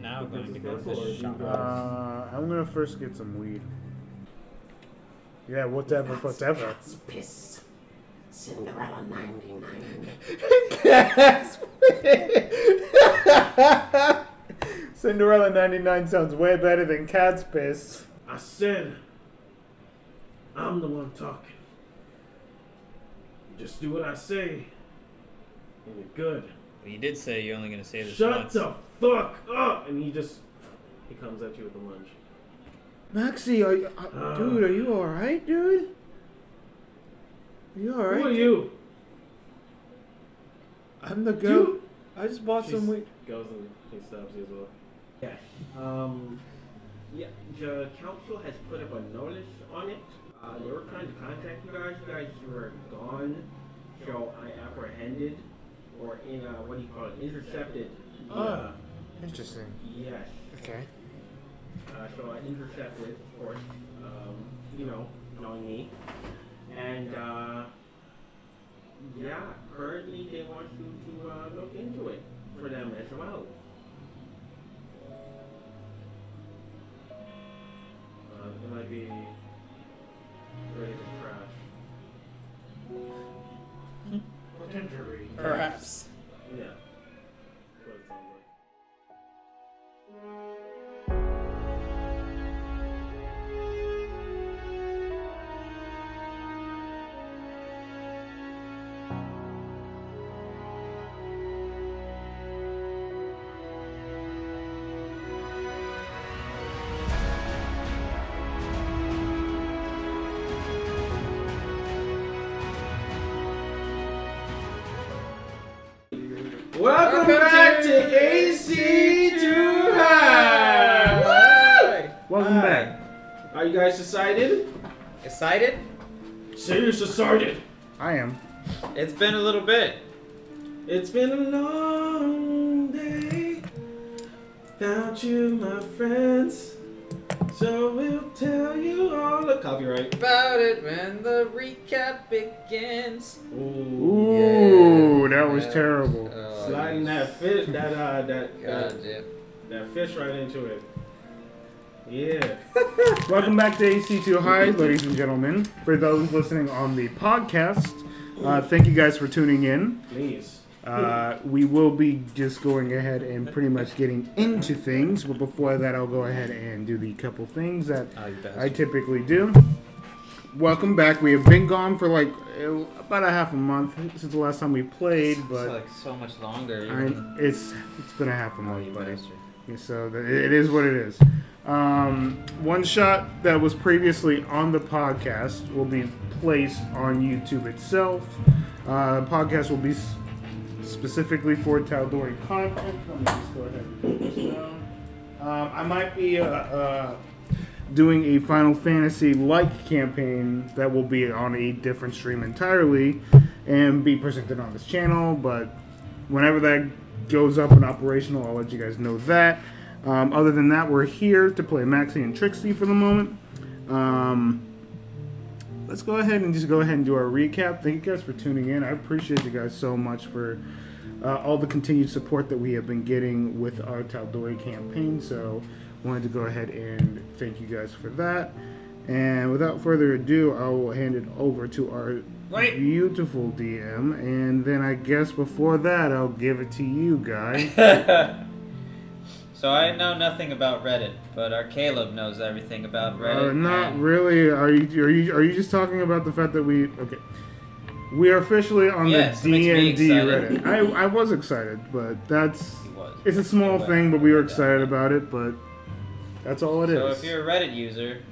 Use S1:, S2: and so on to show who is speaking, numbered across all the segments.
S1: now going to go to
S2: Or do
S1: the
S2: you
S1: shop.
S2: go-
S3: Uh, I'm gonna first get some weed. Yeah, whatever, whatever.
S4: Cat's piss. Cinderella 99.
S3: Cinderella 99 sounds way better than cat's piss.
S2: I said, I'm the one talking. Just do what I say, and you're good.
S1: Well, you did say you're only going to say this
S2: Shut
S1: once.
S2: the fuck up! And he just, he comes at you with a lunge.
S3: Maxie, are you, uh, dude, are you alright, dude? Are you
S2: Who are
S3: alright?
S2: you?
S3: I'm the goat.
S2: You?
S3: I just bought
S2: She's-
S3: some weed.
S2: Goes and he stabs you as well. Yeah. Um.
S5: Yeah, the council has put up a notice on it. Uh, they were trying to contact you guys. You guys were gone, so I apprehended or in uh what do you call it? Intercepted.
S2: Uh,
S3: Interesting.
S5: Yes.
S3: Okay.
S5: Uh, so I intercepted, of course. Um, you know, knowing me. And uh, yeah, currently they want you to uh, look into it for them as well.
S2: uh, it might be ready to crash.
S3: Hmm.
S4: Potentially.
S1: Perhaps.
S2: Yeah. That's what it sounds like. Welcome back to AC2 High!
S3: Welcome back.
S2: Are you guys excited?
S1: Excited?
S2: Say you're excited.
S3: I am.
S1: It's been a little bit.
S2: It's been a long day without you, my friends. So we'll tell you all the copyright.
S1: About it when the recap begins.
S2: Ooh.
S3: Ooh,
S1: Yeah.
S3: that was
S1: Yeah.
S3: terrible.
S1: Oh,
S2: Sliding that fish, that uh, that that,
S1: God damn.
S2: that fish right into it. Yeah.
S3: Welcome back to AC2 High, ladies and gentlemen. For those listening on the podcast, uh, thank you guys for tuning in.
S2: Please.
S3: Uh, we will be just going ahead and pretty much getting into things, but before that, I'll go ahead and do the couple things that I typically do. Welcome back. We have been gone for like eh, about a half a month since the last time we played,
S1: it's
S3: but
S1: like so much longer.
S3: I'm, it's it's been a half a
S1: Oh,
S3: month,
S1: you
S3: buddy.
S1: bastard.
S3: Yeah, So th- it is what it is. Um, one shot that was previously on the podcast will be placed on YouTube itself. Uh, podcast will be s- specifically for Taldori content. Let me just go ahead and put this down. Um, I might be uh, uh, doing a Final Fantasy like campaign that will be on a different stream entirely and be presented on this channel, but whenever that goes up and operational, I'll let you guys know that. Um, other than that, we're here to play Maxie and Trixie for the moment. Um, let's go ahead and just go ahead and do our recap. Thank you guys for tuning in. I appreciate you guys so much for uh, all the continued support that we have been getting with our Taldori campaign. So, wanted to go ahead and thank you guys for that. And without further ado, I will hand it over to our
S1: Wait.
S3: beautiful DM. And then I guess before that, I'll give it to you, guy.
S1: so I know nothing about Reddit, but our Caleb knows everything about Reddit.
S3: Uh, not
S1: and-
S3: really. Are you are you are you just talking about the fact that we okay? We are officially on
S1: Yes, it
S3: the
S1: makes me
S3: D&D
S1: excited.
S3: Reddit. I, I was excited, but that's
S1: He was.
S3: it's a small
S1: But-
S3: thing, but we were excited about it. But that's all it is.
S1: So if you're a Reddit user, you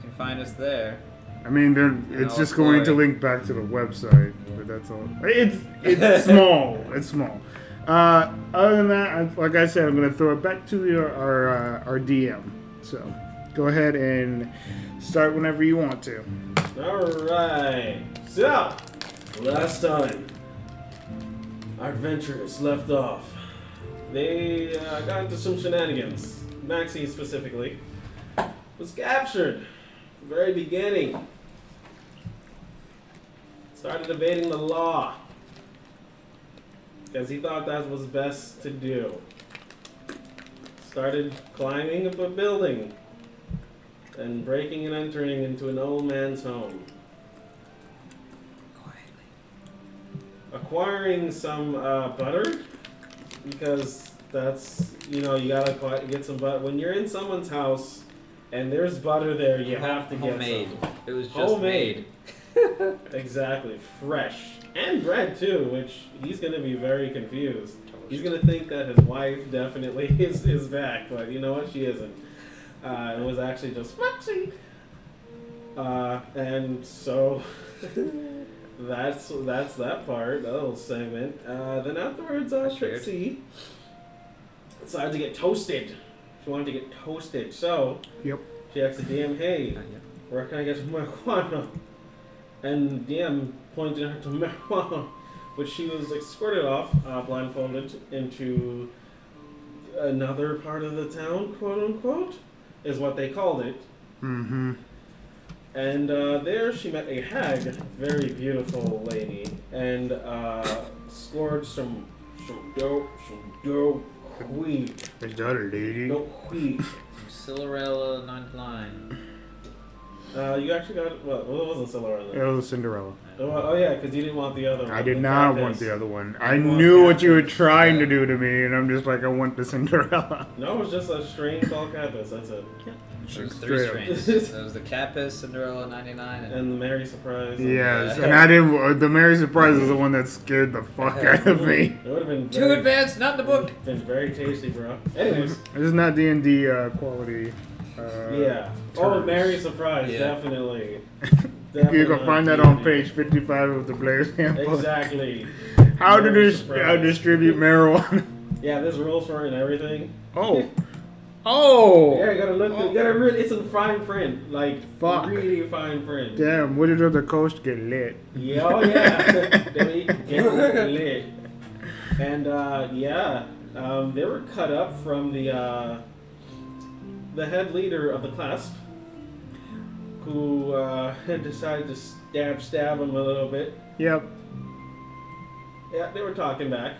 S1: can find us there.
S3: I mean, they're, it's
S1: know,
S3: just
S1: it's
S3: going to
S1: boring.
S3: link back to the website, but that's all. It's it's small. It's small. Uh, other than that, I, like I said, I'm going to throw it back to your, our uh, our DM. So go ahead and start whenever you want to.
S2: Alright. So, last time, our adventurers left off. They uh, got into some shenanigans. Maxie specifically was captured at the very beginning. Started evading the law. Because he thought that was best to do. started climbing up a building and breaking and entering into an old man's home. Acquiring some uh, butter because that's, you know, you gotta acqui- get some butter. When you're in someone's house and there's butter there, you have to get
S6: Homemade.
S2: some.
S6: It was just
S2: Homemade.
S6: made.
S2: Exactly, fresh and bread too, which he's gonna be very confused. He's gonna think that his wife definitely is is back, but you know what? She isn't. Uh, it was actually just Maxie. Uh, and so that's that's that part, that little segment. Uh, then afterwards, uh,
S6: That's weird.
S2: Trixie decided to get toasted. She wanted to get toasted, so
S3: Yep.
S2: she asked the DM, "Hey,
S6: Not yet.
S2: where can I get some marijuana? And DM pointed her to marijuana, which she was escorted off, uh, blindfolded, into another part of the town, quote unquote, is what they called it.
S3: Mm-hmm.
S2: And uh, there she met a hag, very beautiful lady, and uh, scored some some dope, some dope weed,
S3: It's daughter, lady.
S2: dope weed.
S6: Cinderella ninth line.
S2: Uh, you actually got what? Well, it wasn't Cinderella.
S3: It was Cinderella.
S2: Oh, well, oh yeah, because you didn't want the other one.
S3: I did
S2: the
S3: not
S2: black
S3: want
S2: face.
S3: the other one. I
S2: want
S3: knew
S2: the
S3: what you were
S2: Athens.
S3: trying to do to me, and I'm just like, I want the Cinderella.
S2: No, it's just a strange all campus, that's it.
S6: It was
S3: Like
S6: three
S3: straight
S2: up.
S6: strains. That was the Kappa, Cinderella 99, and
S2: And the Mary surprise. and-
S3: Yes, and I didn't. uh, The Mary Surprise is the one that scared the fuck out of me.
S2: It would have been
S6: too
S2: very,
S6: advanced, not in the book.
S2: Been very tasty, bro. Anyways,
S3: This is not D and D quality. Uh,
S2: yeah. Oh,
S3: turns.
S2: Mary surprise,
S6: Yeah.
S2: definitely.
S3: You
S2: Definitely
S3: can find that on page 55 of the Blair's Handbook.
S2: Exactly.
S3: How to
S2: Mary
S3: dis-
S2: Surprise.
S3: how to distribute marijuana.
S2: Yeah, there's rules for it and everything.
S3: Oh, oh,
S2: Yeah, you gotta look. You gotta read. It's in fine print, like
S3: Fuck.
S2: really fine print. Yeah.
S3: damn! Wizards of the Coast get lit.
S2: oh yeah. they get lit. And uh, yeah, um, they were cut up from the uh, the head leader of the clasp, who uh, had decided to stab stab him a little bit.
S3: Yep.
S2: Yeah, they were talking back.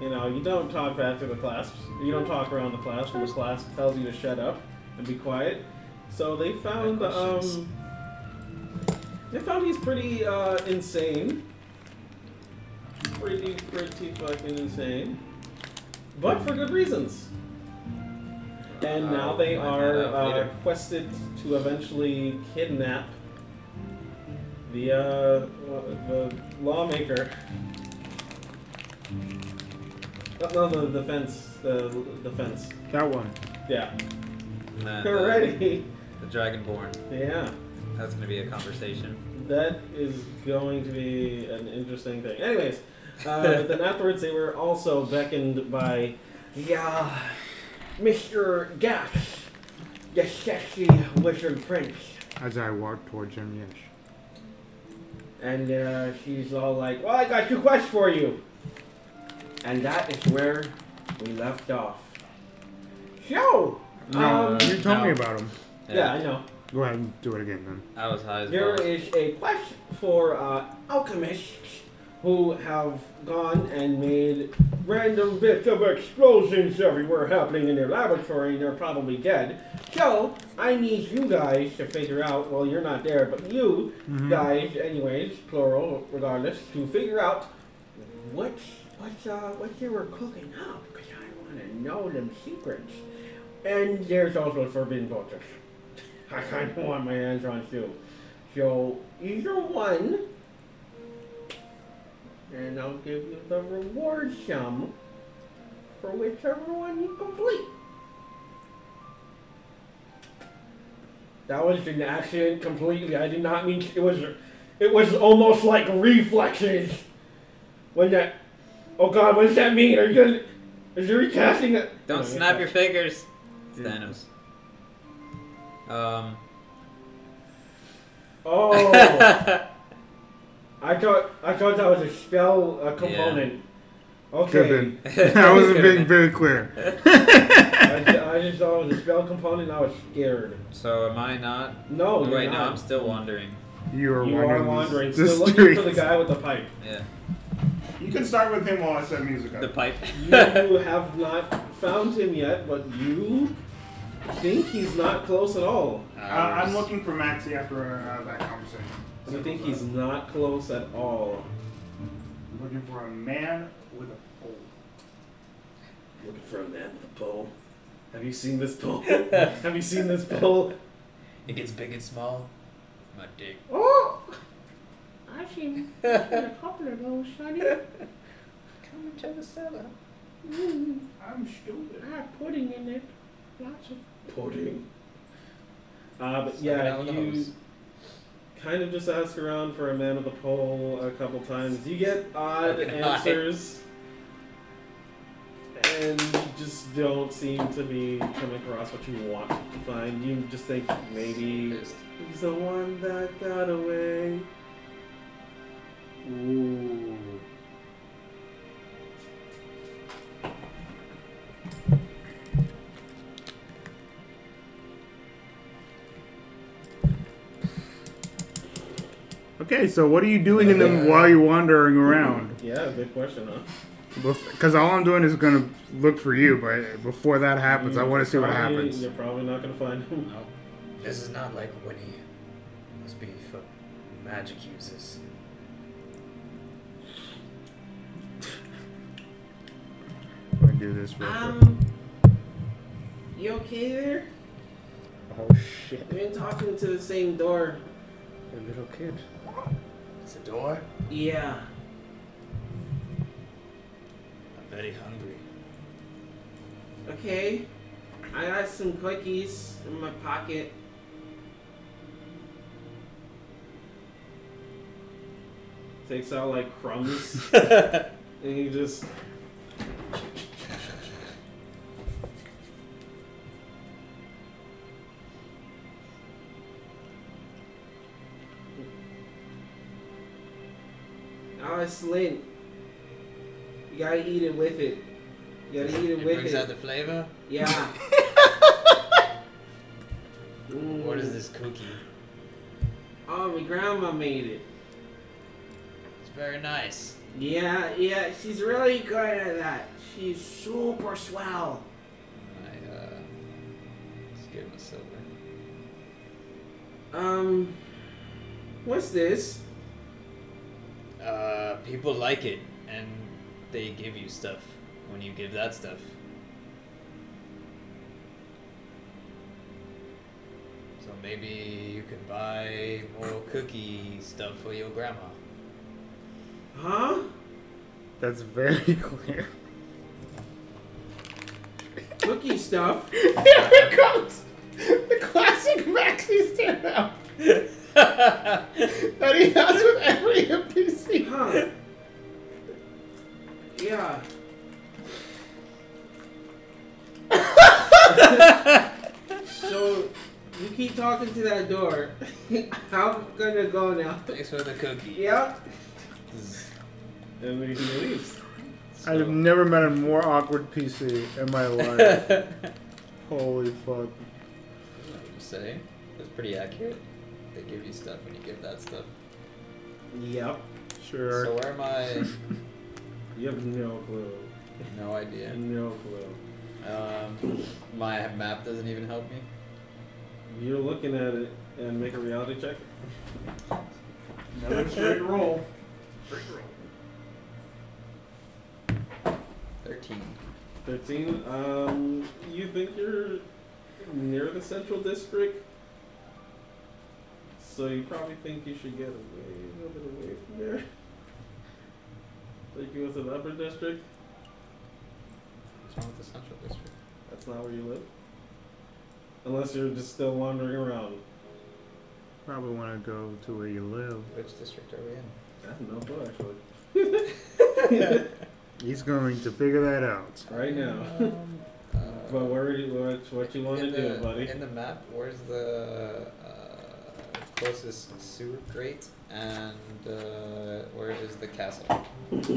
S2: You know, you don't talk back to the clasps. You don't talk around the clasp. when The clasp tells you to shut up and be quiet. So they found the um. They found he's pretty uh, insane. Pretty, pretty fucking insane. But for good reasons. And
S6: Uh,
S2: now they
S6: we'll find that
S2: are
S6: out
S2: uh,
S6: later.
S2: requested to eventually kidnap the uh, the lawmaker. Uh, No, the, the fence. The, the fence.
S3: That one.
S2: Yeah.
S6: And, uh,
S2: Alrighty.
S6: The Dragonborn.
S2: Yeah.
S6: That's gonna be a conversation.
S2: That is going to be an interesting thing. Anyways, uh, then afterwards they were also beckoned by, yeah, Mr. Gash, the sexy wizard prince.
S3: As I walked towards him, yes.
S2: And uh, she's all like, well, I got two questions for you. And that is where we left off. So,
S3: No,
S2: um,
S6: Uh,
S3: you told me
S6: no.
S3: about him.
S2: yeah, I know.
S3: Go ahead and do it again then.
S6: I was high as
S2: There
S6: balls.
S2: is a quest for uh, alchemists who have gone and made random bits of explosions everywhere happening in their laboratory and they're probably dead. So, I need you guys to figure out, well, you're not there, but you guys, anyways, plural, regardless, to figure out what's, what's, uh, what they were cooking up because I want to know them secrets. And there's also forbidden vultures. I kind of want my hands on two. So either one, and I'll give you the reward sum for whichever one you complete. That was an accident completely. I did not mean it was. It was almost like reflexes. When that, oh God, what does that mean? Are you gonna? Is you recasting it?
S6: Don't snap your fingers. It's Thanos. Um.
S2: Oh. I thought I thought that was a spell uh, component.
S3: Could
S2: Okay.
S3: have been. I wasn't being very clear.
S2: I, ju- I just thought it was a spell component. and I was scared.
S6: so am I not?
S2: No, Oh, you're
S6: Wait, no,
S2: not.
S6: I'm still wandering.
S3: You are
S2: you are
S3: wandering,
S2: wandering.
S3: the
S2: Still looking for the
S3: streets.
S2: guy with the pipe.
S6: Yeah.
S3: You can start with him while I set music
S7: The
S3: up.
S7: pipe.
S2: You have not found him yet, but you think he's not close at all.
S3: Uh, I'm looking for Maxie after uh, that conversation.
S2: You think he's not close at all.
S3: I'm looking for a man with a pole.
S2: Looking for a man with a pole. Have you seen this pole? have you seen this pole?
S7: It gets big and small. My dick.
S2: Oh!
S5: I've seen a couple of those, honey.
S7: Come into the cellar.
S5: Mm,
S3: I'm stupid.
S5: I have pudding in it. Lots of
S2: Pudding. Uh, but
S7: Suck it
S2: yeah,
S7: out with a
S2: you
S7: hose.
S2: kind of just ask around for a man with a pole a couple times. You get odd
S7: Fucking high.
S2: answers. And you just don't seem to be coming across what you want to find. You just think maybe
S7: Pissed.
S2: he's the one that got away.
S3: Ooh. Okay, so what are you doing in them while you're wandering around?
S2: Yeah, big question, huh?
S3: Because all I'm doing is gonna look for you, but before that happens, I
S2: You
S3: want to see what
S2: probably-
S3: happens.
S2: You're probably not gonna find him.
S1: No, this is not like Winnie. It must be for magic uses.
S3: I'm gonna do this real quick.
S5: Um, you okay there?
S1: Oh shit,
S5: We've been talking to the same door.
S1: a little kid. It's a door.
S5: Yeah.
S1: I'm very hungry.
S5: Okay. I got some cookies in my pocket.
S2: Takes out like crumbs and he just
S5: Oh, it's lint. You gotta eat it with it. You gotta eat it
S1: It
S5: with
S1: brings out
S5: it.
S1: the flavor.
S5: yeah. Mm.
S1: What is this cookie?
S5: Oh, my grandma made it.
S1: It's very nice.
S5: Yeah, yeah, she's really good at that. She's super swell.
S1: I uh, just gave him a silver.
S5: Um, what's this?
S1: Uh, people like it, and they give you stuff when you give that stuff. So maybe you can buy more cookie stuff for your grandma.
S5: Huh?
S3: That's very clear.
S5: Cookie stuff.
S3: Here it comes! The classic Maxi standout that he has with every NPC.
S5: Huh. Yeah. so you keep talking to that door. I'm gonna go now.
S1: Thanks for the cookie.
S5: Yep.
S2: and then he leaves.
S3: I have never met a more awkward PC in my life. Holy fuck.
S1: Say, that's pretty accurate. They give you stuff when you give that stuff.
S2: Yep.
S3: Sure.
S1: So where am I?
S2: You have no clue.
S1: No idea.
S2: No clue.
S1: Um, my map doesn't even help me.
S2: You're looking at it and make a reality check.
S3: Another straight roll.
S1: Thirteen.
S2: 13. Um, you think you're near the central district? So you probably think you should get away, a little bit away from there. Like you go to the upper district?
S1: What's wrong with the central district?
S2: That's not where you live. Unless you're just still wandering around.
S3: Probably want to go to where you live.
S1: Which district are we in?
S2: That's no clue, actually.
S3: He's going to figure that out.
S2: Right now.
S1: Um, uh,
S2: but where you, what, what you want to
S1: in
S2: do,
S1: the,
S2: buddy?
S1: In the map, where's the uh, closest sewer grate, and uh, where is the castle? Uh, it's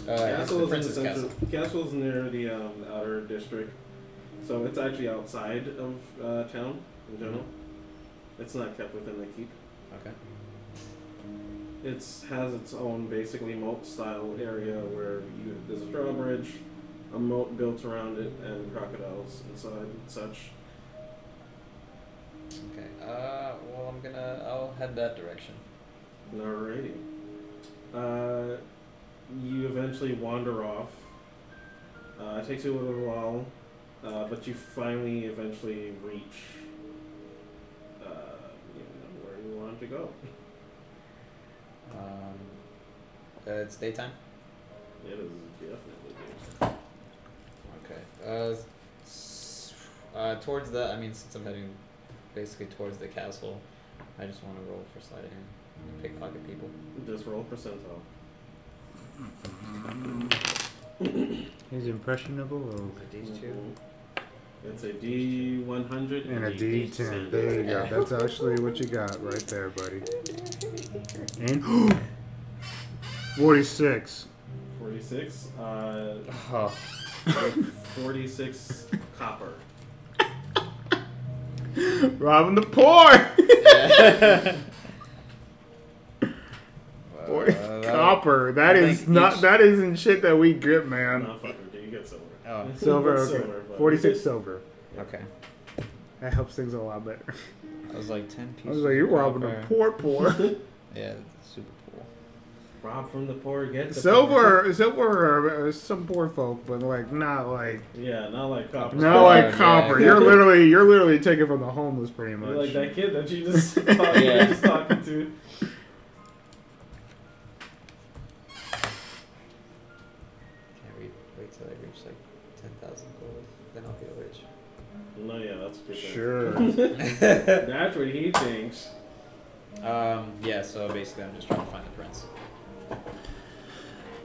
S1: the
S2: Castle is
S1: prince's
S2: in the
S1: castle.
S2: central. Castle's near the um, outer district, so it's actually outside of uh, Mm-hmm. town in general. It's not kept within the keep.
S1: Okay.
S2: It's has its own basically moat style area where you there's a drawbridge, a moat built around it, and crocodiles inside and such.
S1: Okay. Uh, well, I'm gonna. I'll head that direction.
S2: Alrighty. Uh, you eventually wander off. Uh, it takes you a little while, uh, but you finally eventually reach uh, you know, where you wanted to go.
S1: Um, uh, it's daytime.
S2: It is definitely good.
S1: Okay. Uh, s- uh, towards the. I mean, since I'm heading basically towards the castle, I just want to roll for sleight of hand and pickpocket people.
S2: Just roll percentile.
S8: He's impressionable. Or...
S1: These two.
S2: It's a D100
S3: And a D10.
S2: D10.
S3: There you go. That's actually what you got right there, buddy. And 46.
S2: 46. Uh,
S1: Oh,
S2: 46 copper.
S3: Robbing the poor. Boy,
S1: Uh, that-
S3: copper. That is
S1: think
S3: not.
S1: each-
S3: that isn't shit that we get, man.
S2: Not fucker, dude. You get silver.
S1: Oh.
S3: Silver.
S2: You
S3: Okay.
S2: get but-
S3: Forty-six silver.
S1: Okay.
S3: That helps things a lot better.
S1: I was like ten pieces.
S3: I was like, you're
S1: of
S3: robbing
S1: copper.
S3: the poor, poor.
S1: Yeah, that's super cool.
S2: Rob from the poor, get the poor.
S3: silver, silver, are some poor folk, but like not like
S2: Yeah, not like copper.
S3: not like
S1: Yeah.
S3: copper. You're literally, you're literally taking from the homeless, pretty
S2: You're
S3: much.
S2: like that kid that you just, thought you were just talking to.
S1: Can't read. Wait till I reach like ten thousand gold, then I'll feel rich.
S2: No, yeah, that's a good thing.
S3: Sure.
S2: That's what he thinks.
S1: um, yeah. So basically, I'm just trying to find the prince.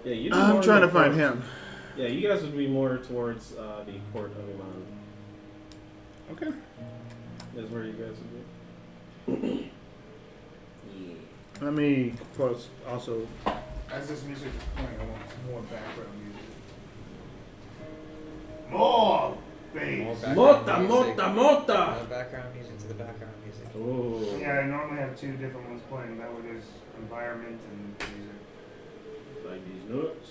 S2: Yeah, you.
S3: I'm trying to find
S2: him.
S3: him.
S2: Yeah, you guys would be more towards uh, the court of Iman.
S3: Okay.
S2: Is where you guys would be.
S3: Let me close. Also, as this music is playing, I want more background music. More
S1: More
S3: bass.
S1: background music.
S2: mota.
S1: More background music to the background music.
S2: Oh.
S3: Yeah, I normally have two different ones playing. That way, there's environment and music.
S2: Like these nuts.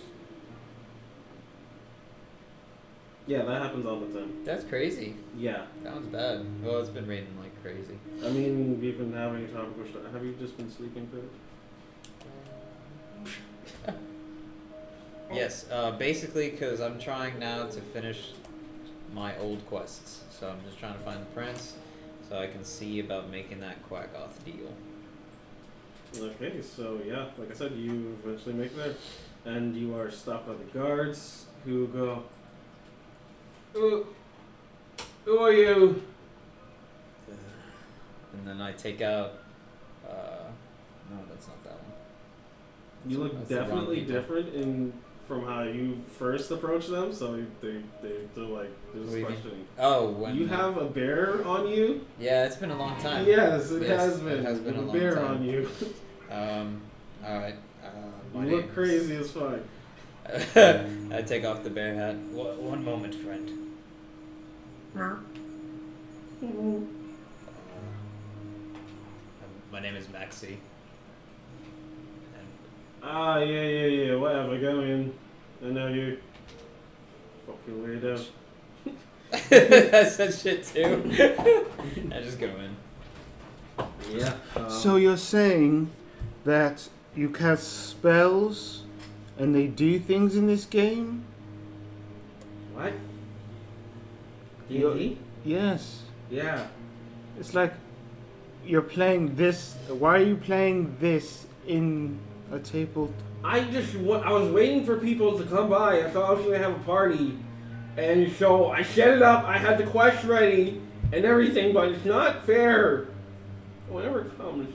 S2: Yeah, that happens all the time.
S1: That's crazy.
S2: Yeah,
S1: That one's bad. Well, it's been raining like crazy.
S2: I mean we've been having a topical. St- have you just been sleeping through? it?
S1: Yes, uh, basically because I'm trying now to finish my old quests. So I'm just trying to find the prince so I can see about making that Quackoth deal.
S2: Okay, so yeah, like I said, you eventually make it there, and you are stopped by the guards who go. Who, who are you?
S1: And then I take out. Uh, no, that's not that one.
S2: You look
S1: That's the wrong
S2: definitely
S1: people.
S2: different in from how you first approached them, so they they they're like
S1: What do
S2: they're just
S1: you mean?
S2: questioning.
S1: Oh, when
S2: You
S1: the-
S2: have a bear on you.
S1: Yeah, it's been a long time.
S2: Yes, it
S1: Yes,
S2: has been.
S1: it has been
S2: With
S1: a
S2: a
S1: long
S2: bear
S1: time.
S2: on you.
S1: Um. All right. Uh,
S2: you
S1: my
S2: look
S1: name's-
S2: crazy as fuck.
S1: I take off the bear hat. Wha- one moment, friend.
S3: Mm-hmm.
S1: Uh, my name is Maxie. And
S2: Ah, yeah, yeah, yeah. Whatever. Go in. I know you. Fucking weirdo.
S1: I said shit too. I just go in.
S2: Yeah.
S3: Um, So you're saying that you cast spells and they do things in this game?
S2: what?
S3: You-
S2: D&D?
S3: Yes.
S2: Yeah.
S3: It's like you're playing this. Why are you playing this in a table?
S2: I just wa- I was waiting for people to come by. I thought I was gonna have a party, and so I set it up. I had the quest ready and everything, but it's not fair. Whenever it comes.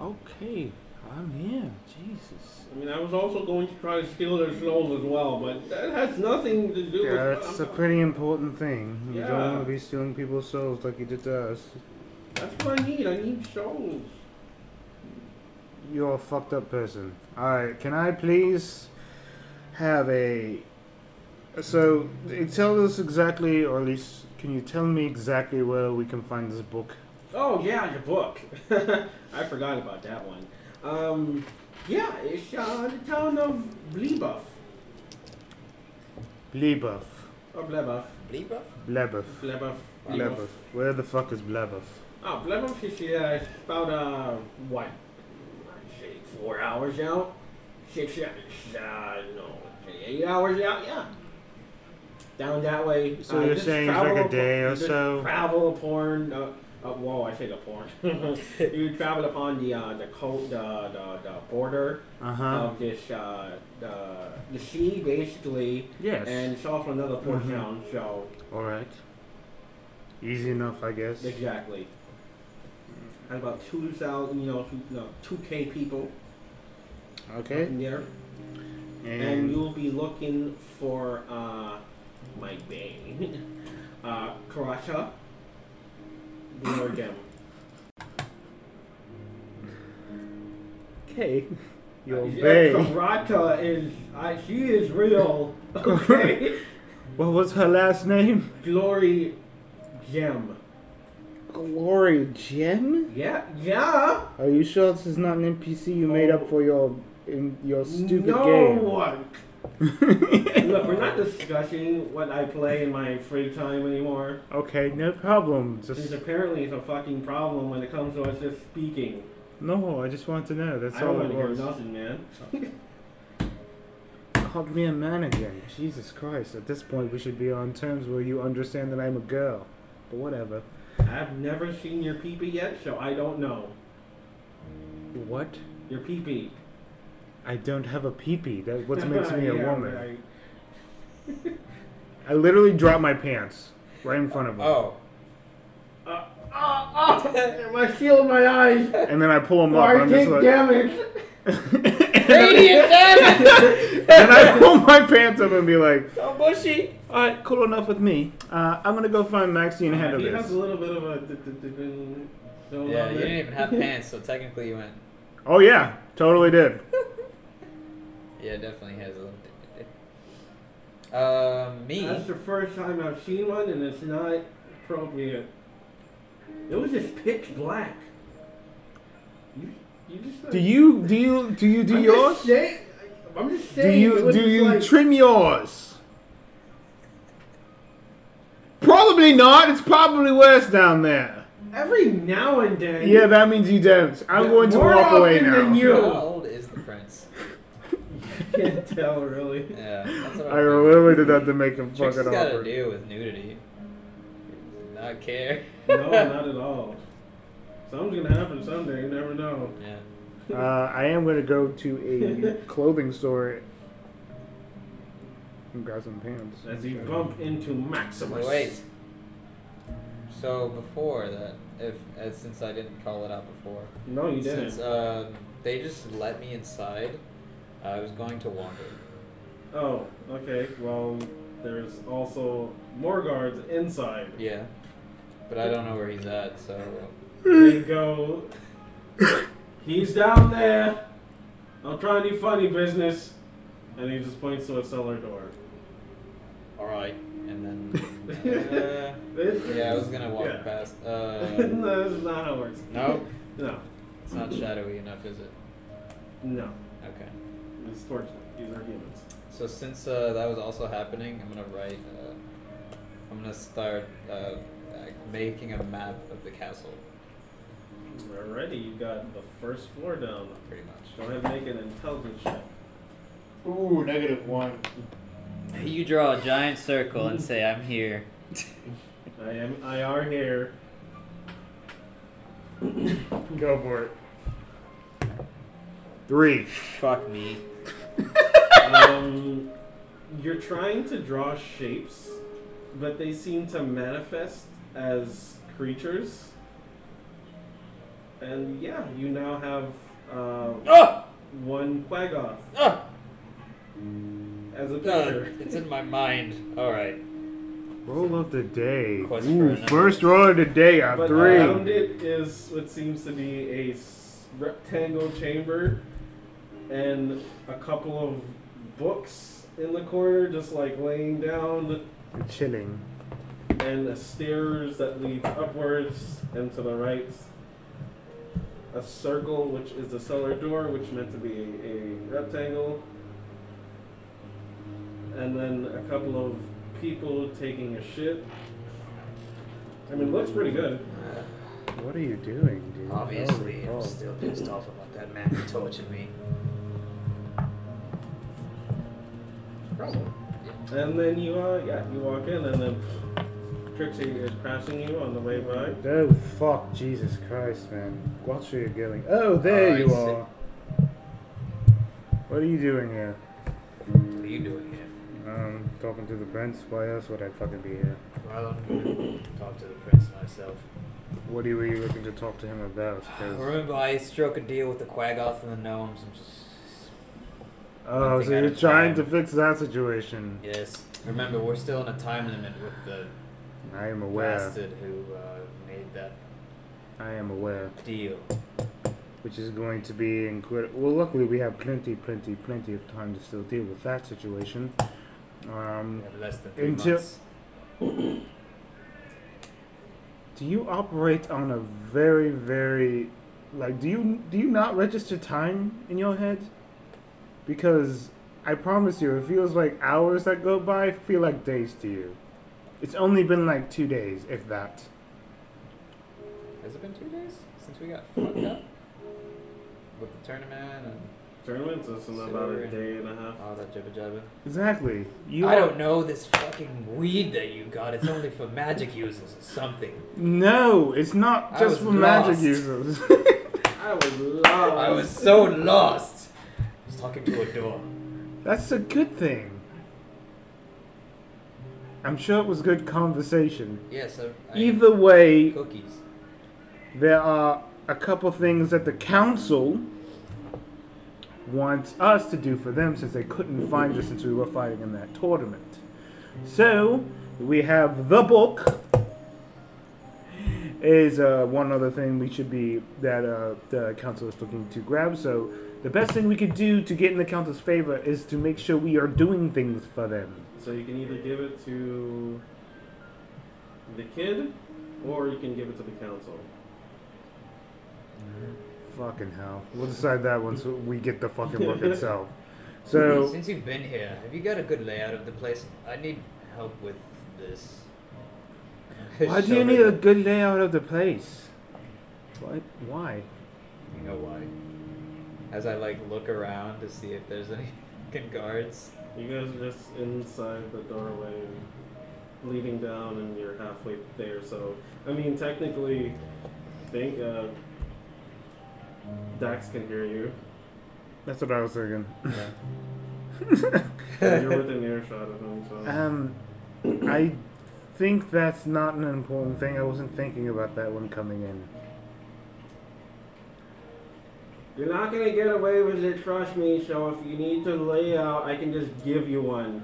S3: Okay, I'm here. Jesus.
S2: I mean, I was also going to try to steal their souls as well, but that has nothing to do
S3: Yeah,
S2: with.
S3: that's a pretty important thing. You don't
S2: Yeah.
S3: want to be stealing people's souls like you did to us.
S2: That's what I need. I need souls.
S3: You're a fucked up person. Alright, can I please have a. So, it- tell us exactly, or at least, can you tell me exactly where we can find this book?
S2: Oh yeah, your book. I forgot about that one.
S9: Um, yeah, it's uh, the town of Blebuff.
S3: Blebuff.
S9: Or Blebuff.
S1: Libra?
S3: Blebuff.
S9: Blebuff.
S3: Blebuff. Where the fuck is Blebuff?
S9: Oh, Blebuff is uh, it's about, uh, what? Say four hours out? Six hours? Uh, no. say Eight hours out? Yeah. Down that way.
S3: So
S9: uh,
S3: you're
S9: just
S3: saying it's like a
S9: travel
S3: day or
S9: just
S3: so?
S9: Travel upon. Uh, uh, whoa, I said upon. you travel upon the uh, the, co- the, the, the border
S3: Uh huh.
S9: of this uh, the, the sea, basically.
S3: Yes.
S9: And it's also another port
S3: Mhm.
S9: town, so
S3: All right. Easy enough, I guess.
S9: exactly. Had about two thousand, you know, two no, two k people
S3: Okay.
S9: in there, and,
S3: And
S9: you'll be looking for uh, my bane, uh, Karasha, Glorgem.
S3: okay. You
S9: Uh,
S3: obey.
S9: Karasha is uh, she is real. Okay,
S3: What was her last name?
S9: glory gem.
S3: Glory Jen.
S9: Yeah, yeah.
S3: Are you sure this is not an NPC you made up for your in your stupid
S9: no
S3: game?
S9: one Look, we're not discussing what I play in my free time anymore.
S3: okay, no problem.
S9: This
S3: Just
S9: apparently is a fucking problem when it comes to us just speaking.
S3: no. I just want to know. That's
S9: I don't
S3: all it
S9: want to hear
S3: was.
S9: nothing, man.
S3: Called me a man again. Jesus Christ. At this point, we should be on terms where you understand that I'm a girl. But whatever.
S9: I've never seen your peepee yet, so I don't know.
S3: What?
S9: Your peepee.
S3: I don't have a peepee. That's what makes me a
S9: Yeah,
S3: woman.
S9: right.
S3: I literally dropped my pants right in front of him,
S1: Oh.
S9: Oh, my shield, my eyes.
S3: and then I pull them up.
S9: I
S3: And I'm
S9: take
S3: just like,
S9: damage.
S1: Radiant damage!
S3: and I pull my pants up and be like,
S1: So bushy!
S3: "All right, cool enough with me. Uh, I'm gonna go find Maxie and handle
S9: he has a
S3: this."
S9: little bit of a. d- d- d- d- so
S1: Yeah, you
S9: lovely.
S1: didn't even have pants, so technically you went.
S3: Oh yeah, totally did.
S1: Yeah, it definitely has a little. Um, me.
S9: That's the first time I've seen one, and it's not appropriate. It was just pitch black. You, you just like,
S3: Do you do you do you do
S9: I'm
S3: yours?
S9: Just saying, I'm just
S3: do
S9: saying. it
S3: you
S9: was
S3: do you
S9: like,
S3: trim yours? Probably not. It's probably worse down there.
S9: every now and then?
S3: Yeah, that means you don't. I'm
S9: Yeah,
S3: going to
S9: more
S3: walk away
S9: often than
S3: now.
S9: you.
S1: How old is the prince?
S9: can't tell really.
S1: Yeah, that's what I'm
S3: I
S1: thinking.
S3: really did that to make him
S1: Tricks
S3: fucking
S1: has got to
S3: awkward.
S1: do with nudity. Not care.
S9: No, Oh, not at all. Something's gonna happen someday. You never know.
S1: Yeah.
S3: Uh, I am going to go to a clothing store and grab some pants.
S9: As you bump into Maximus.
S1: Wait, wait. So before that, if uh, since I didn't call it out before,
S9: No, you didn't.
S1: since uh, they just let me inside, I was going to wander.
S9: Oh, okay. Well, there's also more guards inside.
S1: Yeah. But I don't know where he's at, so
S9: They go. He's down there. I'm trying to do funny business. And he just points to a cellar door.
S1: all right. And then uh,
S9: This
S1: yeah, I was gonna walk
S9: Yeah.
S1: past. Uh,
S9: no, this is not how it works.
S1: no,
S9: No.
S1: it's not shadowy enough, is it?
S9: No.
S1: Okay.
S9: It's torture. These are humans.
S1: So since uh, that was also happening, I'm gonna write. Uh, I'm gonna start uh, like making a map of the castle,
S9: Alrighty, you got the first floor down.
S1: pretty much.
S9: Go ahead and make an intelligence check.
S3: Ooh, negative one.
S10: You draw a giant circle and say, I'm here.
S9: I am. I are here.
S3: Go for it. Three.
S10: Fuck me.
S9: um, you're trying to draw shapes, but they seem to manifest as creatures. And yeah, you now have uh,
S1: Ah!
S9: one Quagoth
S1: Ah!
S9: as a
S1: No,
S9: picture.
S1: it's in my mind. All right.
S3: Roll of the day.
S1: Quest for
S3: Ooh,
S1: another.
S3: first roll of the day. I
S9: But um,
S3: three.
S9: around it is what seems to be a s- rectangle chamber and a couple of books in the corner, just like laying down.
S3: Chilling.
S9: and the stairs that lead upwards and to the right.
S2: a circle, which is the cellar door, which meant to be a, a rectangle, and then a couple of people taking a shit. I mean, looks pretty good.
S3: What are you doing, dude?
S11: Obviously,
S3: Holy
S11: I'm
S3: fuck.
S11: still pissed off about that man who tortured me.
S2: And then you, uh, yeah, you walk in, and then Trixie is passing you on the way by.
S3: Oh fuck, Jesus Christ, man! Watch where you're going. Oh, there
S1: Uh,
S3: you
S1: it's-
S3: are. What are you doing here?
S11: What are you doing here?
S3: Um, talking to the prince. Why else would I fucking be here?
S11: Well, I'm gonna talk to the prince myself.
S3: What are you- were you looking to talk to him about? 'Cause-
S1: Remember, I struck a deal with the Quaggoth and the gnomes. I'm just
S3: Oh,
S1: One
S3: so
S1: thing at
S3: you're
S1: a
S3: trying to
S1: time.
S3: fix that situation.
S1: yes. Remember, we're still in a time limit with the
S3: I am aware.
S1: bastard who uh, made that
S3: I am aware.
S1: deal.
S3: Which is going to be incredible. Well, luckily we have plenty, plenty, plenty of time to still deal with that situation.
S1: We
S3: Um,
S1: have less than three
S3: Until-
S1: months.
S3: do you operate on a very, very, like, do you do you not register time in your head? Because I promise you, it feels like hours that go by feel like days to you. It's only been like two days, if that.
S1: Has it been two days since we got fucked up with the tournament and
S2: Tournaments is in about a day and a half.
S1: all that jibba jabba?
S3: Exactly. You
S1: I
S3: are-
S1: don't know this fucking weed that you got. It's only for magic users or something.
S3: No, it's not
S1: I
S3: just
S1: was
S3: for magic
S1: lost.
S3: users.
S2: I would
S3: Oh.
S2: love.
S1: I was so lost. I was talking to a door.
S3: That's a good thing. I'm sure it was good conversation.
S1: Yes, I, I
S3: Either way,
S1: cookies.
S3: there are a couple things that the council wants us to do for them since they couldn't find us since we were fighting in that tournament. So we have the book. Is uh, one other thing we should be that uh, the council is looking to grab. So the best thing we could do to get in the council's favor is to make sure we are doing things for them.
S2: So you can either give it to the kid, or you can give it to the council.
S3: Fucking hell, we'll decide that once we get the fucking book itself. So
S1: Since you've been here, have you got a good layout of the place? I need help with this.
S3: Why do you need a good layout of the place? What? Why?
S1: You know why? As I like look around to see if there's any fucking guards.
S2: You guys are just inside the doorway, leading down, and you're halfway there. So, I mean, technically, I think uh, Dax can hear you.
S3: That's what I was thinking.
S2: You're within earshot of him, so.
S3: Um, I think that's not an important thing. I wasn't thinking about that one coming in.
S2: You're not gonna get away with it, trust me. So if you need to lay out, I can just give you one.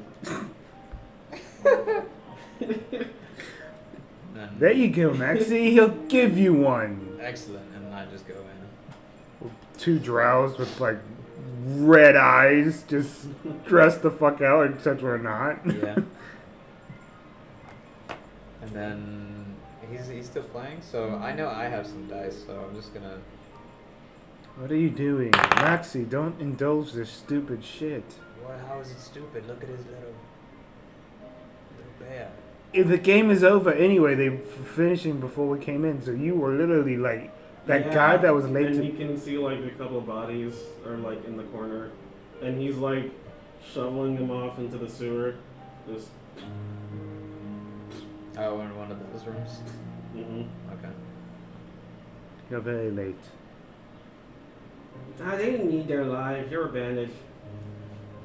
S1: None.
S3: There you go, Maxie. He'll give you one.
S1: Excellent, and I just go in.
S3: Two drows with like red eyes, just dressed the fuck out, except we're not.
S1: Yeah. and then he's he's still playing, so I know I have some dice, so I'm just gonna.
S3: What are you doing, Maxie? Don't indulge this stupid shit.
S1: What? How is it stupid? Look at his little little bear.
S3: If the game is over anyway. They were finishing before we came in, so you were literally like that
S2: Yeah,
S3: guy that was late
S2: And
S3: to
S2: you can see like a couple bodies are like in the corner, and he's like shoveling them off into the sewer. Just.
S1: Oh, in one of those rooms.
S2: Mm-hmm.
S1: Okay.
S3: You're very late.
S2: Ah, they didn't need their lives. They were bandaged.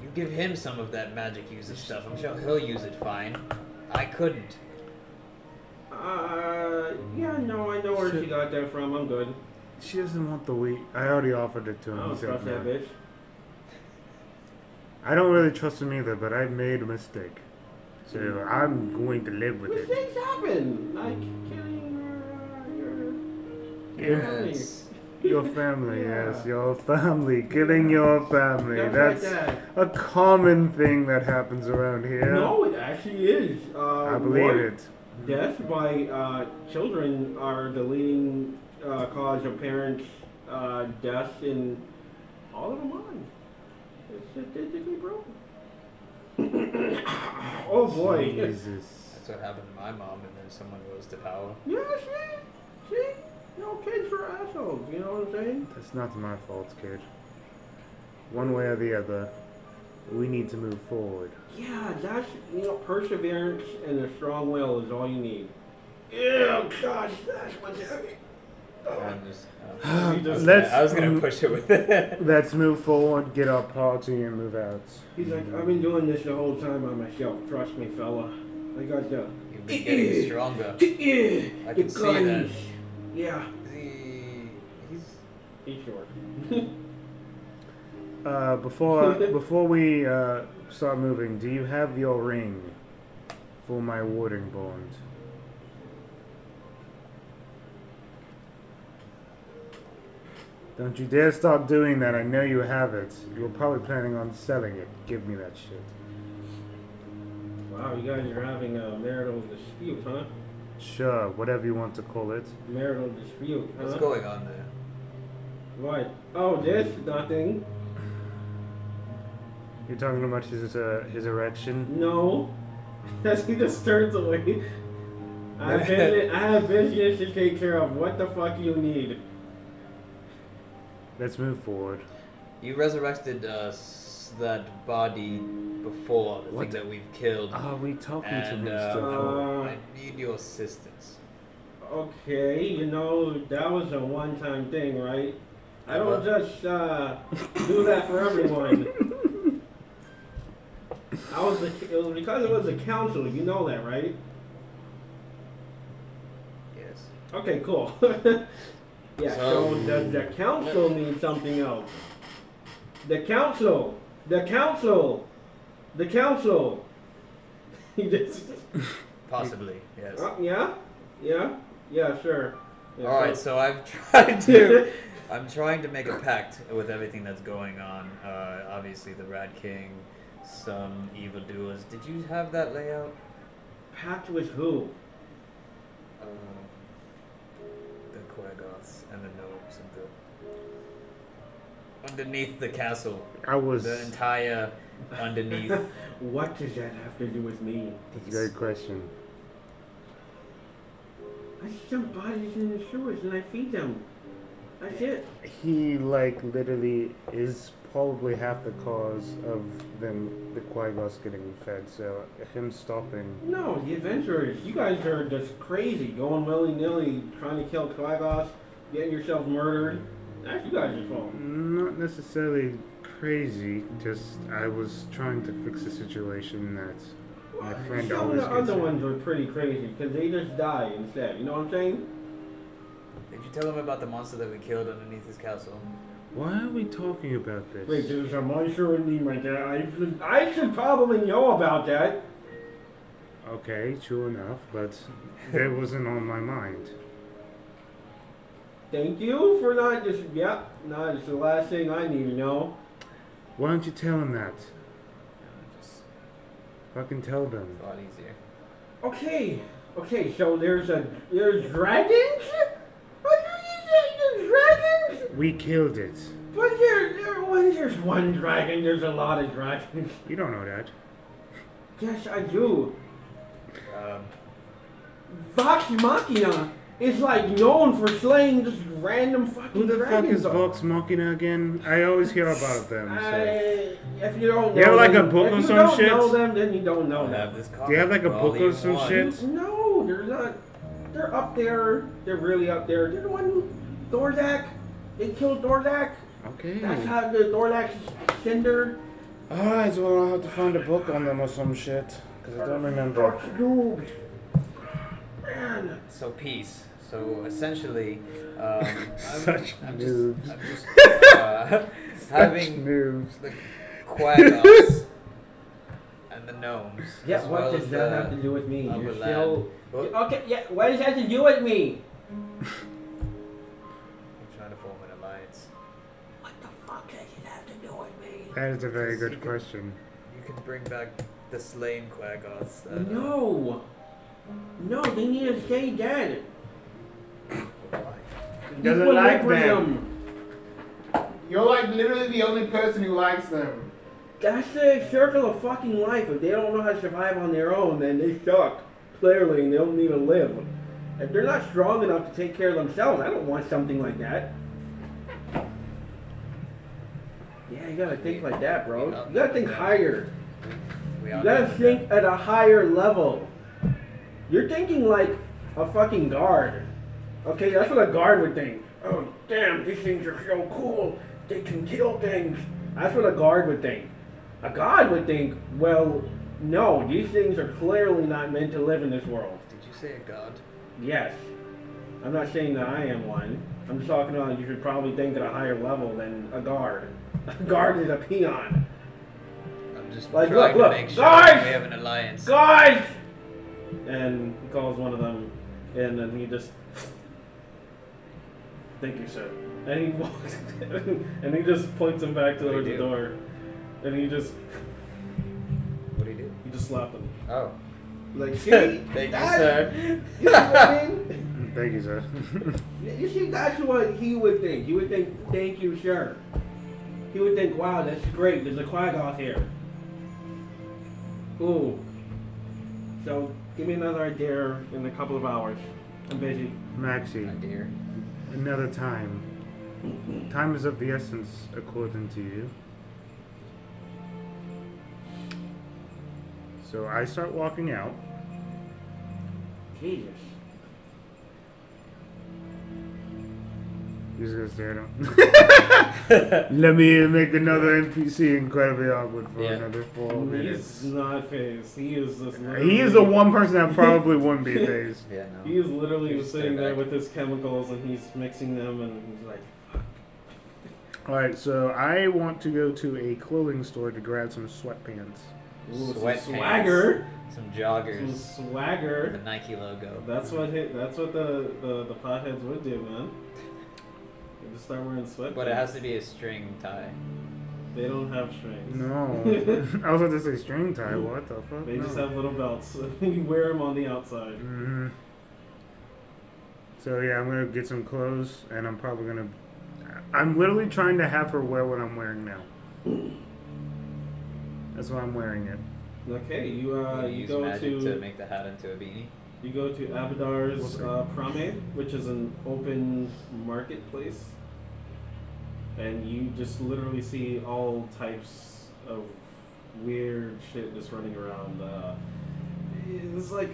S1: You give him some of that magic user stuff. I'm sure he'll use it fine. I couldn't.
S2: Uh, yeah, no, I know where
S3: So-
S2: she got that from. I'm good.
S3: She doesn't want the wheat. I already offered it to
S2: I
S3: him.
S2: don't
S3: He said
S2: trust Oh, that
S3: no.
S2: bitch.
S3: I don't really trust him either, but I made a mistake. So I'm going to live with it.
S2: Mistakes happen. Like killing your,
S3: If
S2: uh, your
S1: Yes.
S3: your family,
S2: Yeah.
S3: yes, your family. Killing your family.
S2: Stuff like
S3: That's
S2: that.
S3: a common thing that happens around here.
S2: No, it actually is. Uh,
S3: I believe
S2: war
S3: it.
S2: Deaths by uh, children are the leading uh, cause of parents uh, dust, and all of them on. It's statistically broken. oh boy.
S3: Jesus.
S1: That's what happened to my mom, and then someone rose to power.
S2: Yeah, see? See? You know, kids are assholes, you know what I'm saying?
S3: That's not my fault, kid. One way or the other, we need to move forward.
S2: Yeah, that's, you know, perseverance and a strong will is all you need. Ew, gosh, that's what's heavy.
S1: I'm just, uh,
S3: Let's.
S1: I was gonna push it with it.
S3: Let's move forward, get our party, and move out.
S2: He's like, I've been doing this the whole time by myself. Trust me, fella. I got the.
S1: You've been getting stronger. I
S2: the
S1: can see that.
S2: guns. Yeah.
S1: He, he's
S2: He's short.
S3: Uh, before before we uh, start moving, do you have your ring for my warding bond? Don't you dare stop doing that. I know you have it. You were probably planning on selling it. Give me that shit.
S2: Wow, you guys are having a marital dispute, huh?
S3: Sure, whatever you want to call it.
S2: Marital dispute, huh?
S1: what's going on there?
S2: What? Oh, this? Nothing.
S3: You're talking about his uh, his erection.
S2: No. As he just turns away. I have, business, I have business to take care of. What the fuck you need?
S3: Let's move forward.
S1: You resurrected uh, s- that body before the
S3: What?
S1: thing that we've killed,
S2: Uh-huh.
S3: Are we talking
S1: and
S3: to
S1: uh,
S3: him still?
S2: Uh,
S1: I need your assistance.
S2: Okay, you know, that was a one time thing, right? I
S1: Uh-huh.
S2: don't just uh, do that for everyone. I was the, it was because it was a council, you know that, right?
S1: Yes.
S2: Okay, cool. yeah, so,
S1: So-
S2: the, the council needs something else. The council! The council! The council! He just,
S1: Possibly. Yes.
S2: uh, yeah? Yeah? Yeah, sure. Yeah,
S1: All right,
S2: so-
S1: so I've tried to, I'm trying to make a pact with everything that's going on. Uh, obviously, the Rat King, some evildoers. Did you have that layout?
S2: Packed with who?
S1: Um, the Quagoths and the gnomes and the underneath the castle,
S3: I was.
S1: the entire underneath.
S2: What does that have to do with me?
S3: That's a great question.
S2: I dump bodies in the sewers and I feed them. That's it.
S3: He like literally is probably half the cause of them the Quagos getting fed. So him stopping.
S2: No, the adventurers. You guys are just crazy, going willy nilly, trying to kill Klagos, getting yourself murdered. That's you guys' fault.
S3: Not necessarily crazy. Just I was trying to fix a situation that my friend
S2: Some of
S3: always
S2: the
S3: gets.
S2: other
S3: in.
S2: ones are pretty crazy because they just die instead. You know what I'm saying?
S1: Did you tell him about the monster that we killed underneath his castle? Mm,
S3: Why are we talking about this?
S2: Wait, there's a monster in me, my dad. I should, I should probably know about that.
S3: Okay, true enough, but that wasn't on my mind.
S2: Thank you for not just. Yeah, no, it's the last thing I need to know.
S3: Why don't you tell him that?
S1: Just
S3: Fucking tell them.
S1: a lot easier.
S2: Okay, okay, so there's a there's dragons? What do you say? There's dragons?
S3: We killed it.
S2: But there, there when there's one dragon, there's a lot of dragons.
S3: You don't know that.
S2: Yes, I do.
S1: Um,
S2: Vox Machina is like known for slaying just random fucking
S3: Who the fuck
S2: dragons.
S3: is Vox Machina again? I always hear about them. So.
S2: I, if you don't know
S3: You have, like,
S2: them,
S3: a book
S2: if
S3: or
S2: you
S3: some
S2: don't
S3: shit?
S2: know them, then you don't know
S1: I'll
S2: them.
S1: have this
S3: Oh, Do you have like a
S1: coffee for all
S3: book or
S1: you
S3: some
S1: want.
S3: shit?
S2: No, they're not. They're up there. They're really up there. They're the one Dorzak. They killed Dorzak.
S3: Okay.
S2: That's how the Dorlax Cinder.
S3: Alright, well, I'll have to find a book on them or some shit. Because I don't remember.
S2: Dude. Man.
S1: So peace. So essentially, um, I'm,
S3: Such
S1: I'm
S3: noobs.
S1: just, I'm just uh, having
S3: moves.
S1: the quaggas and the gnomes.
S2: Yeah,
S1: as
S2: what
S1: well
S2: does
S1: as
S2: that
S1: the Oh,
S2: have to do with me?
S1: upper
S2: You're
S1: lad.
S2: still...
S1: Well,
S2: Okay, yeah, what does that have to do with me?
S1: I'm trying to form an alliance.
S5: What the fuck does it have to do with me?
S3: That is a very good question.
S1: You can bring back the slain quaggas. that, uh,
S2: No. No, they need to stay dead.
S1: why?
S3: Doesn't like them.
S2: Equilibrium.
S12: You're like literally the only person who likes them.
S9: That's the circle of fucking life. If they don't know how to survive on their own, then they suck. Clearly, and they don't need to live. If they're not strong enough to take care of themselves, I don't want something like that. Yeah, you gotta think like that, bro. You gotta think higher.
S2: We
S9: You
S2: all
S9: gotta
S2: know.
S9: think at a higher level. You're thinking like a fucking guard. Okay, that's what a guard would think. Oh, damn, these things are so cool. They can kill things. That's what a guard would think. A god would think, well, no, these things are clearly not meant to live in this world.
S1: Did you say a god?
S9: Yes. I'm not saying that I am one. I'm just talking about you should probably think at a higher level than a guard. A guard is a peon.
S1: I'm just
S9: Like,
S1: trying
S9: look, look,
S1: to make sure that
S9: guys!
S1: we have an alliance.
S9: Guys! And he calls one of them, and then he just. Thank you, sir. And he walks, and he just points him back
S1: What do
S9: towards
S1: you
S9: the
S1: do?
S9: door, and he just
S1: What do you do?
S9: he just slapped him.
S1: Oh.
S9: Like, see,
S1: Thank you,
S9: That-
S1: sir.
S9: You know what I mean?
S3: Thank you, sir.
S9: You see, that's what he would think. He would think, "Thank you, sir." He would think, "Wow, that's great. There's a Quaggoth here." Ooh. So give me another idea in a couple of hours. I'm busy.
S1: My
S3: Maxi,
S1: dear.
S3: another time. Time is of the essence, according to you. So I start walking out.
S9: Jesus.
S3: He's gonna stare at him. Let me make another NPC incredibly awkward for
S1: Yeah.
S3: another four
S1: Oh,
S9: He's
S3: minutes.
S9: not phased. He is just.
S3: He is the one person that probably wouldn't be phased.
S1: Yeah, no.
S9: He is literally
S1: He's
S9: sitting there
S1: back.
S9: with his chemicals and he's mixing them and he's like,
S3: Alright, so I want to go to a clothing store to grab some sweatpants.
S9: "Ooh, some
S1: Sweatpants.
S9: swagger,
S1: Some
S9: some
S1: joggers.
S9: swagger."
S1: The Nike logo.
S9: That's what hit, that's what the, the the potheads would do, man. They just start wearing sweatpants.
S1: But it has to be a string tie.
S9: They don't have strings.
S3: No. I was about to say string tie. What the fuck?
S9: They just
S3: No.
S9: have little belts. you wear them on the outside.
S3: Mhm. So yeah, I'm gonna get some clothes, and I'm probably gonna. I'm literally trying to have her wear what I'm wearing now. That's why I'm wearing it.
S9: Okay, you uh
S1: you
S9: you
S1: use
S9: go
S1: magic
S9: to,
S1: to make the hat into a beanie.
S9: you go to Abadar's uh, Promenade, which is an open marketplace, and you just literally see all types of weird shit just running around. Uh, it's like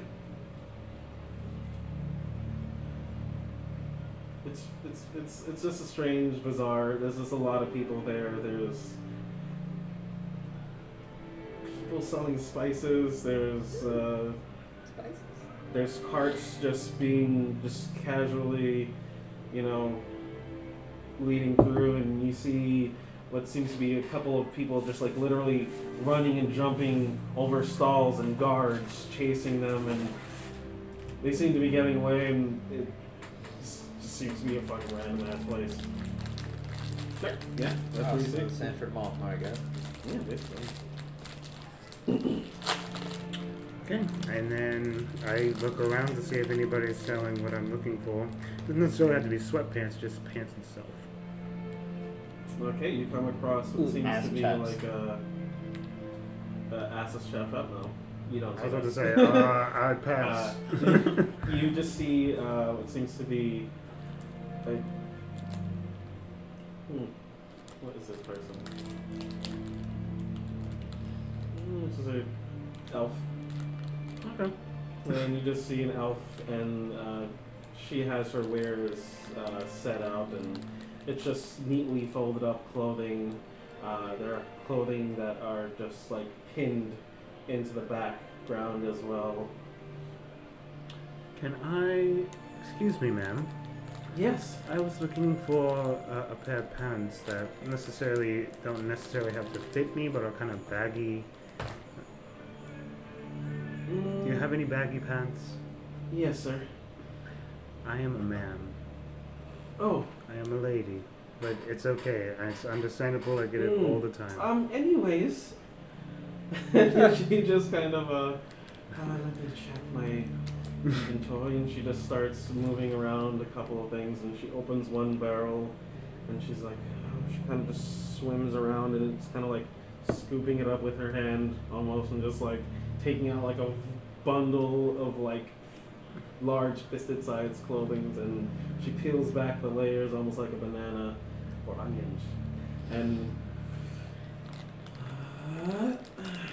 S9: it's it's it's it's just a strange bazaar. There's just a lot of people there. There's people selling spices. There's uh, there's carts just being just casually, you know, leading through, and you see what seems to be a couple of people just like literally running and jumping over stalls and guards chasing them, and they seem to be getting away, and it just just seems to be a fucking random ass place. Sure. Yeah, that's
S1: Oh,
S9: what you
S1: so
S9: see.
S1: Sanford Mall. There we go.
S9: Yeah, basically.
S3: Okay. And then I look around to see if anybody's selling what I'm looking for. Doesn't necessarily have to be sweatpants, just pants itself.
S9: Okay, you come across what
S1: Ooh,
S9: seems
S1: ass
S9: to be
S1: chaps.
S9: like a, a asses chap up now. You don't.
S3: I
S9: say
S3: was about to
S9: that.
S3: say, uh, I'd pass.
S9: Uh, you just see uh, what seems to be. A, hmm, what is this person? Hmm, This is a elf.
S3: okay.
S9: And you just see an elf, and uh, she has her wares uh, set out, and it's just neatly folded up clothing. Uh, there are clothing that are just like pinned into the background as well.
S3: Can I? Excuse me, ma'am.
S9: Yes.
S3: I was looking for uh, a pair of pants that necessarily don't necessarily have to fit me, but are kind of baggy.
S9: Mm,
S3: Do you have any baggy pants?
S9: Yes, sir.
S3: I am a man.
S9: Oh,
S3: I am a lady. But it's okay. It's understandable. I get it
S9: Mm.
S3: all the time.
S9: um. Anyways, she just kind of uh, uh, let me check my inventory, and she just starts moving around a couple of things, and she opens one barrel, and she's like, "How much kind of just swims around and it's kind of like scooping it up with her hand almost and just like taking out like a bundle of like large fisted sized clothing and she peels back the layers almost like a banana or onions. And uh,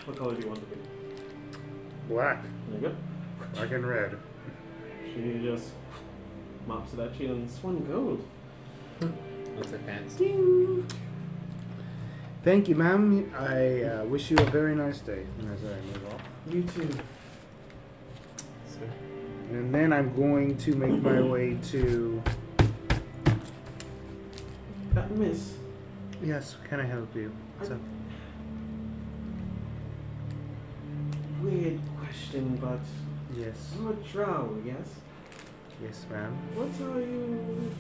S9: what color do you want to be?
S3: Black,
S9: There you go.
S3: black and red.
S9: She just mops it at you and it's one gold.
S1: What's her pants?
S5: Thank you, ma'am. I uh, wish you a very nice day. And as I move off.
S9: You too.
S1: Sir?
S5: And then I'm going to make my way to.
S9: That miss.
S5: Yes, can I help you? What's up?
S9: Weird question, but
S5: Yes.
S9: you're a drow, yes?
S5: Yes, ma'am.
S9: What are you?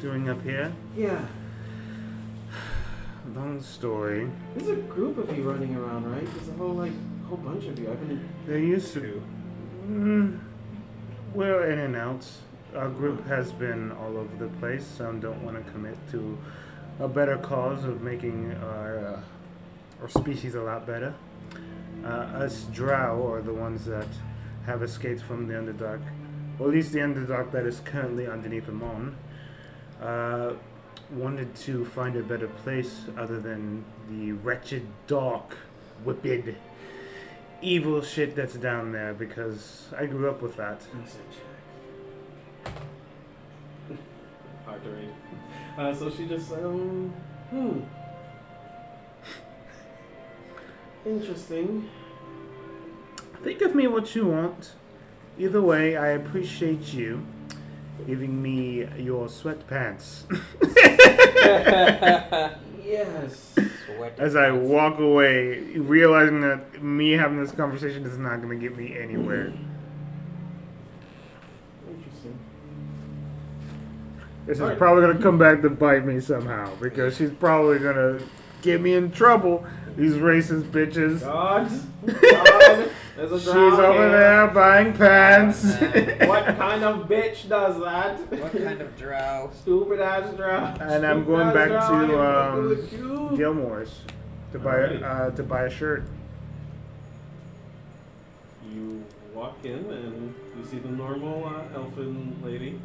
S5: Doing up here?
S9: Yeah,
S5: Long story.
S9: there's a group of you running around, right? There's a whole like whole bunch of you. I've been.
S5: There used to. Mm, we're in and out. Our group has been all over the place. Some don't want to commit to a better cause of making our uh, our species a lot better. Uh, us Drow are the ones that have escaped from the Underdark, or at least the Underdark that is currently underneath Amon. Uh, wanted to find a better place other than the wretched, dark, whipped evil shit that's down there because I grew up with that.
S9: Hard to read. Uh, so she just um hmm. Interesting.
S5: Think of me what you want. Either way, I appreciate you giving me your sweatpants
S9: Yes.
S1: Sweat.
S3: As I walk away, realizing that me having this conversation is not going to get me anywhere.
S9: Interesting.
S3: This is
S9: Alright.
S3: probably going to come back to bite me somehow because she's probably going to get me in trouble. These racist bitches.
S9: God. God. There's a
S3: She's
S9: drow
S3: over
S9: here.
S3: there buying pants.
S9: What kind of bitch does that?
S1: What kind of drow?
S9: Stupid ass drow.
S3: And I'm
S9: Stupid
S3: going
S9: ass
S3: back
S9: drow,
S3: to,
S9: I
S3: um,
S9: look you.
S3: Gilmore's to buy
S9: Alright.
S3: uh, to buy a shirt.
S9: You walk in and you see the normal uh, elfin lady.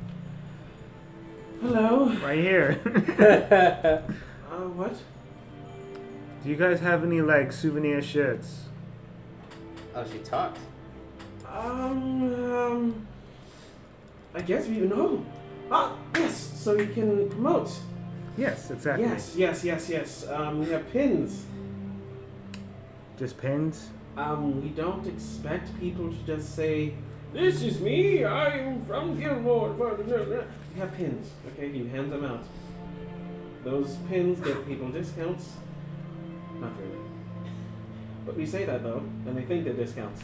S9: Hello.
S3: Right here.
S9: Uh, what?
S3: Do you guys have any like souvenir shirts?
S1: Oh, she talked.
S9: Um, um, I guess we know. Ah, yes. So you can promote.
S3: Yes, exactly.
S9: Yes, yes, yes, yes. Um, we have pins.
S3: Just pins.
S9: Um, we don't expect people to just say, "This is me. I am from Gilmore." We have pins. Okay, you hand them out. Those pins give people discounts. Not really. But we say that though, and they think they're discounts.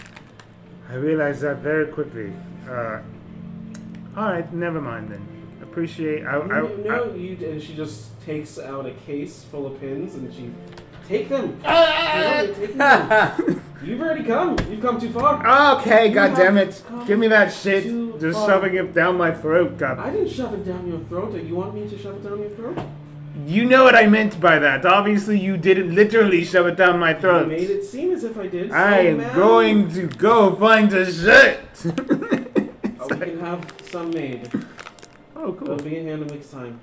S3: I realized that very quickly. Uh, all right, never mind then. Appreciate. I, I,
S9: no, no, you. d- And she just takes out a case full of pins, and she take them. No, you're taking them. You've already come. You've come too far.
S3: I- okay,
S9: You
S3: God damn it!
S9: have come
S3: Give me that shit.
S9: too
S3: Just
S9: far.
S3: shoving it down my throat.
S9: I
S3: God.
S9: didn't shove it down your throat. You want me to shove it down your throat?
S3: You know what I meant by that. Obviously, you didn't literally shove it down my
S9: You
S3: throat.
S9: made it seem as if I did.
S3: I
S9: so,
S3: am
S9: ma'am,
S3: going to go find a shirt.
S9: uh, we can have some made.
S3: oh,
S9: They'll
S3: cool.
S9: be in here in a week's time.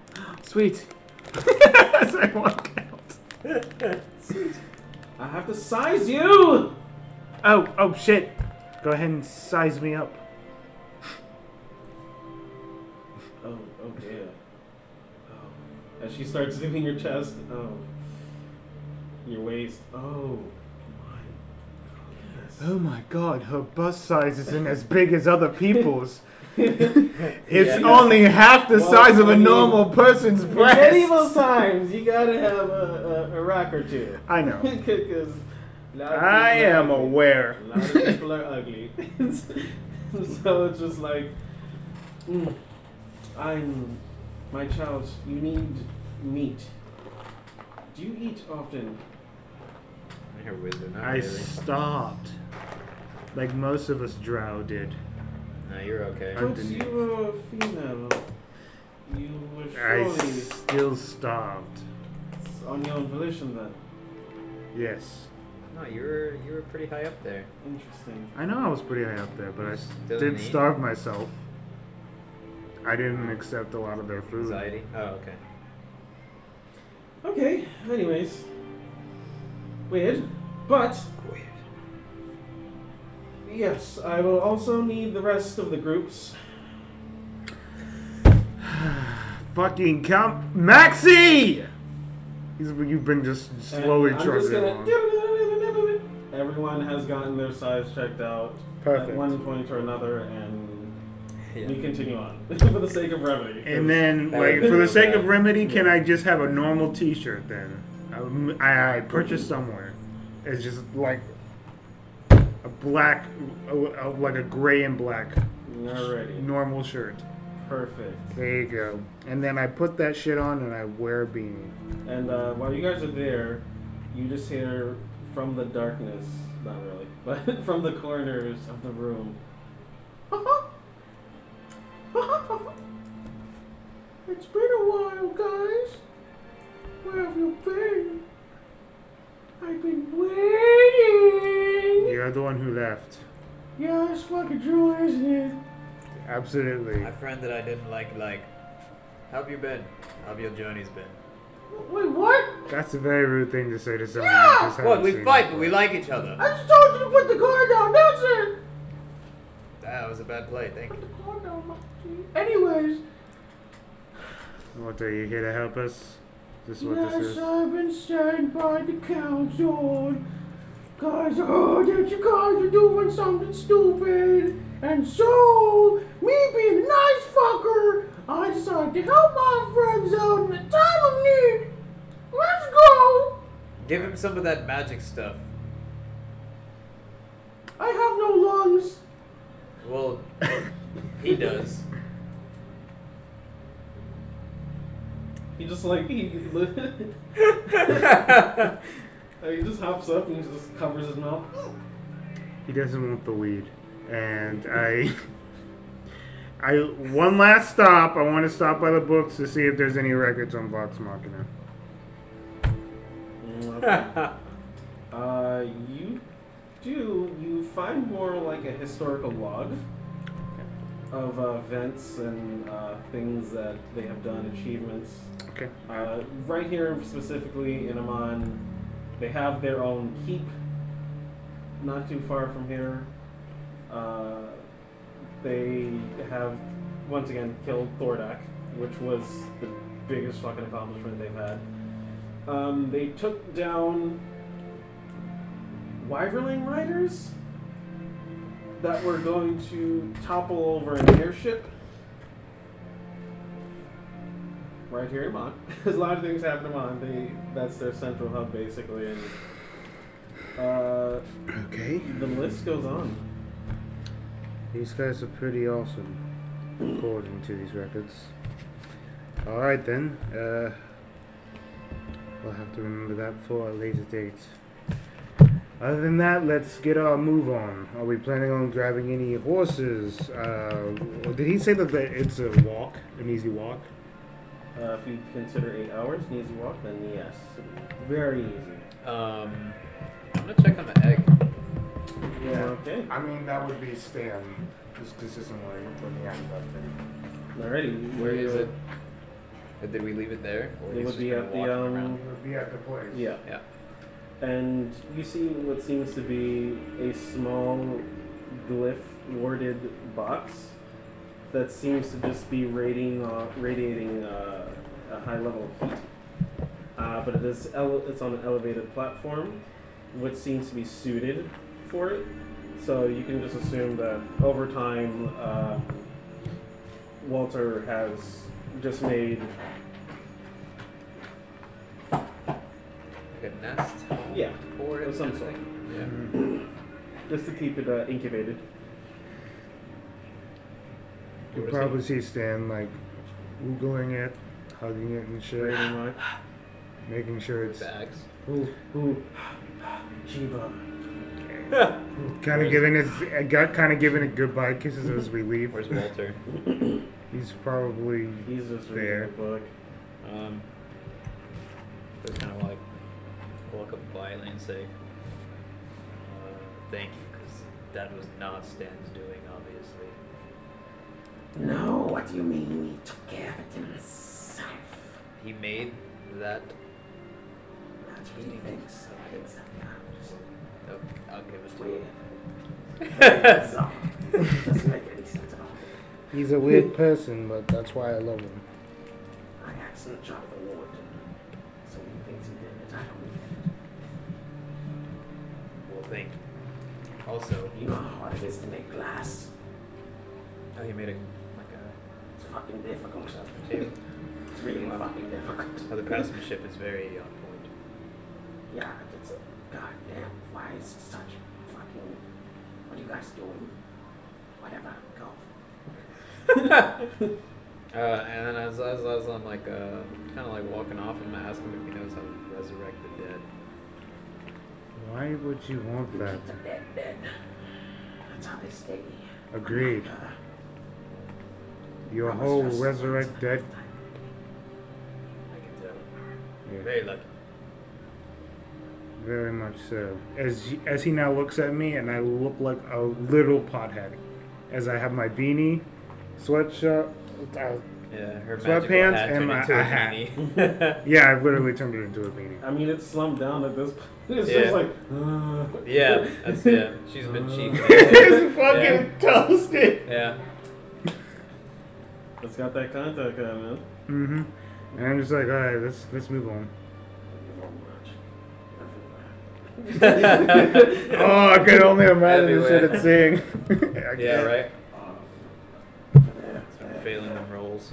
S3: Sweet. As I walk out.
S9: I have to size you.
S3: Oh, oh shit. Go ahead and size me up.
S9: Oh, oh dear. Oh. As she starts doing your chest. Oh. Your waist. Oh. My. goodness.
S3: Oh my god, her bust size isn't as big as other people's. It's
S1: Yeah.
S3: only half the
S9: Well,
S3: size of
S9: I
S3: a
S9: mean,
S3: normal person's
S9: In
S3: breast.
S9: medieval times, you gotta have a, a, a rack or two.
S3: I know.
S9: Because.
S3: I am aware.
S9: A lot of people are ugly. so it's just like, mm, I'm, my child, you need meat. Do you eat often?
S1: You're a wizard, not
S3: I
S1: really.
S3: stopped. Like most of us drow did.
S1: No, you're okay.
S3: I-
S9: But
S3: didn't
S9: you are female. You were
S3: I
S9: surely
S3: still starved.
S9: on your own volition then.
S3: Yes.
S1: No, you were you were pretty high up there.
S9: Interesting.
S3: I know I was pretty high up there, but I
S1: Still
S3: did
S1: need-
S3: starve myself. I didn't accept a lot of their
S9: Mm.
S3: food.
S1: Anxiety. Oh, okay.
S9: Okay, anyways. Weird. But. Weird. Yes, I will also need the rest of the groups.
S3: Fucking count Maxi! He's, you've been just
S9: and
S3: slowly
S9: I'm just
S3: charging
S9: gonna.
S3: along.
S9: Everyone has gotten their size checked out at
S3: Perfect.
S9: one point or another, and
S1: Yeah.
S9: we continue on for the sake of brevity.
S3: And then,
S1: That
S3: like,
S1: would
S3: for
S1: be
S3: the sake of
S1: bad.
S3: remedy, can I just have a normal T-shirt then? Um, I, I purchased somewhere. It's just like a black, a, a, like a gray and black
S9: Alrighty.
S3: normal shirt.
S9: Perfect.
S3: There you go. And then I put that shit on and I wear a beanie.
S9: And uh, while you guys are there, you just hear from the darkness, not really, but from the corners of the room. it's been a while, guys. Where have you been? I've been waiting.
S3: You're the one who left.
S9: Yeah, it's fucking true, isn't it?
S3: Absolutely.
S11: My friend that I didn't like, like, how have you been? How have your journeys been?
S9: Wait, what?
S3: That's a very rude thing to say to someone. you
S11: Yeah!
S3: just haven't
S11: What? We
S3: seen
S11: fight, but
S3: before.
S11: we like each other.
S9: I just told you to put the car down. That's it.
S11: That was a bad play. Thank
S9: Put
S11: you.
S9: the car down, my G. Anyways,
S3: What are you here to help us? Is this what this
S9: Yes,
S3: is?
S9: I've been sent by the council. Cause I heard that you guys were doing something stupid. And so, me being a nice fucker, I decided to help my friends out in a time of need. Let's go!
S11: Give him some of that magic stuff.
S9: I have no lungs.
S11: Well, he does.
S9: He just like he,
S1: Um,
S9: he just hops up and just covers his mouth.
S3: He doesn't want the weed, and I, I one last stop. I want to stop by the books to see if there's any records on Vox Machina.
S9: Uh, you do. You find more like a historical log of uh, events and uh, things that they have done, achievements.
S3: Okay.
S9: Uh, right here, specifically in Amman, they have their own keep. Not too far from here, uh, they have once again killed Thordak, which was the biggest fucking accomplishment they've had. Um, they took down Wyverling riders that were going to topple over an airship. Right here in Mon. There's a lot of things happen in Mon. They that's their central hub basically and uh,
S3: Okay.
S9: the list goes on.
S3: These guys are pretty awesome, according to these records. All right then. Uh, we'll have to remember that for a later date. Other than that, let's get our move on. Are we planning on grabbing any horses? Uh, did he say that the, it's a walk, an easy walk?
S9: Uh, if you consider eight hours an easy walk, then yes. Very easy.
S1: um, I'm gonna check on the egg.
S9: Okay.
S3: I mean, that would be Stan, just consistently when he asked about thing.
S9: Alrighty.
S1: Where is
S9: you-
S1: it? Uh, Did we leave it there? Or
S9: It
S1: he's
S9: would
S1: just
S9: be
S1: gonna
S9: at the
S1: walk
S9: um
S1: around?
S3: would be at the place.
S9: yeah.
S1: Yeah.
S9: and you see what seems to be a small glyph warded box that seems to just be radiating uh, radiating uh, a high level of heat. Uh, but it is ele- it's on an elevated platform, which seems to be suited for it. So you can just assume that over time, uh, Walter has just made
S1: Like a nest
S9: um, yeah
S1: for it
S9: Of some
S1: kind of
S9: sort. Mm-hmm.
S1: thing? Yeah.
S9: just to keep it uh, incubated.
S3: You
S1: What is
S3: probably see Stan like googling it, hugging it, and shit,
S9: Rating like-
S3: making sure it's
S1: Bags.
S9: Ooh, ooh, Jiva.
S3: kind of giving it, kind of giving it goodbye kisses as we leave.
S1: Where's Walter?
S3: He's probably
S9: He's just
S3: there.
S9: reading the book.
S1: Um, just kind of like walk up quietly and say,
S11: Uh, thank you, because that was not Stan's doing, obviously.
S5: No, what do you mean? He took care of it himself.
S11: He made that.
S5: That's what he thinks. Okay, it's not bad.
S11: Oh, I'll give it to
S5: Weird.
S11: you.
S5: It's not- it doesn't make any sense at all.
S3: he's a weird person, but that's why I love him.
S5: I accidentally dropped the wood. So he thinks he did it. I don't
S11: Well, thank you. Also,
S5: You know how hard it is to make glass?
S11: oh, he made a like a.
S5: It's fucking difficult.
S11: table.
S5: It's really fucking difficult.
S11: Oh, the craftsmanship is very on point.
S5: Yeah, it's a goddamn. Why is such fucking. What are you guys doing? Whatever, go.
S1: uh, and then as, as, as I'm like, uh, kind of like walking off, I'm gonna ask him if he knows how to resurrect the dead.
S3: Why would you want that?
S5: It's a dead dead. That's how they stay.
S3: Agreed.
S5: Uh,
S3: Your whole resurrect dead.
S11: I can tell.
S3: Yeah,
S11: Very lucky.
S3: very much so. As as he now looks at me, and I look like a little pothead, as I have my beanie, sweatshirt. uh,
S1: Yeah, her
S3: Sweatpants
S1: magical hat
S3: and
S1: turned
S3: my-
S1: into
S3: a
S1: a
S3: hat.
S1: beanie.
S3: yeah, I've literally turned it into a beanie.
S9: I mean, it's slumped down at this point. It's
S1: Yeah.
S9: just like, uh,
S1: yeah, that's yeah. She's been
S11: Uh.
S1: cheating.
S3: it's fucking toasted.
S1: yeah.
S9: it's got that contact on, man.
S3: Mm-hmm. And I'm just like, all right, let's let's move on. Oh, I could only imagine the shit it's seeing. I
S1: yeah,
S3: can't.
S1: right.
S5: That's
S1: I'm failing them rolls.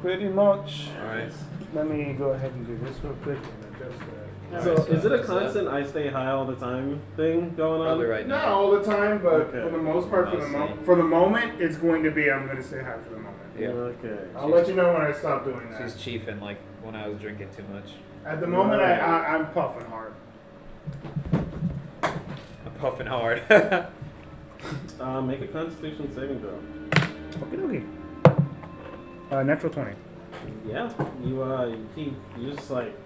S3: Pretty much.
S1: All right.
S3: Let me go ahead and do this real quick and adjust that.
S9: So,
S1: Alright, so
S9: is it a
S1: that's that.
S9: constant I stay high all the time thing going on?
S1: Probably right
S3: Not
S1: now.
S3: all the time, but
S9: Okay.
S3: for the most part, for the, mo-
S1: Mostly.
S3: for the moment, it's going to be. I'm going to say hi for the moment.
S1: Yeah.
S9: Okay.
S3: I'll let you know when I stop doing that.
S1: She's chiefing like when I was drinking too much.
S3: At the moment, I, I I'm puffing hard.
S1: I'm puffing hard.
S9: Uh, make a Constitution saving throw.
S3: Okay, okay. Uh, natural twenty.
S9: Yeah, you uh, you keep you just like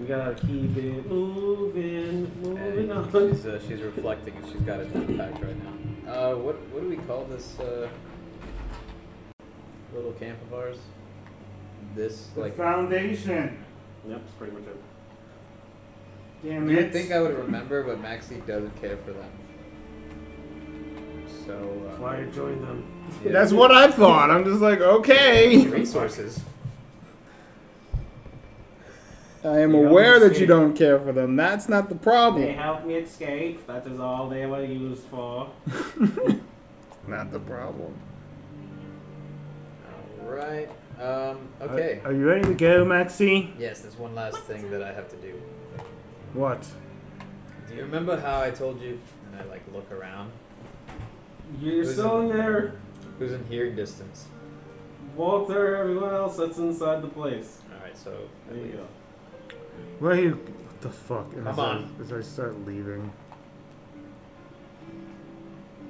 S9: you gotta keep it moving, moving
S1: and
S9: on.
S1: she's, uh, she's reflecting and she's got it down packed right now. Uh, what what do we call this uh, little camp of ours? This like.
S3: foundation.
S9: Yep, that's pretty much it.
S3: Damn
S1: You would think I would remember, but Maxie doesn't care for them. So. Uh,
S9: Why join them?
S1: yeah.
S3: That's what I thought. I'm just like, okay.
S1: resources.
S3: I am
S9: You don't
S3: aware that you
S9: escape.
S3: don't care for them. That's not the
S9: They
S3: problem.
S9: helped me escape. That is all they were used for.
S3: Not the problem.
S1: All right. Um, okay.
S3: Are, you ready to go, Maxie?
S1: yes, there's one last thing that I have to do.
S3: What?
S1: Do you remember how I told you? And I like look around.
S9: You're
S1: Who's
S9: still in
S1: in-
S9: there,
S1: Who's in hearing distance?
S9: Walter. Everyone else that's inside the place.
S1: All right, so I
S9: There you
S1: leave.
S9: go.
S3: Where are you? What the fuck? And
S1: Come
S3: as
S1: on.
S3: I, as I start leaving.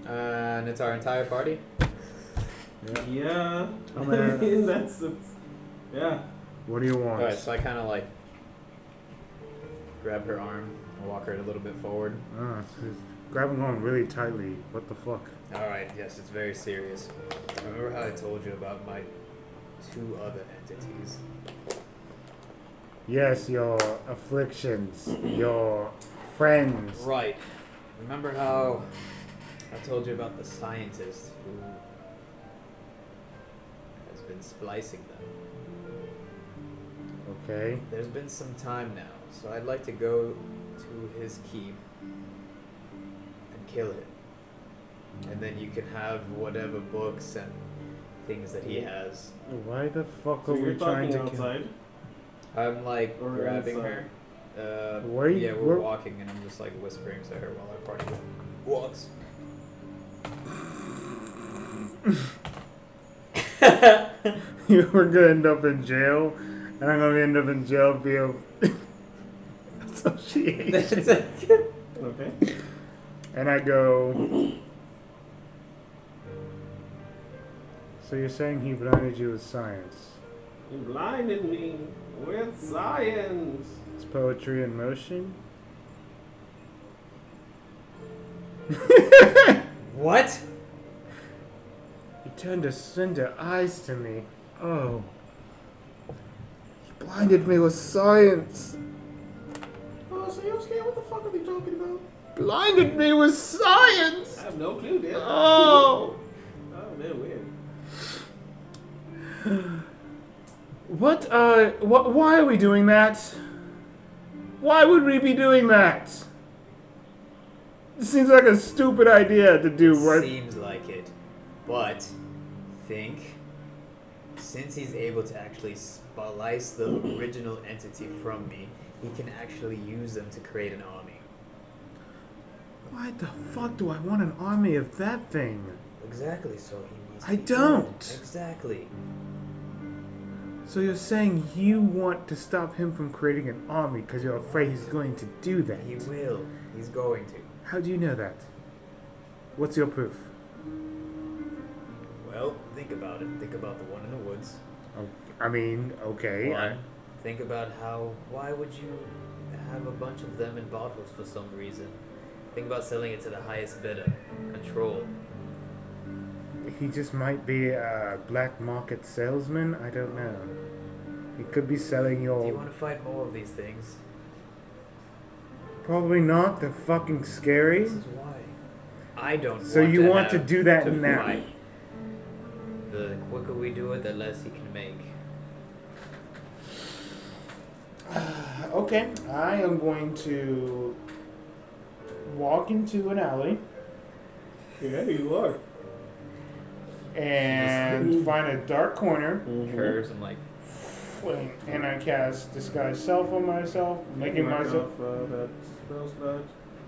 S1: Uh, and it's our entire party.
S9: Yeah.
S3: I'm there.
S9: that's it's, yeah.
S3: What do you
S1: All
S3: want?
S1: right, so I kind of like grab her arm and walk her a little bit forward.
S3: Ah, so he's grabbing on really tightly. What the fuck?
S1: All right, yes, it's very serious. Remember how I told you about my two other entities?
S3: Yes, your afflictions, your friends.
S1: Right. Remember how I told you about the scientist who has been splicing them?
S3: Okay.
S1: There's been some time now, so I'd like to go to his keep and kill him. And then you can have whatever books and things that he has.
S3: Why the fuck
S9: So
S3: are we
S9: you're
S3: trying
S9: talking
S3: to
S9: outside.
S1: I'm like
S9: Or
S1: grabbing
S9: inside.
S1: her. Uh,
S3: Where you-
S1: yeah, we're
S3: where-
S1: walking, and I'm just like whispering to her while our party walks.
S3: kill? you were gonna end up in jail, and I'm gonna end up in jail via association.
S9: Okay.
S3: and I go. So you're saying he blinded you with science?
S5: He blinded me with science.
S3: It's poetry in motion.
S1: What?
S3: He turned his cinder eyes to me. Oh. He blinded me with science.
S5: Oh, so you're scared? What the fuck are we talking about?
S3: Blinded me with
S5: I
S3: science.
S5: have no clue, dude.
S3: Oh.
S5: Oh, man, weird.
S3: What? Uh. Wh- why are we doing that? Why would we be doing that? It seems like a stupid idea to do right
S1: Seems like it. But think since he's able to actually splice the original entity from me, he can actually use them to create an army.
S3: Why the fuck do I want an army of that thing?
S1: Exactly, so he must
S3: I
S1: be good.
S3: don't.
S1: Exactly.
S3: So you're saying you want to stop him from creating an army because you're afraid he's going to do that?
S1: He will. He's going to.
S3: How do you know that? What's your proof?
S1: Well, think about it. Think about the one in the woods.
S3: Oh, I mean, okay. I-
S1: One. Think about how. Why would you have a bunch of them in bottles for some reason? Think about selling it to the highest bidder. Control.
S3: he just might be a black market salesman. I don't know. He could be selling your.
S1: Do you want to fight more of these things?
S3: Probably not. They're fucking scary.
S1: This is why. I don't.
S3: So
S1: want
S3: you
S1: to
S3: want to
S1: have
S3: do that
S1: to
S3: now?
S1: Fight. The quicker we do it, the less he can make.
S3: Okay, I am going to walk into an alley
S9: Yeah, you are.
S3: and find a dark corner,
S1: Curves and like.
S3: and I cast disguise self on myself, making
S9: Mark
S3: myself
S9: off, uh, that spell slot.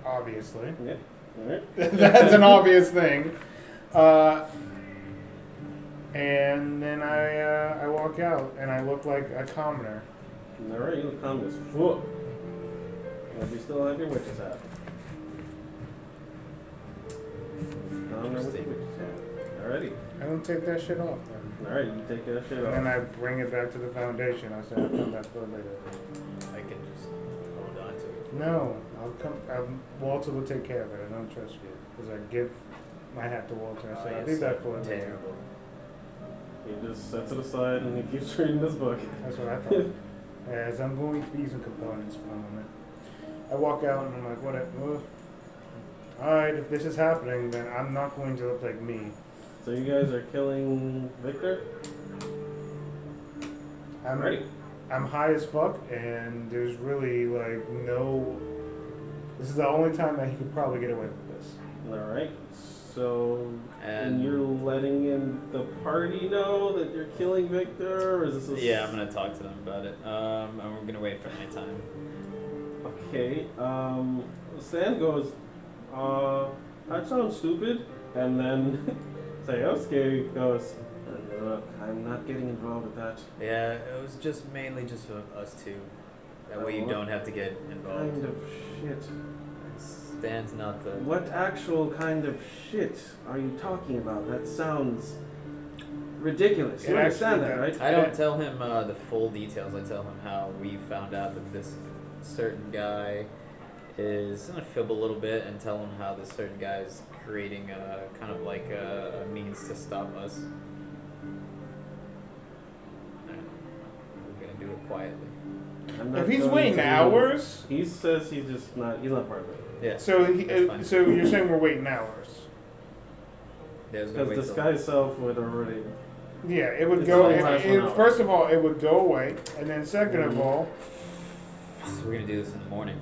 S3: obviously.
S9: Yeah. Alright.
S3: That's an obvious thing. Uh, and then I uh, I walk out and I look like a commoner.
S9: Alright, you look calm as fuck. But you still have your witches hat. Calm there with the
S1: Interesting.
S9: witches hat. Alrighty.
S3: I don't take that shit off. Man.
S9: Alright, you take that shit
S3: And then
S9: off.
S3: I bring it back to the foundation. I say I'll come back for it later.
S1: I can just hold on to it.
S3: No, I'll come. Um, Walter will take care of it. I don't trust you because I give my hat to Walter.
S9: Oh,
S3: I say I'll
S1: yes,
S3: be back for it later.
S1: terrible.
S9: He just sets it aside and he keeps reading this book.
S3: That's what I thought. As I'm going to be using components for a moment, I walk out and I'm like, what? Well, all right, if this is happening, then I'm not going to look like me.
S9: So you guys are killing Victor?
S3: I'm
S9: Ready.
S3: I'm high as fuck, and there's really like no. This is the only time that he could probably get away with this.
S9: Alright. So and
S1: And
S9: you're letting in the party know that you're killing Victor, or is this a
S1: yeah, I'm gonna talk to them about it. Um, and we're gonna wait for my time.
S9: Okay. Um, Sam goes, uh, that sounds stupid. And then Sayosuke goes, "Uh, look, I'm not getting involved with that.
S1: Yeah, it was just mainly just for us two. That way you
S3: Uh-huh.
S1: don't have to get
S9: Kind
S1: involved.
S9: of shit.
S1: Stan's not the.
S9: What actual kind of shit are you talking about? That sounds ridiculous. You
S3: It
S9: understand that,
S3: actually-
S9: right?
S1: I don't tell him uh, the full details. I tell him how we found out that this certain guy is I'm gonna fib a little bit and tell him how this certain guy is creating a kind of like a, a means to stop us. And We're gonna do it quietly.
S9: I'm not
S3: If he's
S9: going
S3: waiting
S9: to-
S3: hours,
S9: He says he's just not, he's not part of it.
S1: Yeah.
S3: so he,
S1: That's
S3: uh,
S1: fine.
S3: so you're saying we're waiting hours?
S1: yeah, I was gonna
S9: Because
S1: wait till-
S9: disguise self would already.
S3: Yeah, it would
S9: It's
S3: go.
S9: only
S3: It,
S9: times
S3: it-
S9: one hour.
S3: first of all, it would go away, and then 2nd of
S1: Mm-hmm.
S9: Mhm.
S3: all,
S1: So we're gonna do this in the morning.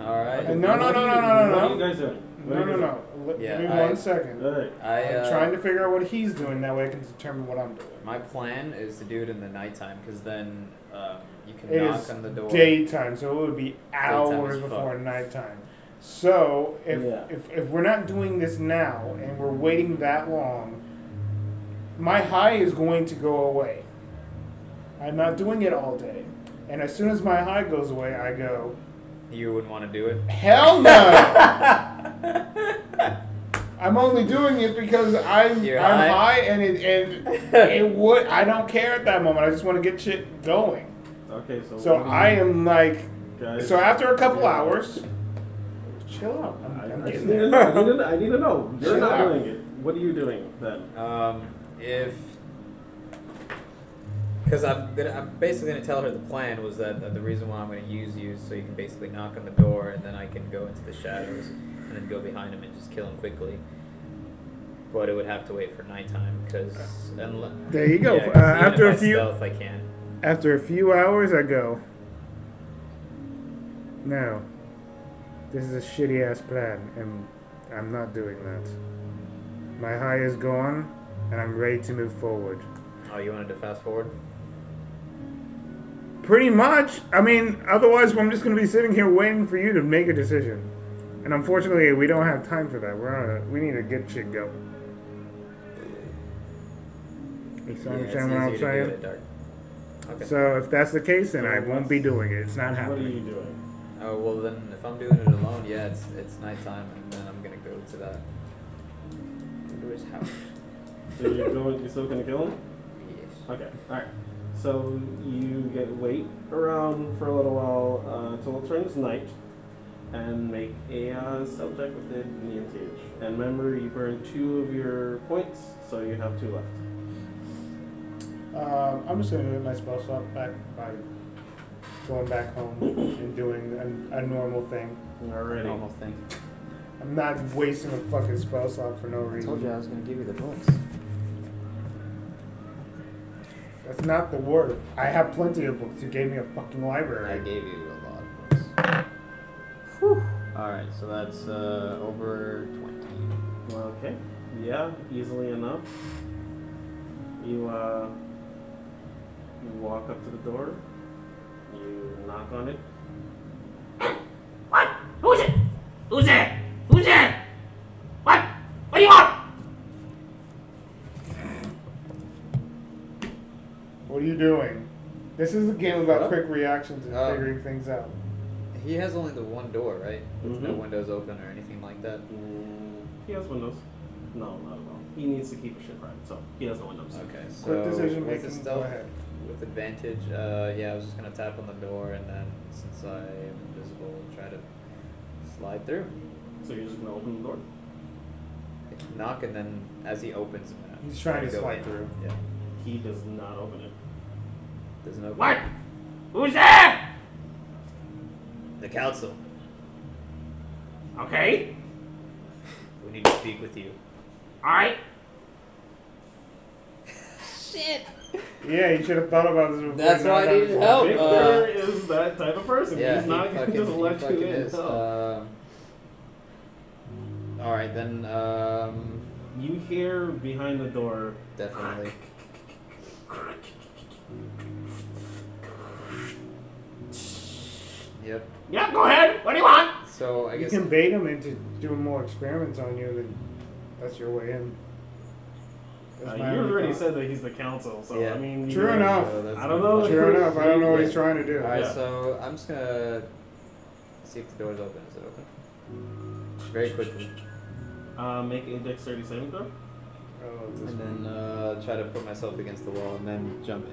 S1: All right.
S3: And Uh, no, no, no, no, no, no,
S9: What are
S3: no.
S9: you guys doing? What
S3: no,
S9: are
S3: no,
S9: you
S3: no. Let-
S1: Yeah,
S3: Give me
S1: I-
S3: one second.
S9: Alright.
S1: I, uh,
S3: I'm trying to figure out what he's doing. That way, I can determine what I'm doing.
S1: My plan is to do it in the nighttime because then um, you can
S3: It
S1: knock
S3: is
S1: on the door.
S3: Daytime, so it would be
S1: as
S3: hours
S1: fuck.
S3: before nighttime. So if,
S9: Yeah.
S3: if if we're not doing this now and we're waiting that long, my high is going to go away. I'm not doing it all day. And as soon as my high goes away, I go,
S1: You wouldn't want to do it.
S3: Hell no! I'm only doing it because I'm
S1: You're high?
S3: I'm high and it and it would I don't care at that moment. I just want to get shit going.
S9: Okay, so
S3: So
S9: what do
S3: I
S9: you-
S3: am like
S9: guys,
S3: so after a couple hours chill out. I'm,
S9: I, I
S3: I'm
S9: need
S3: getting
S9: to
S3: there.
S9: know. I need to know. I need to know. You're
S3: Chill
S9: not
S3: out.
S9: doing it. What are you doing then?
S1: Um, if because I'm gonna, I'm basically gonna tell her the plan was that, that the reason why I'm gonna use you is so you can basically knock on the door and then I can go into the shadows and then go behind him and just kill him quickly. But it would have to wait for nighttime because unle-
S3: There you go.
S1: Yeah, 'cause
S3: Uh,
S1: even
S3: after
S1: if
S3: a
S1: I
S3: few-
S1: stealth, I can't.
S3: After a few hours, I go. No, this is a shitty ass plan, and I'm not doing that. My high is gone, and I'm ready to move forward.
S1: Oh, you wanted to fast forward?
S3: Pretty much. I mean, otherwise, I'm just gonna be sitting here waiting for you to make a decision. And unfortunately, we don't have time for that. We're on a, we need to get shit going. You
S1: Yeah, it's
S3: understand what I'm
S1: easier to do it
S3: saying?
S1: at dark. Okay.
S3: So if that's the case, then
S9: So
S3: I won't
S9: what's-
S3: be doing it. It's not
S9: What are
S3: happening.
S9: you doing?
S1: Oh well, then if I'm doing it alone, yeah, it's it's nighttime, and then I'm gonna go to that go to his house.
S9: So you're going. You're still gonna kill him?
S1: yes.
S9: Okay. All right. So you get wait around for a little while uh, till it turns night, and make a uh, spell check with the advantage. And remember, you burn two of your points, so you have two left.
S8: Um, I'm just gonna get my spell slot back by going back home and doing a, a normal thing.
S9: Alrighty.
S1: Normal thing.
S8: I'm not wasting a fucking spell slot for no
S1: I told
S8: reason.
S1: you I was gonna give you the books.
S8: That's not the word. I have plenty of books. You gave me a fucking
S1: I
S8: library.
S1: gave you a lot of books.
S6: All right, so that's uh, over twenty.
S9: Okay. Yeah, easily enough. You uh, you walk up to the door. You knock on it.
S5: What? Who's it? Who's there? Who's there? What? What do you want?
S8: What are you doing? This is a game about
S1: Huh?
S8: quick reactions and
S1: Oh.
S8: figuring things out.
S1: He has only the one door, right? There's no
S9: Mhm.
S1: windows open or anything like that.
S9: Mm, he has windows. No, not at all. He needs to keep his shit right, so he has no windows.
S1: Okay, so
S8: Quick decision
S1: with the
S8: making. Go
S1: stealth-
S8: ahead.
S1: with advantage, uh, yeah, I was just gonna tap on the door, and then since I am invisible, try to slide through,
S9: So you're just gonna open the door.
S1: knock, and then as he opens, I'm gonna
S8: He's trying to
S1: go
S8: slide
S1: in.
S8: through.
S1: Yeah,
S9: He does not open it.
S1: doesn't open.
S5: What? Who's there?
S1: The council.
S5: Okay.
S1: We need to speak with you.
S5: All right.
S8: Yeah, you should have thought about this before.
S1: That's
S8: you
S1: why I
S8: knocked on
S1: needed
S8: the door.
S1: help.
S9: Victor
S1: uh,
S9: is that type of person.
S1: yeah,
S9: He's not
S1: he
S9: gonna
S1: fucking,
S9: just
S1: he
S9: let you
S1: fucking
S9: in.
S1: is.
S9: No.
S1: Um, all right, then. Um,
S9: you hear behind the door.
S1: definitely. Yep.
S5: Yeah, go ahead. What do you want?
S1: So I
S8: You
S1: guess
S8: can bait him into doing more experiments on you, then that's your way in.
S9: Uh,
S8: That's
S9: you
S8: my only
S9: already
S8: thought.
S9: said that he's the council, so
S1: Yeah.
S9: I mean.
S8: True
S9: you-
S8: enough.
S1: So that's
S9: I don't
S1: my-
S9: know.
S8: Sure enough, I don't know what he's
S1: Yeah.
S8: trying to do.
S1: All right,
S9: Yeah.
S1: so I'm just gonna see if the door's open. Is it open? Very quickly,
S9: Uh, make a dexterity saving throw.
S8: Oh, this
S1: and then uh, try to put myself against the wall, and then jump in.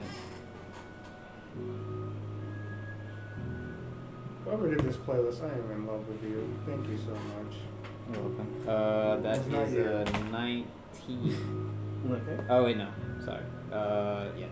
S8: Whoever did this playlist, I am in love with you. Thank you so much.
S6: Uh, that
S8: It's not
S6: is a
S8: yet.
S6: nineteen.
S9: Okay.
S6: Oh wait, no, sorry. Uh, yeah.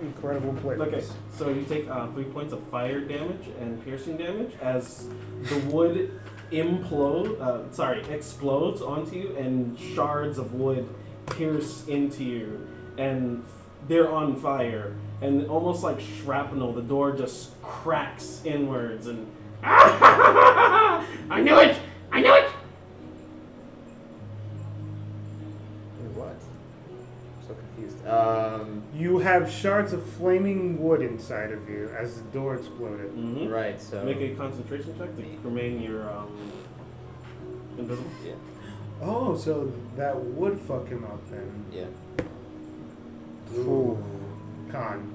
S8: Incredible playlist.
S9: Okay, so you take uh, three points of fire damage and piercing damage as the wood implode, uh, sorry, explodes onto you, and shards of wood pierce into you, and they're on fire. And almost like shrapnel, the door just cracks inwards, and
S5: I knew it. I knew it.
S1: What? I'm so confused. Um,
S8: You have shards of flaming wood inside of you as the door exploded.
S9: Mhm.
S1: right. So
S9: make a concentration check to remain your um, invisible.
S1: yeah,
S8: Oh, so that would fuck him up then.
S1: yeah.
S8: Ooh. Con.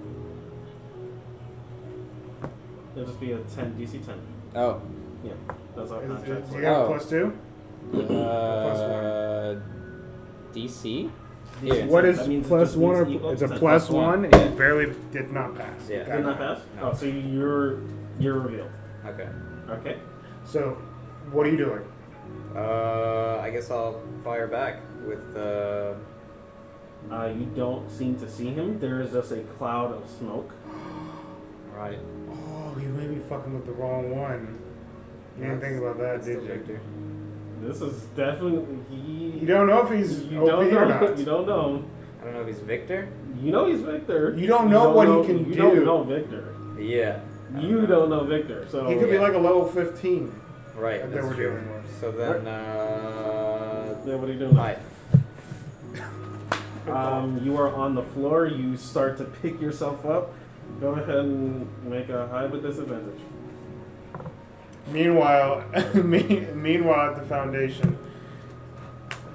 S9: It'll just be a ten DC ten.
S1: Oh,
S9: Yeah, that's our
S8: Is,
S9: contract.
S8: is, do you have
S1: Oh.
S8: plus two?
S1: Uh, DC? Here.
S3: What is
S9: That means it
S3: plus
S9: just
S3: one?
S9: means
S3: Or,
S9: equal.
S3: it's a
S9: It's a
S3: plus
S9: plus one.
S3: one, and it barely did not pass.
S1: Yeah.
S3: Got
S9: Did not
S3: it.
S9: pass?
S1: No.
S9: Oh, so you're you're revealed.
S1: Okay.
S9: Okay.
S3: So, what are you doing?
S1: Uh, I guess I'll fire back with uh,
S9: Uh, you don't seem to see him. There is just a cloud of smoke.
S1: right.
S3: Oh, you may be fucking with the wrong one. You didn't think about that,
S1: That's
S3: did
S1: the
S3: you?
S1: victor.
S9: This is definitely he.
S3: You don't know if he's
S9: You
S3: OP
S9: don't
S3: or
S9: know.
S3: not.
S9: You don't know.
S1: I don't know if he's Victor.
S9: You know he's Victor.
S3: You don't know what he can
S9: you
S3: do.
S9: don't know Victor.
S1: Yeah. I
S9: You don't know Victor. So
S3: He could be
S1: Yeah.
S3: like a level 15.
S1: Right.
S3: That
S1: that's
S3: we're
S1: true.
S3: dealing with.
S1: So then, uh,
S9: then what are you doing?
S1: hi.
S9: Um, you are on the floor. You start to pick yourself up. Go ahead and make a high with disadvantage.
S3: Meanwhile, me, meanwhile at the foundation,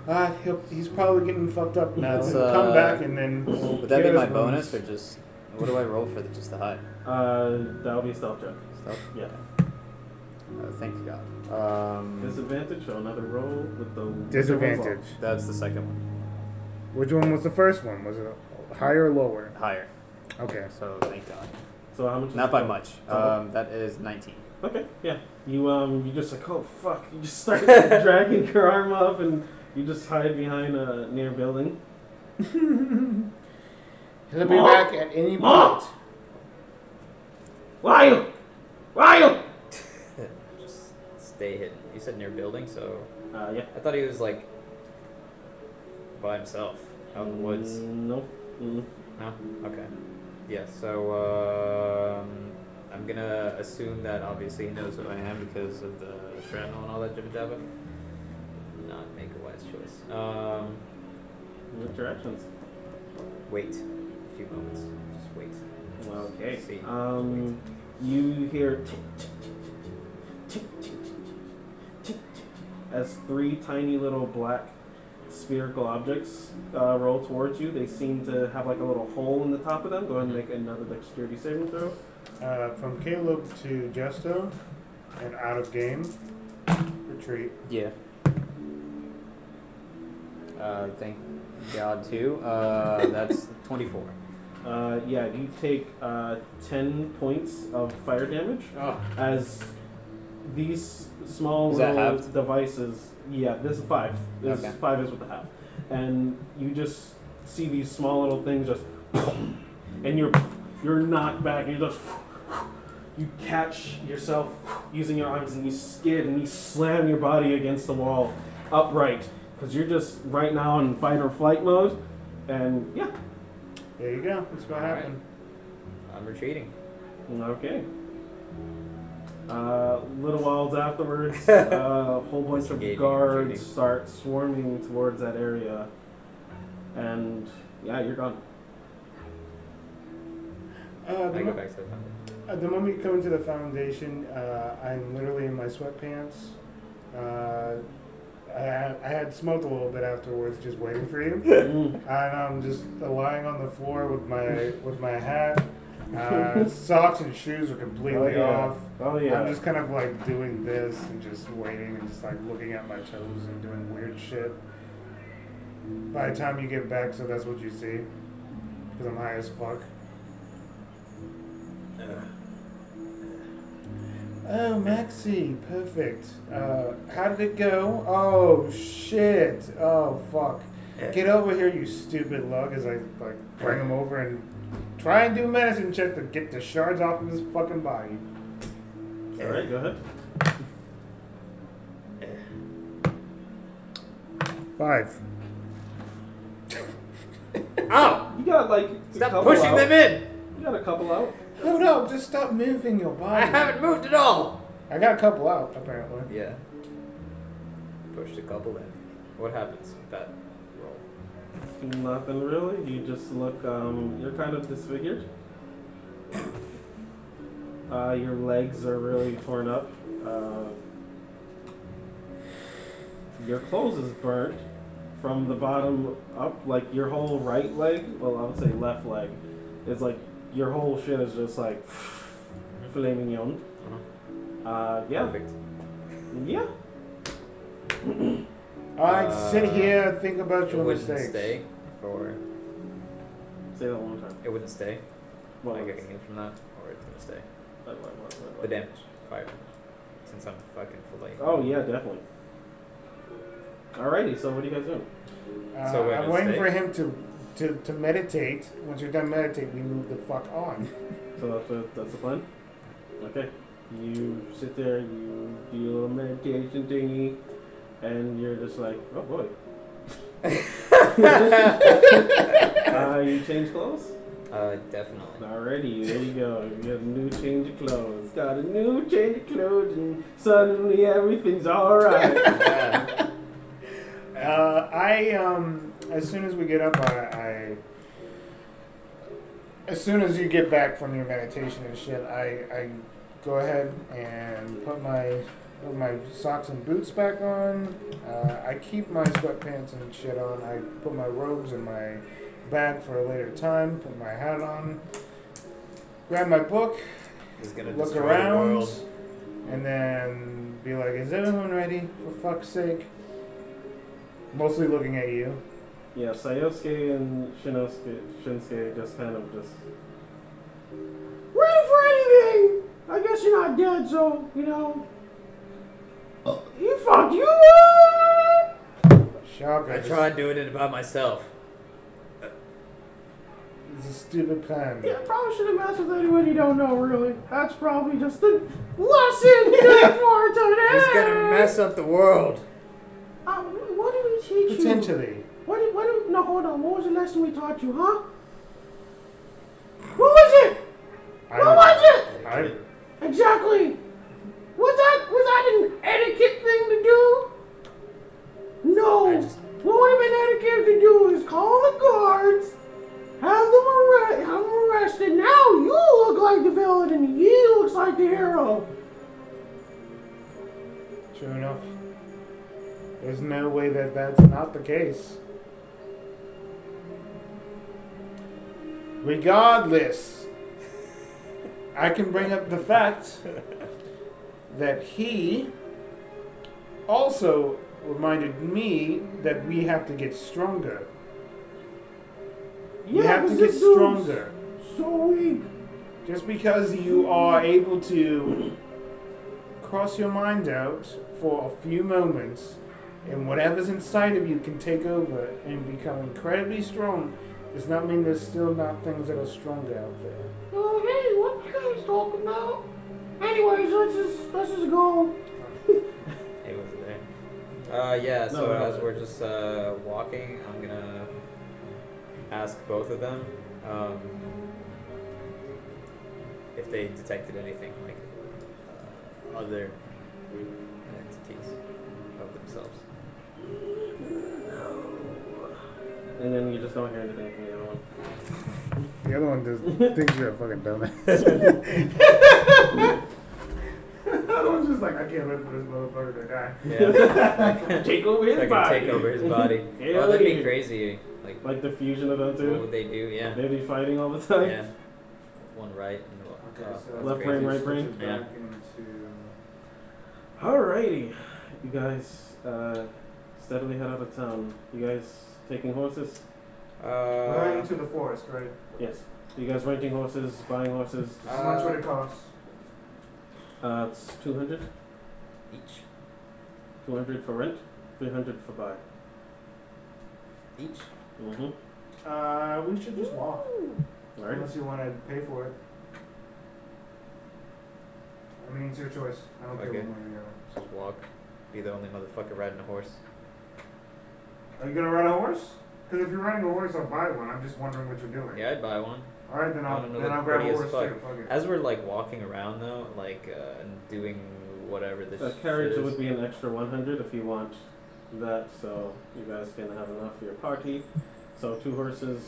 S3: ah, he'll, he's probably getting fucked up now.
S1: That's,
S3: He'll come
S1: uh,
S3: back and then.
S1: Would that be
S3: get
S1: my
S3: his
S1: bonus or
S3: bonus.
S1: just what do I roll for the, just the high?
S9: Uh, that'll be a stealth check.
S1: Stealth?
S9: Yeah.
S1: Uh, thank God. Um,
S9: Disadvantage. So another roll with the
S3: Disadvantage.
S1: that's the second one.
S3: Which one was the first one? Was it higher or lower?
S1: Higher.
S3: Okay.
S1: So thank God.
S9: So how much?
S1: Not
S9: is
S1: by
S9: it?
S1: much. Um, that is 19.
S9: Okay, yeah. You um, you just like, oh fuck! You just start dragging your arm up, and you just hide behind a near building.
S3: He'll be back at any point.
S9: Where are you? Where are you?
S1: Just stay hidden. You said near building, so
S9: Uh, yeah.
S1: I thought he was like by himself out in the woods.
S9: Mm, no. Mm.
S1: No. Okay. Yeah. So um, I'm gonna assume that obviously he knows who I am because of the shrapnel and all that jibba jabba. Not make a wise choice. Um,
S9: What's your actions?
S1: wait a few moments. Just wait.
S9: Well, okay.
S1: See.
S9: Um, you hear tick, tick, tick, tick, tick, tick, tick, tick, tick, as three tiny little black spherical objects uh, roll towards you. They seem to have like a little hole in the top of them. Go ahead and make another dexterity saving throw.
S3: Uh, from Caleb to Justo, and out of game. Retreat.
S1: Yeah. Uh, thank God too. Uh, that's 24.
S9: Uh, yeah, you take uh, 10 points of fire damage
S1: Oh.
S9: as these small
S1: Is that
S9: little
S1: halved?
S9: devices. Yeah, this is five. This
S1: Okay.
S9: five is with the half. And you just see these small little things just. And you're, you're knocked back and you just. You catch yourself using your arms and you skid and you slam your body against the wall upright because you're just right now in fight or flight mode. And yeah,
S3: There you go. That's what
S1: All right.
S3: happened.
S1: I'm retreating.
S9: Okay. Uh, little whiles afterwards, uh, a whole bunch of
S1: Investigating,
S9: guards
S1: investigating.
S9: start swarming towards that area, and yeah, you're gone.
S3: Uh,
S1: I
S3: the,
S1: go
S3: mo-
S1: back to the fountain.
S3: uh, the moment you come into the foundation, uh, I'm literally in my sweatpants. Uh, I, had- I had smoked a little bit afterwards, just waiting for you.
S9: Mm.
S3: and I'm just lying on the floor with my with my hat. Uh, socks and shoes are
S9: oh
S3: completely
S9: yeah.
S3: off.
S9: Oh yeah.
S3: I'm just kind of like doing this and just waiting and just like looking at my toes and doing weird shit. By the time you get back, so that's what you see. Because I'm high as fuck. Oh, Maxi, perfect. Uh, how did it go? Oh shit! Oh fuck! Get over here, you stupid lug! As I like bring him over and try and do medicine check to get the shards off of his fucking body.
S9: All right, go ahead.
S3: Five.
S9: You got like a
S1: Stop
S9: couple
S1: pushing
S9: out.
S1: them in!
S9: You got a couple out.
S3: No, no, just stop moving your
S1: I
S3: body.
S1: haven't moved at all!
S3: I got a couple out, apparently.
S1: Yeah. Pushed a couple in. What happens with that roll?
S9: Nothing really. You just look. Um, you're kind of disfigured. Uh, your legs are really torn up. Uh, your clothes is burnt from the bottom up. Like your whole right leg. Well, I would say left leg. It's like your whole shit is just like flaming young. Uh, yeah,
S1: Perfect.
S9: yeah.
S3: I'd sit here and think about
S1: It
S3: your
S1: Uh, wouldn't
S3: mistakes.
S1: stay, or
S9: Say that one more time.
S1: it wouldn't stay.
S9: What
S1: I
S9: was
S1: get
S9: it?
S1: anything from that, or it's gonna stay.
S9: What- what- what- what-
S1: The
S9: what?
S1: damage, fire damage. Since I'm fucking fully.
S9: Oh yeah, definitely. Alrighty, so what do you guys do?
S3: Uh,
S1: So wait,
S3: I'm
S1: it's
S3: waiting
S1: day.
S3: for him to, to to meditate. Once you're done meditate, we move the fuck on.
S9: So that's the, that's the plan. Okay, you sit there, you do your little meditation thingy, and you're just like, oh boy. uh, you change clothes.
S1: Uh, definitely.
S9: Alrighty, there you go. You have a new change of clothes. Got a new change of clothes, and suddenly everything's alright.
S1: Yeah.
S3: Uh, I um, as soon as we get up, I, I as soon as you get back from your meditation and shit, I, I go ahead and put my put my socks and boots back on. Uh, I keep my sweatpants and shit on. I put my robes in my bag for a later time. Put my hat on. Grab my book.
S1: It's gonna
S3: Look
S1: destroy
S3: around.
S1: the world.
S3: and then be like, "Is everyone ready? For fuck's sake!" Mostly looking at you.
S9: yeah, Sayosuke and Shinosuke, Shinsuke just kind of just
S2: Ready for anything? I guess you're not dead, so you know. You fuck you up.
S3: Shocker!
S1: I
S3: this-
S1: tried doing it by myself.
S3: It's a stupid plan.
S2: Yeah, probably shouldn't mess with anyone you don't know, really. That's probably just the lesson here for today.
S1: It's gonna mess up the world.
S2: Uh, what did we teach you?
S3: Potentially.
S2: What did, what did, no, hold on. What was the lesson we taught you, huh? What was it?
S3: I,
S2: What was it?
S3: I,
S2: Exactly. Was that was that an etiquette thing to do? No.
S1: I just-
S2: What would have been etiquette to do is call the guards, have them arre- have them arrested. Now you look like the villain, and he looks like the hero.
S3: true enough. There's no way that that's not the case. Regardless, I can bring up the fact that he also reminded me that we have to get stronger. we have to
S2: 'cause
S3: get
S2: this dude's
S3: stronger.
S2: So weak.
S3: Just because you are able to cross your mind out for a few moments and whatever's inside of you can take over and become incredibly strong does not mean there's still not things that are stronger out there.
S2: Oh hey, what you guys talking about? Anyways, let's just let's just go.
S1: It was there. Uh, yeah. So
S9: No, no,
S1: as
S9: no.
S1: we're just uh, walking, I'm gonna ask both of them um, if they detected anything like uh, other entities of themselves.
S9: And then you just don't hear anything from the other one.
S3: The other one does thinks you're a fucking dumbass. the other one's just like, I can't wait for this motherfucker to die.
S1: Yeah.
S9: Take over his
S1: I can
S9: body.
S1: take over his body.
S9: Yeah,
S1: oh, that'd
S9: yeah.
S1: be crazy. Like,
S9: Like the fusion of them
S1: what
S9: two.
S1: would they do? Yeah.
S9: They'd be fighting all the time.
S1: Yeah. One right and one. oh, that's
S9: left
S1: crazy.
S9: brain, right brain.
S1: Yeah.
S9: Alrighty. You guys uh, steadily head out of town. You guys taking horses?
S3: We're
S1: Uh,
S3: into the forest, right?
S9: Yes. You guys renting horses, buying horses?
S3: How much would it cost?
S9: Uh, it's 200.
S1: each.
S9: 200 for rent, 300 for buy.
S1: Each.
S9: Mm-hmm.
S3: Uh, we should just walk.
S9: Alright.
S3: Unless you want to pay for it. I mean, it's your choice. I don't
S1: Okay.
S3: care one way or the other.
S1: Just walk. Be the only motherfucker riding a horse.
S3: Are you gonna ride a horse? Because if you're riding a horse, I'll buy one. I'm just wondering what you're doing.
S1: Yeah, I'd buy one.
S3: All right, then
S1: I
S3: I'll
S1: don't know,
S3: then
S1: like,
S3: I'll grab
S1: pretty
S3: a
S1: as
S3: horse
S1: fuck.
S3: too. Fuck it.
S1: As we're like walking around though, like uh, and doing whatever this
S9: A
S1: shit
S9: carriage
S1: is.
S9: would be an extra 100 if you want that, so you guys can have enough for your party. So two horses.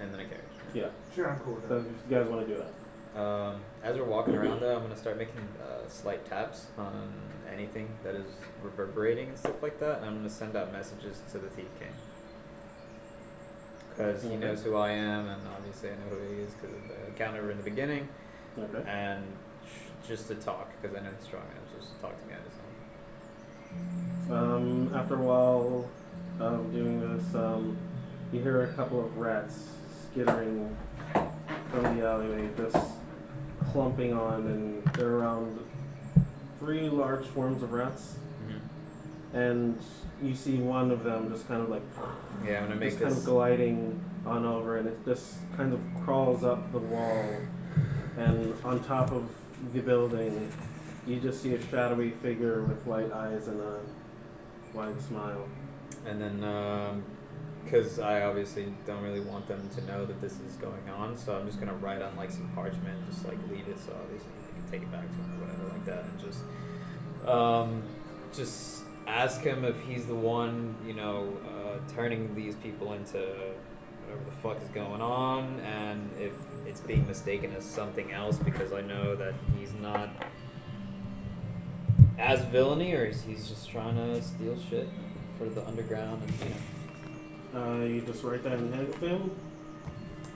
S1: and then a carriage.
S3: Sure, I'm cool with
S9: So
S3: that.
S9: if you guys want to do that.
S1: Um, as we're walking around though, I'm gonna start making uh, slight taps on anything that is reverberating and stuff like that, and I'm gonna send out messages to the thief king. Because he
S9: Okay.
S1: knows who I am, and obviously I know who he is because of the encounter in the beginning,
S9: Okay.
S1: and sh- just to talk because I know he's strong enough just to talk to me on his own.
S9: Um, after a while of doing this, um, you hear a couple of rats skittering from the alleyway, just clumping on, and they're around three large swarms of rats. And you see one of them just kind of like
S1: Yeah, I'm gonna make
S9: just kind of
S1: this.
S9: gliding on over, and it just kind of crawls up the wall, and on top of the building, you just see a shadowy figure with white eyes and a wide smile.
S1: And then, because I obviously don't really want them to know that this is going on, so I'm just gonna write on like some parchment, and just like leave it, so obviously they can take it back to him or whatever like that, and just, um, just ask him if he's the one, you know, uh, turning these people into whatever the fuck is going on, and if it's being mistaken as something else, because I know that he's not as villainy, or is he's just trying to steal shit for the underground, and you know.
S9: Uh, you just write that in head with him.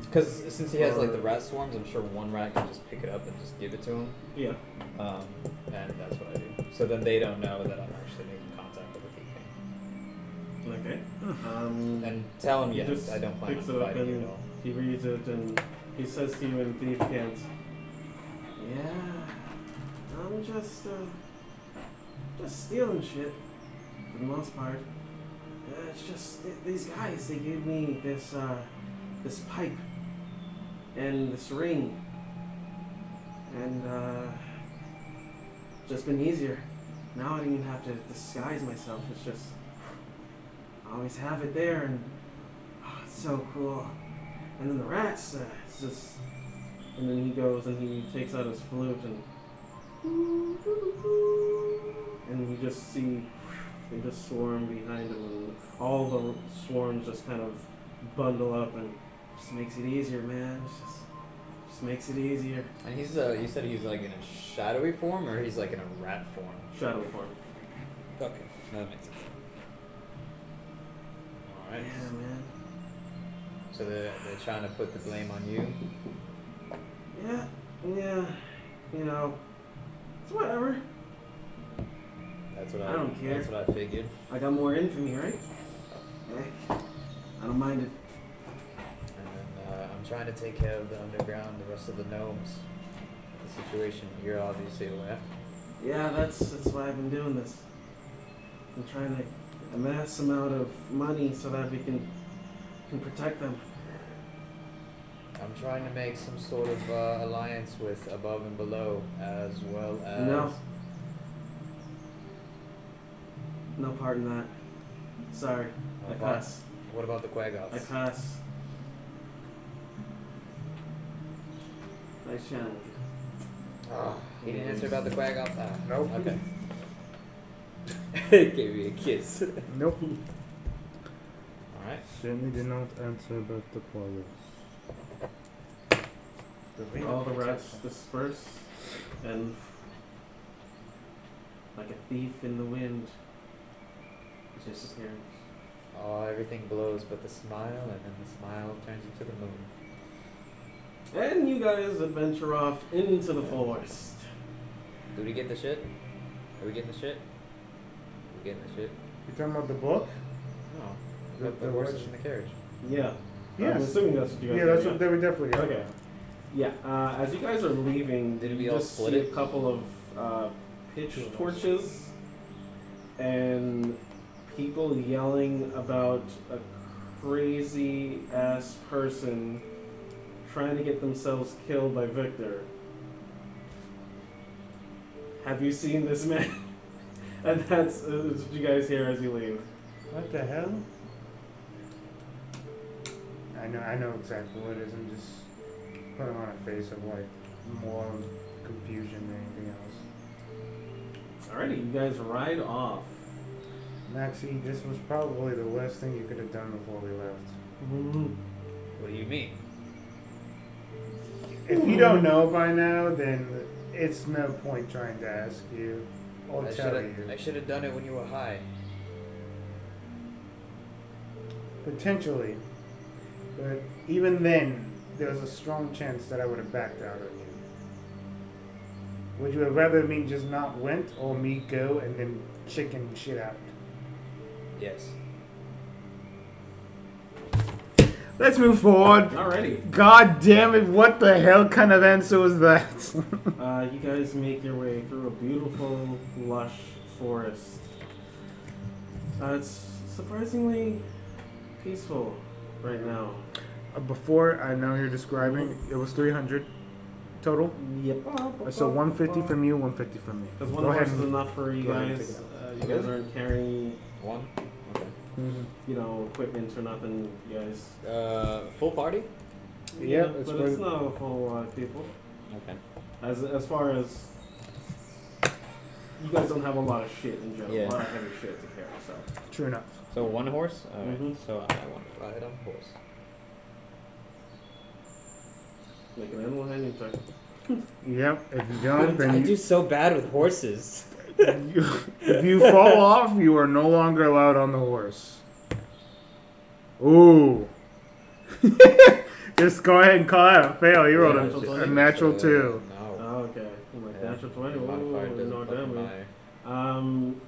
S1: Because since he has like the rat swarms, I'm sure one rat can just pick it up and just give it to him,
S9: Yeah.
S1: um, and that's what I do. So then they don't know that I'm actually making contact with the thief,
S9: Okay.
S3: Hmm.
S9: Um,
S1: and tell him
S9: He
S1: yes,
S9: just
S1: I don't plan on
S9: picks it up
S1: fighting you
S9: and-
S1: at all.
S9: he reads it and he says to you in thief cant, "Yeah, I'm just uh, just stealing shit for the most part. Uh, it's just th- these guys. They gave me this uh, this pipe and this ring, and uh, it's just been easier. Now I don't even have to disguise myself. It's just." I always have it there, and oh, it's so cool. And then the rats, uh, it's just. And then he goes and he takes out his flute and. And you just see, they just swarm behind him, and all the swarms just kind of bundle up and just makes it easier, man. It's just, just makes it easier.
S1: And he's uh, you said he's like in a shadowy form, or he's like in a rat form.
S9: Shadow form.
S1: Okay, that makes sense. All
S9: Yeah,
S1: right.
S9: man.
S1: So they're, they're trying to put the blame on you.
S9: Yeah, yeah. You know, it's whatever.
S1: That's what I,
S9: I don't care.
S1: That's what I figured.
S9: I got more infamy, right? Eh, I don't mind it.
S1: And then uh, I'm trying to take care of the underground, the rest of the gnomes. The situation you're obviously aware.
S9: Yeah, that's that's why I've been doing this. I'm trying to amass amount of money so that we can can protect them.
S1: I'm trying to make some sort of uh, alliance with above and below, as well as
S9: No. No part in that. Sorry, I
S1: What about,
S9: pass.
S1: what about the Quagoths?
S9: I pass. Nice channel.
S1: Ah, he didn't answer about the Quagoths. Ah,
S3: Nope.
S1: Okay. Gave me a kiss.
S3: Nope.
S1: All right.
S3: Certainly did not answer about the quarrels.
S9: All the rats disperse, and like a thief in the wind, just here.
S1: Oh, everything blows but the smile, and then the smile turns into the moon.
S9: And you guys adventure off into the forest.
S1: Do we get the shit? Are we getting the shit? we getting the shit?
S3: You talking about the book?
S1: No.
S3: The-
S1: Got the,
S3: the
S1: horses
S3: horse-
S1: in the carriage.
S9: Yeah. I'm
S3: Yes.
S9: assuming that's what you guys
S3: Yeah,
S9: did,
S3: that's what they were definitely.
S9: Okay. Yeah, uh, as you guys are leaving,
S1: Did
S9: you
S1: we all
S9: just
S1: split
S9: see
S1: it?
S9: a couple of uh, pitch torches and people yelling about a crazy ass person trying to get themselves killed by Victor. Have you seen this man? and that's, uh, that's what you guys hear as you leave.
S3: What the hell? I know, I know exactly what it is. I'm just putting on a face of like more confusion than anything else.
S9: Alrighty, you guys ride off.
S3: Maxie, this was probably the worst thing you could have done before we left.
S1: What do you mean?
S3: If you don't know by now, then it's no point trying to ask you or
S1: I
S3: tell
S1: should have. I
S3: you.
S1: should have done it when you were high.
S3: Potentially, but even then, there's a strong chance that I would have backed out on you. Would you have rather me just not went or me go and then chicken shit out.
S13: Yes.
S3: Let's move forward.
S2: Alrighty.
S3: God damn it, what the hell kind of answer was that?
S9: Uh, you guys make your way through a beautiful, lush forest. Uh, it's surprisingly peaceful right now.
S3: Uh, Before, I know you're describing, it was 300 total.
S9: Yep.
S3: So 150 from you, 150 from me.
S9: Because one
S3: Go
S9: horse
S3: ahead.
S9: is enough for you
S1: Go ahead and
S9: guys.
S1: take
S9: Uh, you guys aren't carrying,
S1: One. Okay.
S3: Mhm.
S9: you know, equipment or nothing. You guys.
S1: Uh, full party.
S3: Yeah, it's
S9: but
S3: very-
S9: it's not a whole lot of people.
S1: Okay.
S9: As as far as you guys don't have a lot of shit in general,
S1: Yeah.
S9: a lot of heavy shit to carry. So
S3: True enough.
S1: So one horse. All
S9: Mhm.
S1: So I want to ride on horse.
S9: make an animal handling check.
S3: Yep, if you don't,
S1: I
S3: then
S1: do
S3: you,
S1: so bad with horses.
S3: you- if you fall off, you are no longer allowed on the horse. Ooh. Just go ahead and call out. Fail. You rolled
S9: Yeah,
S3: a,
S9: just-
S3: a natural
S1: So,
S3: two.
S1: No.
S9: Oh, okay. I'm like
S1: Yeah.
S9: natural twenty.
S1: The modifier
S9: Ooh,
S1: doesn't
S9: no
S1: fucking
S9: damage.
S1: matter.
S9: Um,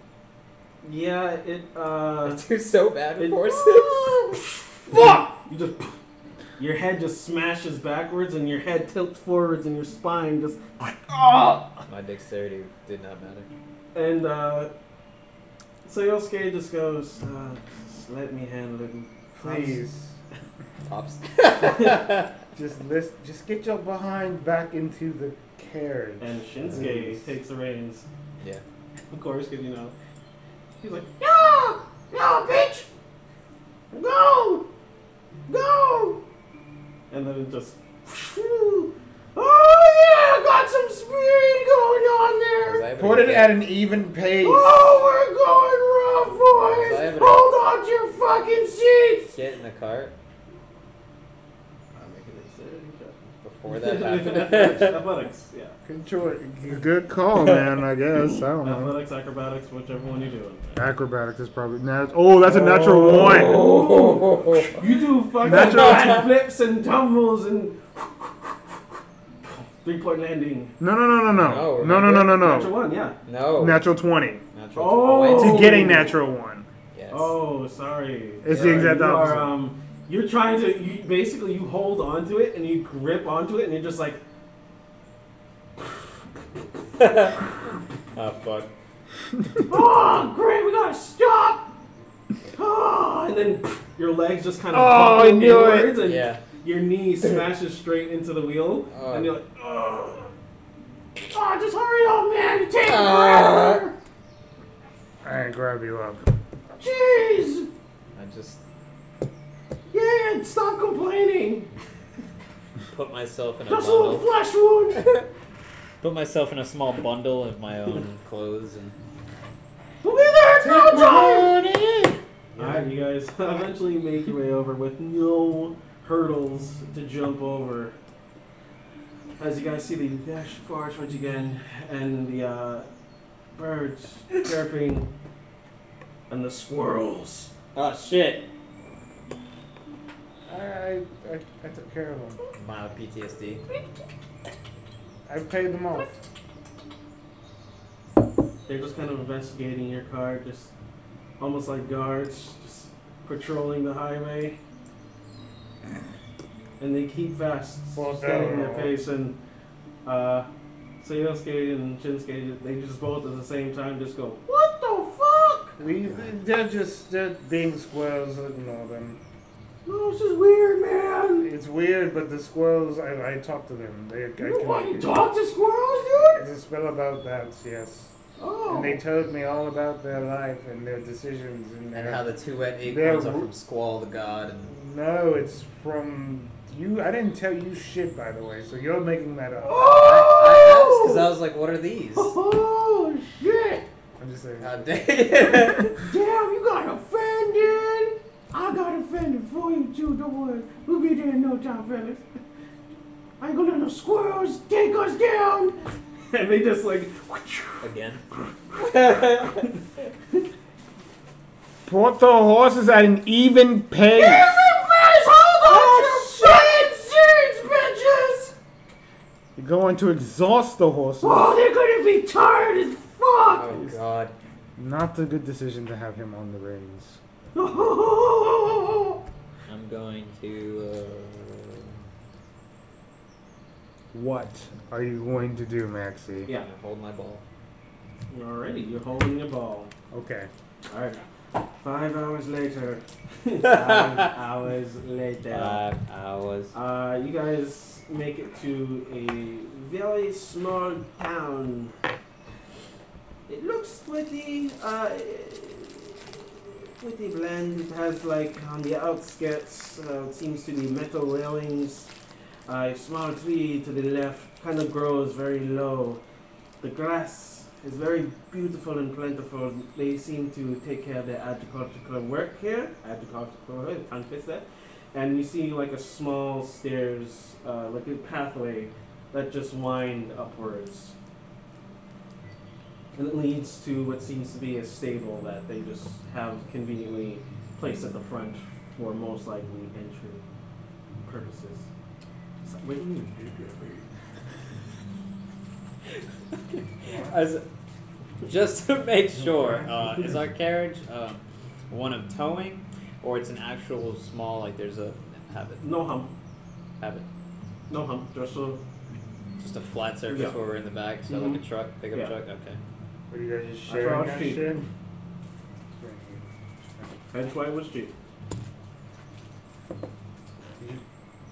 S9: yeah, it. Uh,
S1: I do so bad with
S9: It-
S1: horses.
S9: fuck! You just. Your head just smashes backwards, and your head tilts forwards, and your spine just.
S1: My dexterity did not matter.
S9: And uh, so Yosuke just goes, uh, just "Let me handle it,
S3: Please.
S1: Tops.
S3: Just list, just get your behind back into the carriage.
S9: And Shinsuke takes the reins,
S1: yeah.
S9: of course, because you know. He's like,
S5: No! No, bitch! Go! Go!
S9: and then it just.
S5: Oh yeah, got some speed going on there!
S1: 'Cause I have
S3: Put
S1: an
S3: it at an even pace.
S5: Oh, we're going rough,
S9: Oh,
S5: boys!
S1: So I have an-
S5: Hold on to your fucking seats!
S1: Get in the cart
S9: I'm making a dexterity check.
S1: before that happened.
S9: Athletics, yeah.
S3: Control. Good call, man. I guess I don't
S9: Uh-huh.
S3: know.
S9: Athletics, acrobatics, whichever one you're doing.
S3: Acrobatics is probably nat- Oh, that's a natural one.
S9: Oh. You do fucking
S3: Natural
S9: bad flips and tumbles and three point landing.
S3: No, no, no,
S1: No,
S3: no, no,
S1: we're
S3: no, no,
S1: not
S3: no, no,
S9: Natural
S3: no.
S9: one, yeah.
S1: no.
S3: Natural twenty
S1: Natural.
S9: Oh.
S3: to
S1: wait.
S3: get a natural one.
S1: Yes.
S9: Oh, sorry.
S3: It's the
S9: Uh,
S3: exact
S9: you
S3: opposite.
S9: Are, um, you're trying to you, basically you hold onto it and you grip onto it and you're just like
S1: Oh fuck.
S9: oh great, we gotta stop. Oh, and then your legs just kind of
S3: Oh, I knew it.
S9: inwards and
S1: Yeah.
S9: your knee smashes straight into the wheel
S1: Oh.
S9: and you're like, Ah, oh.
S5: Oh, just hurry up, man! You're taking
S1: Ah.
S5: forever!
S3: I grab you up.
S9: Jeez!
S1: I just
S9: Yeah, stop complaining!
S1: put myself in a
S9: Just a little
S1: bundle.
S9: flesh wound!
S1: Put myself in a small bundle of my own clothes and.
S9: We'll be there at no time! Alright, you guys eventually make your way over with no hurdles to jump over. As you guys see the dash forest once again, and the uh, birds chirping, and the squirrels.
S1: Oh shit.
S3: I, I, I, I took care of them.
S1: Mild PTSD.
S3: I paid them off.
S9: They're just kind of investigating your car, just almost like guards, just patrolling the highway. And they keep fast,
S3: Well,
S9: standing in their
S3: no.
S9: face, and uh, Sayosuke and Shinsuke, they just both at the same time just go, What the fuck?
S3: We, they're just they're being squirrels. Ignore them.
S9: No, it's just weird, man.
S3: It's weird, but the squirrels. I, I talk to them. They, I
S9: You
S3: can,
S9: want to talk to squirrels, dude?
S3: It's a spell about that. Yes.
S9: Oh.
S3: And they told me all about their life and their decisions and their.
S1: And how the two wet
S3: They're
S1: acorns are
S3: ru-
S1: from Squall the God and.
S3: no, it's from you. I didn't tell you shit, by the way. So you're making that up.
S1: I asked because I was like, what are these?
S9: oh, shit.
S3: I'm just saying.
S1: God damn.
S9: Damn, you got offended. I got offended for you, too. Don't worry. We'll be there in no time, fellas. I ain't gonna let no squirrels take us down. And they just like.
S1: Again.
S3: Put the horses at an even pace.
S9: Everybody's hold on to your fucking seats, bitches!
S3: You're going to exhaust the horses.
S9: Oh, they're gonna be tired as fuck!
S1: Oh god.
S3: Not a good decision to have him on the reins.
S9: Oh,
S1: I'm going to.
S3: What are you going to do, Maxie?
S1: Uh, yeah. Hold my ball.
S9: Alrighty, you're holding the ball.
S3: Okay.
S9: Alright. Five hours later. Five hours later.
S1: Five hours.
S9: Uh, you guys make it to a very small town. It looks pretty, uh, pretty bland. It has like on the outskirts, uh, it seems to be metal railings. Uh, a small tree to the left kind of grows very low. The grass is very beautiful and plentiful. They seem to take care of their agricultural work here. Agricultural, oh, I can't fix that and you see like a small stairs, uh, like a pathway that just wind upwards. And it leads to what seems to be a stable that they just have conveniently placed at the front for most likely entry purposes. It's like, what do you mean?
S1: As, just to make sure, uh, is our carriage um, one of towing, or it's an actual small like there's a habit
S9: No hump.
S1: habit,
S9: No hump. Just a,
S1: just a flat surface
S9: Yeah.
S1: where we're in the back, so like a truck, pickup
S9: Yeah.
S1: truck. Okay.
S3: Are you guys just
S9: sharing
S3: sharing
S9: that
S3: that shit?
S9: that's why it was cheap.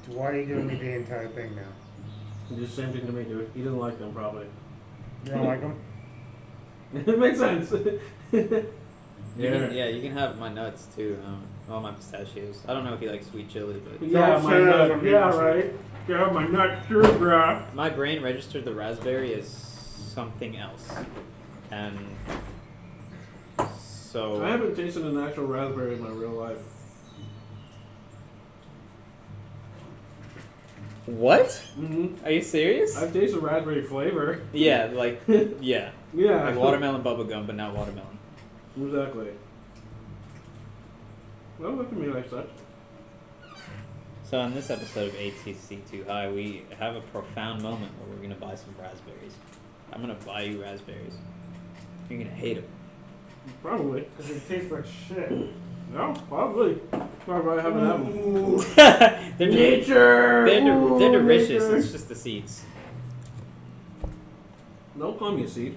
S3: Why are you giving me the entire thing now?
S9: You just same thing to me, dude. He didn't like them, probably.
S3: You don't like him?
S9: it makes sense.
S1: You
S9: yeah.
S1: Can, yeah, you can have my nuts too. Um, well, my pistachios. I don't know if you like sweet chili, but
S9: Yeah,
S3: Don't
S9: my
S3: say that
S9: nut.
S3: I'm
S9: Yeah,
S3: innocent.
S9: right. Yeah, my nut sure, bruh.
S1: my brain registered the raspberry as something else, and so
S9: I haven't tasted an actual raspberry in my real life.
S1: what?
S9: Mm-hmm.
S1: Are you serious?
S9: I've tasted raspberry flavor.
S1: yeah, like yeah,
S9: Yeah.
S1: like watermelon bubblegum, but not watermelon.
S9: Exactly. Don't look at me like such.
S1: So on this episode of ATC Too High, we have a profound moment where we're gonna buy some raspberries. I'm gonna buy you raspberries. You're gonna hate them.
S9: Probably.
S3: Because it tastes like shit.
S9: No, probably. Probably haven't had one.
S1: Mm. they're, nature. They're, de- they're delicious. It's just the seeds.
S9: Don't call me a seed.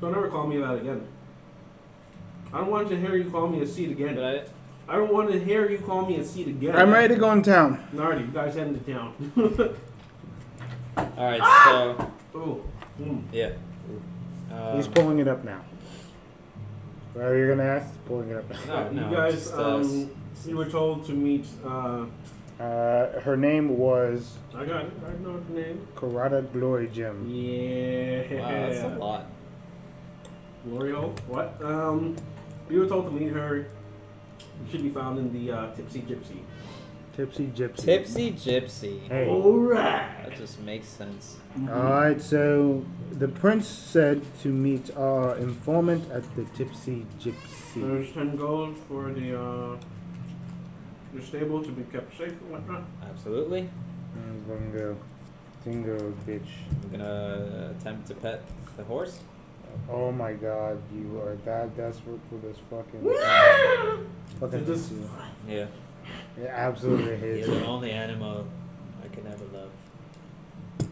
S9: Don't ever call me that again. I don't want to hear you call me a seed
S1: But
S9: again.
S1: I,
S9: I don't want to hear you call me a seed again.
S14: I'm ready to go in town.
S9: Nardi, you guys heading to town.
S1: all right, so
S9: Ooh. Mm.
S1: yeah. Um,
S3: He's pulling it up now. Well, you're gonna ask? He's Pulling it up now.
S1: no, no,
S9: you guys,
S1: just, uh,
S9: um, you were told to meet. Uh,
S3: Uh, her name was
S9: I got it. I know the name.
S3: Karada Glory Jim.
S9: Yeah.
S1: wow, that's a lot.
S9: L'Oreal. What? Um, you were told to meet her. She should be found in the uh, Tipsy Gypsy.
S3: Tipsy Gypsy.
S1: Tipsy gypsy.
S3: Hey.
S9: Alright.
S1: That just makes sense.
S3: Alright, so the prince said to meet our informant at the Tipsy Gypsy.
S9: There's 10 gold for the, uh, the stable to be kept safe and whatnot.
S1: Absolutely.
S3: Bingo. Dingo, bitch.
S1: I'm gonna attempt to pet the horse.
S3: Oh my god, you are that desperate for this fucking. fucking
S9: It just-
S3: pussy.
S1: Yeah.
S3: It absolutely
S1: He's
S3: hates
S1: the
S3: it.
S1: only animal I could ever love.
S9: It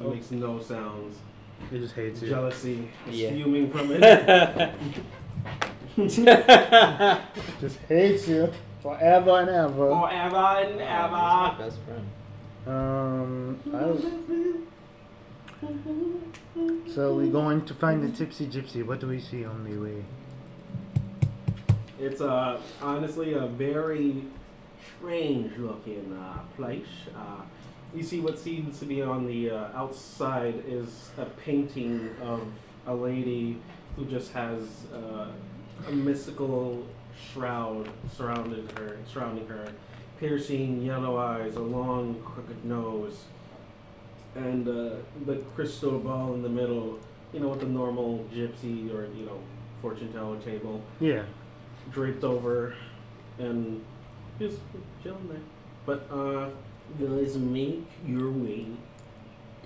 S1: Oh.
S9: makes no sounds.
S3: It just hates it.
S9: Jealousy is
S1: Yeah.
S9: fuming from it.
S1: Forever.
S3: Just hates you forever and ever.
S9: Forever and ever.
S1: best friend.
S3: Um, I don't. So we going to find the Tipsy Gypsy. What do we see on the way?
S9: It's uh, honestly a very strange looking uh, place. Uh, you see, what seems to be on the uh, outside is a painting of a lady who just has uh, a mystical shroud surrounded her, surrounding her, piercing yellow eyes, a long crooked nose, and uh, the crystal ball in the middle. You know, with the normal gypsy or you know fortune teller table
S3: Yeah.
S9: draped over and just chilling there. But uh guys make your way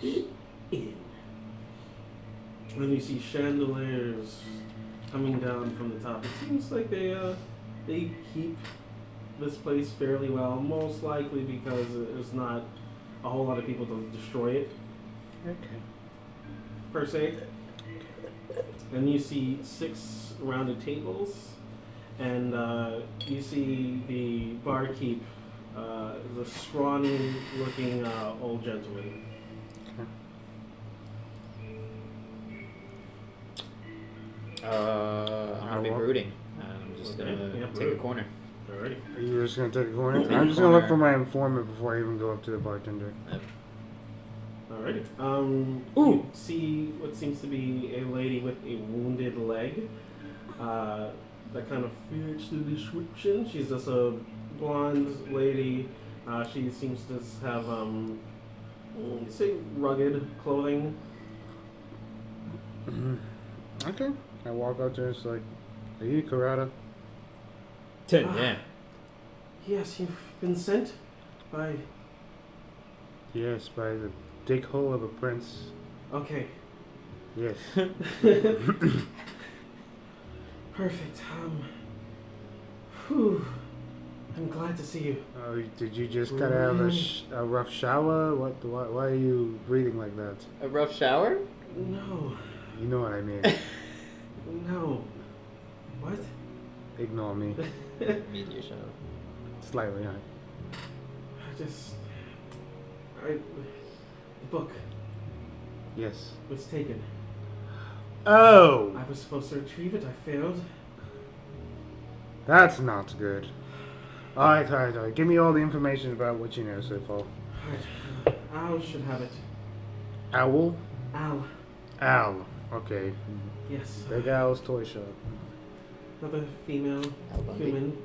S9: in.
S5: Then you see chandeliers coming down from the top. It seems like they uh, they keep this place fairly well, most likely because there's not a whole lot of people to destroy it
S3: Okay.
S5: per se. And you see six rounded tables, and uh, you see the barkeep, uh, the scrawny-looking uh, old gentleman.
S1: Uh, I'm gonna be
S3: I walk.
S1: brooding. I'm just
S5: Okay,
S1: gonna
S5: yeah,
S1: take
S5: brood.
S1: a corner.
S5: Alrighty.
S3: Are you just gonna take a corner?
S1: Take a
S3: I'm just gonna
S1: corner.
S3: look for my informant before I even go up to the bartender.
S5: Alrighty. Um,
S1: Ooh.
S5: You see what seems to be a lady with a wounded leg. Uh, that kind of fits the description. She's just a blonde lady. Uh, she seems to s- have, um, mm, say, rugged clothing.
S1: Mm-hmm.
S3: Okay. I walk up to her. It's like, are you Karada?
S1: Ten,
S9: Ah,
S1: yeah.
S5: Yes, you've been sent by.
S3: Yes, by the dickhole of a prince.
S5: Okay.
S3: Yes.
S5: Perfect. Um. Whew. I'm glad to see you.
S3: Oh, did you just kind of have a, sh- a rough shower? What? Why, why are you breathing like that?
S1: A rough shower?
S5: No.
S3: You know what I mean.
S5: No. What?
S3: Ignore me
S1: Meteor shower.
S3: slightly. Huh?
S5: I just. I. The book
S3: Yes.
S5: was taken.
S3: Oh,
S5: I was supposed to retrieve it. I failed.
S3: that's not good. All right, all right, all right. Give me all the information about what you know so far.
S5: Alright. Al should have it.
S3: Owl.
S5: Al.
S3: Owl. Okay.
S5: Yes.
S3: Big Owl's toy shop.
S5: Another female
S1: Al Bundy.
S5: human.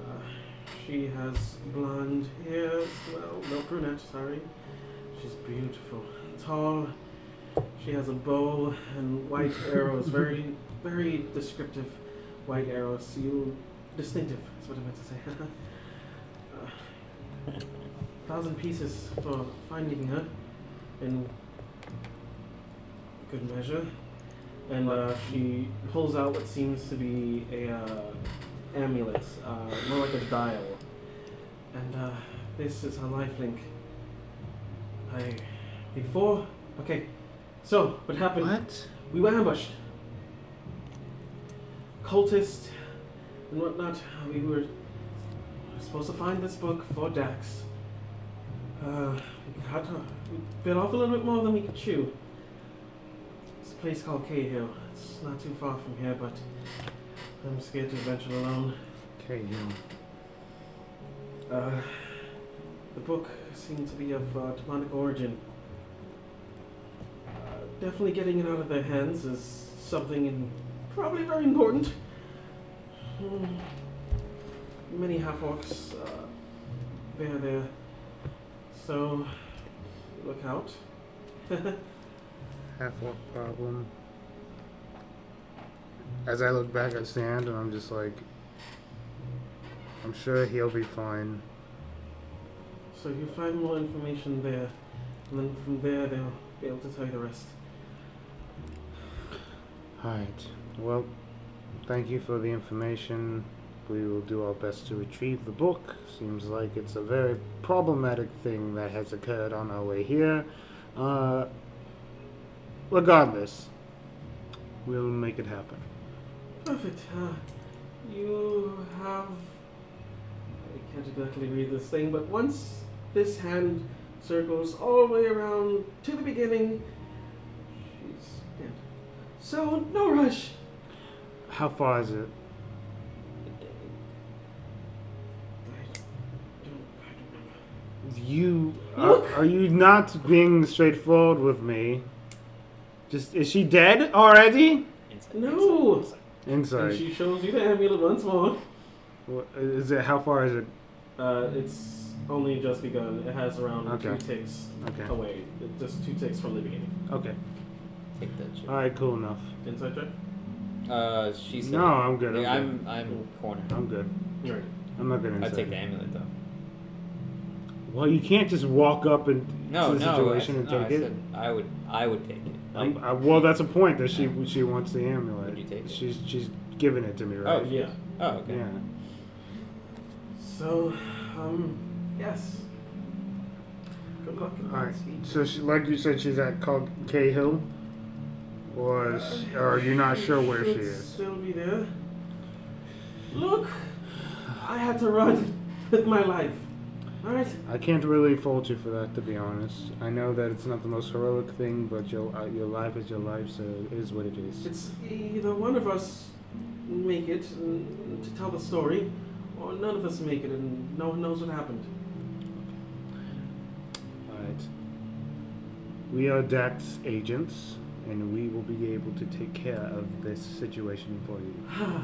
S5: Uh, she has blonde hair as well. No brunette, sorry. She's beautiful. Tall. She has a bow and white arrows. Very, very descriptive white arrows. You distinctive is what I meant to say. Uh, thousand pieces for finding her in good measure. And uh, she pulls out what seems to be a uh, amulet, uh, more like a dial. And uh, this is her life link. I before okay. So what happened?
S3: What?
S5: We were ambushed. Cultist and whatnot. We were supposed to find this book for Dax. Uh, we cut off, we bit off a little bit more than we could chew. It's a place called Cahill. It's not too far from here, but I'm scared to venture alone.
S3: Okay, you.
S5: Uh, the book seemed to be of uh, demonic origin. Uh, definitely getting it out of their hands is something in, probably very important. Hmm. Many half orcs uh, bear there, so look out.
S3: half orc problem. As I look back at Sand, and I'm just like, I'm sure he'll be fine.
S5: So you find more information there, and then from there they'll be able to tell you the rest.
S3: Alright. Well, thank you for the information. We will do our best to retrieve the book. Seems like it's a very problematic thing that has occurred on our way here. Uh, regardless, we'll make it happen.
S5: Perfect. Uh, you have. I can't exactly read this thing, but once this hand circles all the way around to the beginning, she's dead. So, no rush!
S3: How far is it?
S5: I don't, I don't remember.
S3: You are,
S5: Look.
S3: are you not being straightforward with me? Just is she dead already?
S1: Inside,
S5: No.
S1: inside, inside.
S5: And
S3: Inside.
S5: she shows you the amulet once more.
S3: Wha- Is it how far is it?
S5: Uh, it's only just begun. It has around
S3: Okay.
S5: two ticks
S3: Okay.
S1: Oh.
S5: away. It- just two ticks from the beginning.
S3: Okay.
S1: Take that shit.
S3: All right. Cool enough.
S5: Inside check?
S1: Uh, she said.
S3: No, I'm good. I'm,
S1: Yeah,
S3: good.
S1: I'm I'm corner.
S3: I'm good.
S5: Right.
S3: I'm not gonna.
S1: I
S3: insult
S1: take
S3: you.
S1: the amulet though.
S3: Well, you can't just walk up and
S1: No,
S3: to the
S1: no. I,
S3: situation
S1: no,
S3: and
S1: I
S3: take it.
S1: said I would I would take it.
S3: I'm- I, well, that's a point that she she wants the amulet.
S1: Would you take it?
S3: She's she's giving it to me,
S1: Oh
S3: right?
S1: yeah. Oh okay.
S3: Yeah.
S9: So, um, yes. Good luck.
S3: All right. So, she, like you said, she's at Cog- Cahill, or is- or you're not sure where she
S9: Should
S3: is.
S9: Still be there. Look, I had to run with my life. All right.
S3: I can't really fault you for that, to be honest. I know that it's not the most heroic thing, but your uh, your life is your life, so it is what it is.
S9: It's either one of us make it and to tell the story, or none of us make it and no one knows what happened.
S3: All right. We are Dax agents, and we will be able to take care of this situation for you.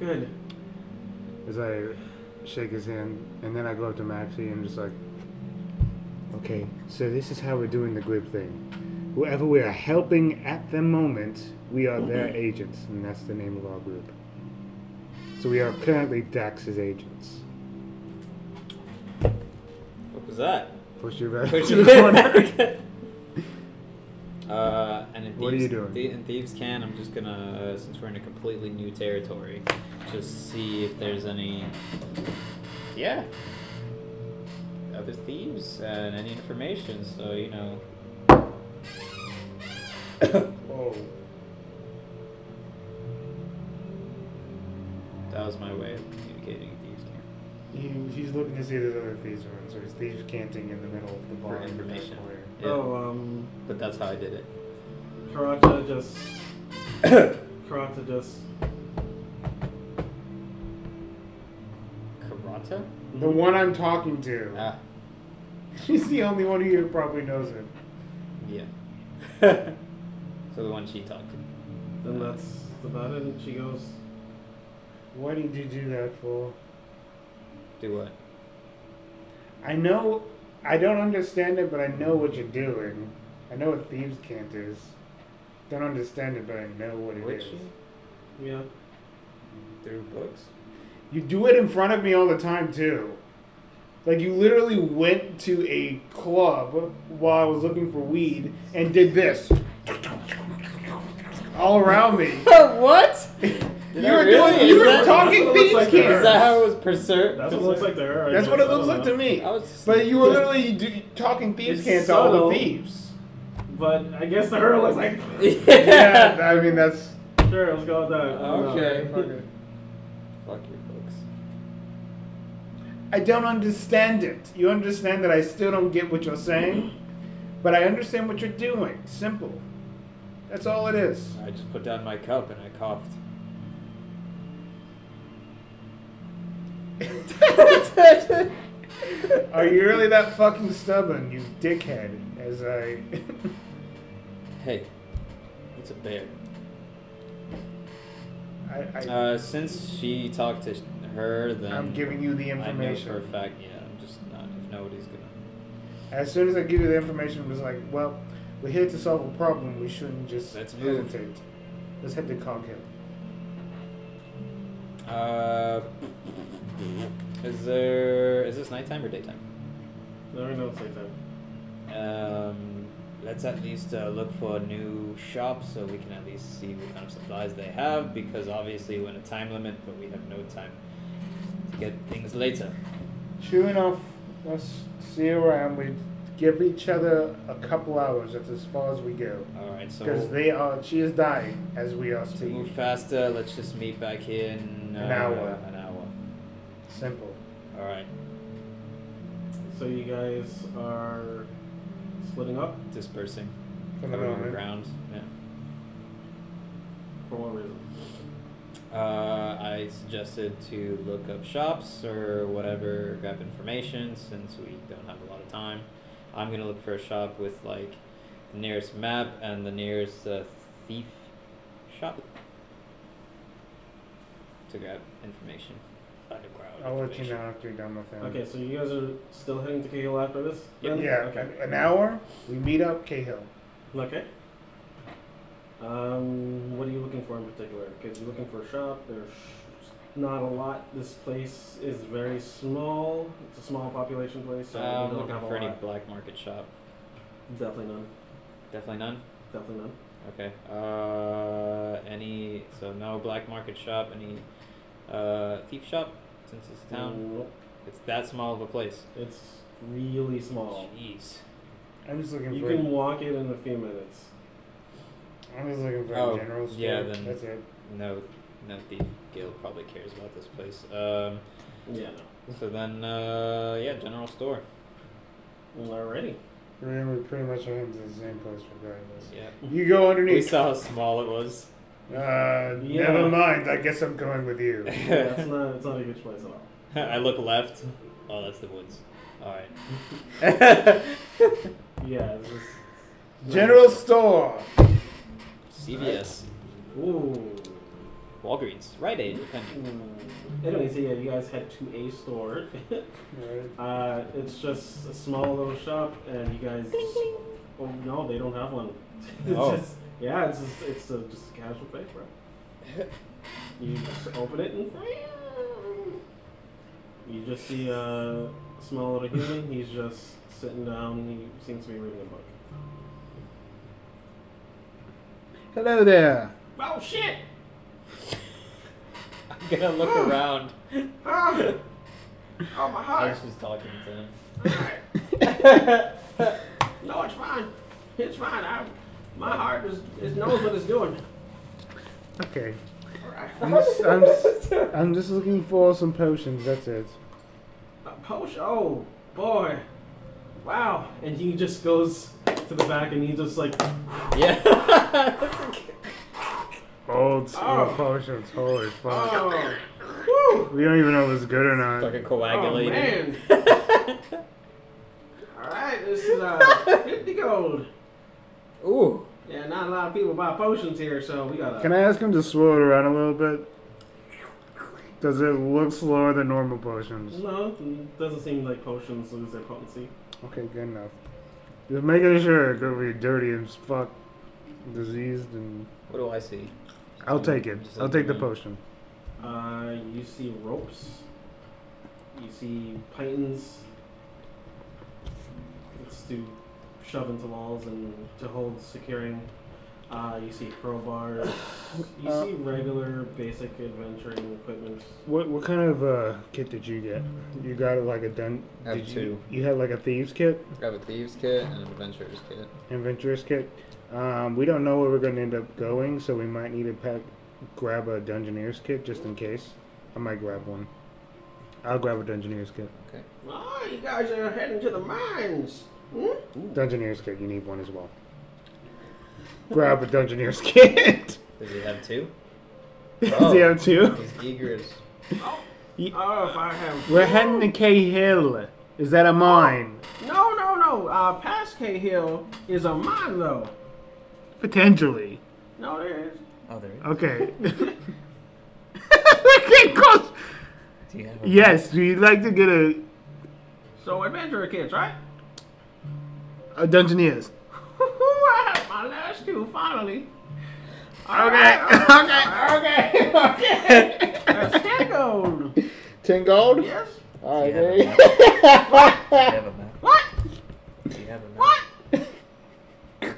S9: Good.
S3: As I shake his hand, and then I go up to Maxie and just like, okay, so this is how we're doing the grip thing. Whoever we are helping at the moment, we are their agents, and that's the name of our group. So we are currently Dax's agents.
S1: What was that?
S3: Push you back.
S1: Push
S3: to the
S1: it
S3: corner.
S1: back. Uh, and if
S3: What are
S1: thieves,
S3: you doing?
S1: thie- and thieves can. I'm just gonna, uh, since we're in a completely new territory, just see if there's any. Yeah. Other thieves and any information. So you know.
S3: Whoa.
S1: That was my way of communicating with thieves camp.
S3: He, he's looking to see if there's other thieves around, so he's thieves canting in the middle of the bar.
S1: For information. Yeah,
S9: Oh, um,
S1: But that's how I did it.
S9: Karata just. Karata just.
S1: Karata?
S3: The one I'm talking to.
S1: Ah,
S3: She's the only one of you who probably knows him.
S1: yeah. so the one she talked to.
S9: Then that's about it. And she goes,
S3: What did you do that for?
S1: Do what?
S3: I know, I don't understand it, but I know what you're doing. I know what thieves' cant is. Don't understand it, but I know what it is.
S1: Which?
S9: yeah.
S1: Through books?
S3: You do it in front of me all the time too. Like you literally went to a club while I was looking for weed and did this all around me.
S1: what?
S3: You
S1: I
S3: were,
S1: really?
S3: doing, you
S1: Is
S3: were
S1: that-
S3: talking
S9: that's what it
S3: thieves'
S9: looks like
S3: cant.
S1: Is that how it was preserved?
S9: That's what it looks like to her. I
S3: That's
S9: guess.
S3: what it
S9: I don't
S3: looks like
S9: know.
S3: to me.
S1: I was just-
S3: But you were literally do, talking thieves'
S9: It's
S3: cant to all
S9: subtle.
S3: the thieves.
S9: But I guess to her it looks like.
S3: yeah, I mean that's
S9: Sure, let's go with that.
S1: Okay.
S9: No.
S1: Fuck your books.
S3: I don't understand it. You understand that I still don't get what you're saying, but I understand what you're doing. Simple. That's all it is.
S1: I just put down my cup and I coughed.
S3: Are you really that fucking stubborn, you dickhead? As I.
S1: Hey, it's a bear.
S3: I, I
S1: Uh, since she talked to her, then
S3: I'm giving you the
S1: I know for a
S3: information.
S1: fact. Yeah, I'm just not. If nobody's gonna,
S3: As soon as I give you the information, it was like, well, we're here to solve a problem. We shouldn't just
S1: Let's move.
S3: hesitate. Let's head to Coghill.
S1: uh, is there? Is this nighttime or daytime?
S9: Never know it's like that.
S1: Um, let's at least uh, look for a new shop so we can at least see what kind of supplies they have because obviously we're in a time limit, but we have no time to get things later.
S3: True enough. Let's see around. We give each other a couple hours. That's as far as we go.
S1: All right, so
S3: Because they are, she is dying as we are
S1: to move
S3: speaking.
S1: faster, let's just meet back here in uh,
S3: An hour.
S1: An hour.
S3: Simple.
S1: All right,
S9: So you guys are splitting up
S1: dispersing.
S3: For the
S1: Covering the
S3: moment.
S1: ground. Yeah.
S9: for what reason?
S1: Uh, I suggested to look up shops or whatever, grab information since we don't have a lot of time. I'm gonna look for a shop with like the nearest map and the nearest uh, thief shop to grab information. Underground.
S3: I'll let you know after you're done with them.
S9: Okay, so you guys are still heading to Cahill after this?
S1: Yep.
S9: then?
S3: Yeah,
S9: Okay.
S3: an- an hour. We meet up Cahill.
S9: Okay. Um, what are you looking for in particular? Because you're looking for a shop. There's not a lot. This place is very small. It's a small population place, so
S1: Uh,
S9: we
S1: I'm
S9: don't
S1: looking
S9: have a
S1: for any
S9: lot.
S1: black market shop.
S9: Definitely none.
S1: Definitely none.
S9: Definitely none.
S1: Okay. Uh, any? So no black market shop. Any uh, thief shop? Since it's a town,
S9: Nope.
S1: it's that small of a place.
S9: It's really
S1: Oh.
S9: small.
S1: Jeez.
S3: I'm just looking
S9: You
S3: for.
S9: can walk it in a few minutes.
S3: I'm just looking for
S1: Oh,
S3: a general store.
S1: yeah, then-
S3: That's it.
S1: No, no thief guild probably cares about this place. Um,
S9: Yeah,
S1: so then, uh, yeah, general store.
S9: no. Already.
S3: Remember, we pretty much went to the same place regardless.
S1: Yeah.
S3: You go
S1: We
S3: underneath.
S1: saw how small it was.
S3: Uh,
S9: Yeah.
S3: never mind. I guess I'm going with you.
S9: That's not, it's not a good choice at all.
S1: I look left. Oh, that's the woods. All right.
S9: Yeah, it's just.
S3: General store.
S1: CVS,
S9: Ooh.
S1: Walgreens, Rite Aid, depending.
S9: Mm. Anyway, so yeah, you guys head to a store.
S3: Right.
S9: uh, it's just a small little shop, and you guys. Just, oh no, they don't have one. It's
S1: Oh.
S9: just, yeah, it's just it's a, just a casual place, bro. you just open it and you just see a small little human. He's just sitting down. He seems to be reading a book.
S2: Hello there.
S9: Oh shit!
S1: I'm gonna look around.
S9: Ah! Oh my heart!
S1: Ash is talking to him.
S9: No, it's fine. It's fine. I, my heart is, it knows what it's doing.
S3: Okay. I'm just, I'm, s- I'm just looking for some potions. That's it.
S9: A potion. Oh boy! Wow! And he just goes to the back and he just like,
S1: Yeah.
S3: Old school
S9: Oh.
S3: potions. Holy fuck.
S9: oh, whew.
S3: We don't even know if it's good or not.
S1: Fucking
S9: oh
S1: coagulated.
S9: man! All right, this is uh, fifty gold.
S1: Ooh.
S9: Yeah, not a lot of people buy potions here, so we gotta.
S3: Can I ask him to swirl it around a little bit? Does it look slower than normal potions?
S9: No, it doesn't seem like potions lose their potency.
S3: Okay, good enough. Just making sure because we're dirty and s- fuck, diseased, and
S1: What do I see?
S3: I'll take it. I'll take the potion.
S9: Uh, you see ropes. You see pythons. It's to shove into walls and to hold securing. Uh, you see crowbars. You
S3: Uh,
S9: see regular basic adventuring equipment.
S3: What what kind of uh, kit did you get? You got like a dun.
S1: I have
S3: Did you,
S1: two.
S3: you had like a thieves kit,
S1: Grab a thieves kit and an adventurer's kit.
S3: adventurers kit. Um, we don't know where we're gonna end up going, so we might need to pack, grab a dungeoneer's kit just in case. I might grab one. I'll grab a dungeoneer's kit.
S9: Oh, you guys are heading to the mines. Hmm?
S3: Dungeoneer's kit, you need one as well. Grab a Dungeoneer's kit.
S1: Does he have two?
S3: Does he have two?
S1: He's eager as
S9: Oh, if I have.
S3: We're heading to K Hill. Is that a mine?
S9: No, no, no. Uh, past K Hill is a mine, though.
S3: Potentially.
S9: No, there is.
S1: Oh, there he
S3: Okay. Okay, cross-
S1: is. Do you have a-
S3: yes, we'd like to get a,
S9: So adventurer kids, right?
S3: a Dungeoneer's.
S9: I have my last two finally. All
S3: Okay,
S9: right, uh, all right.
S3: okay, okay, okay.
S9: That's ten gold.
S3: Ten gold?
S9: Yes.
S1: Do
S3: Alright,
S1: you have
S3: there
S1: a
S3: you
S1: map? Do you have a map?
S9: What?
S1: Do you have a map?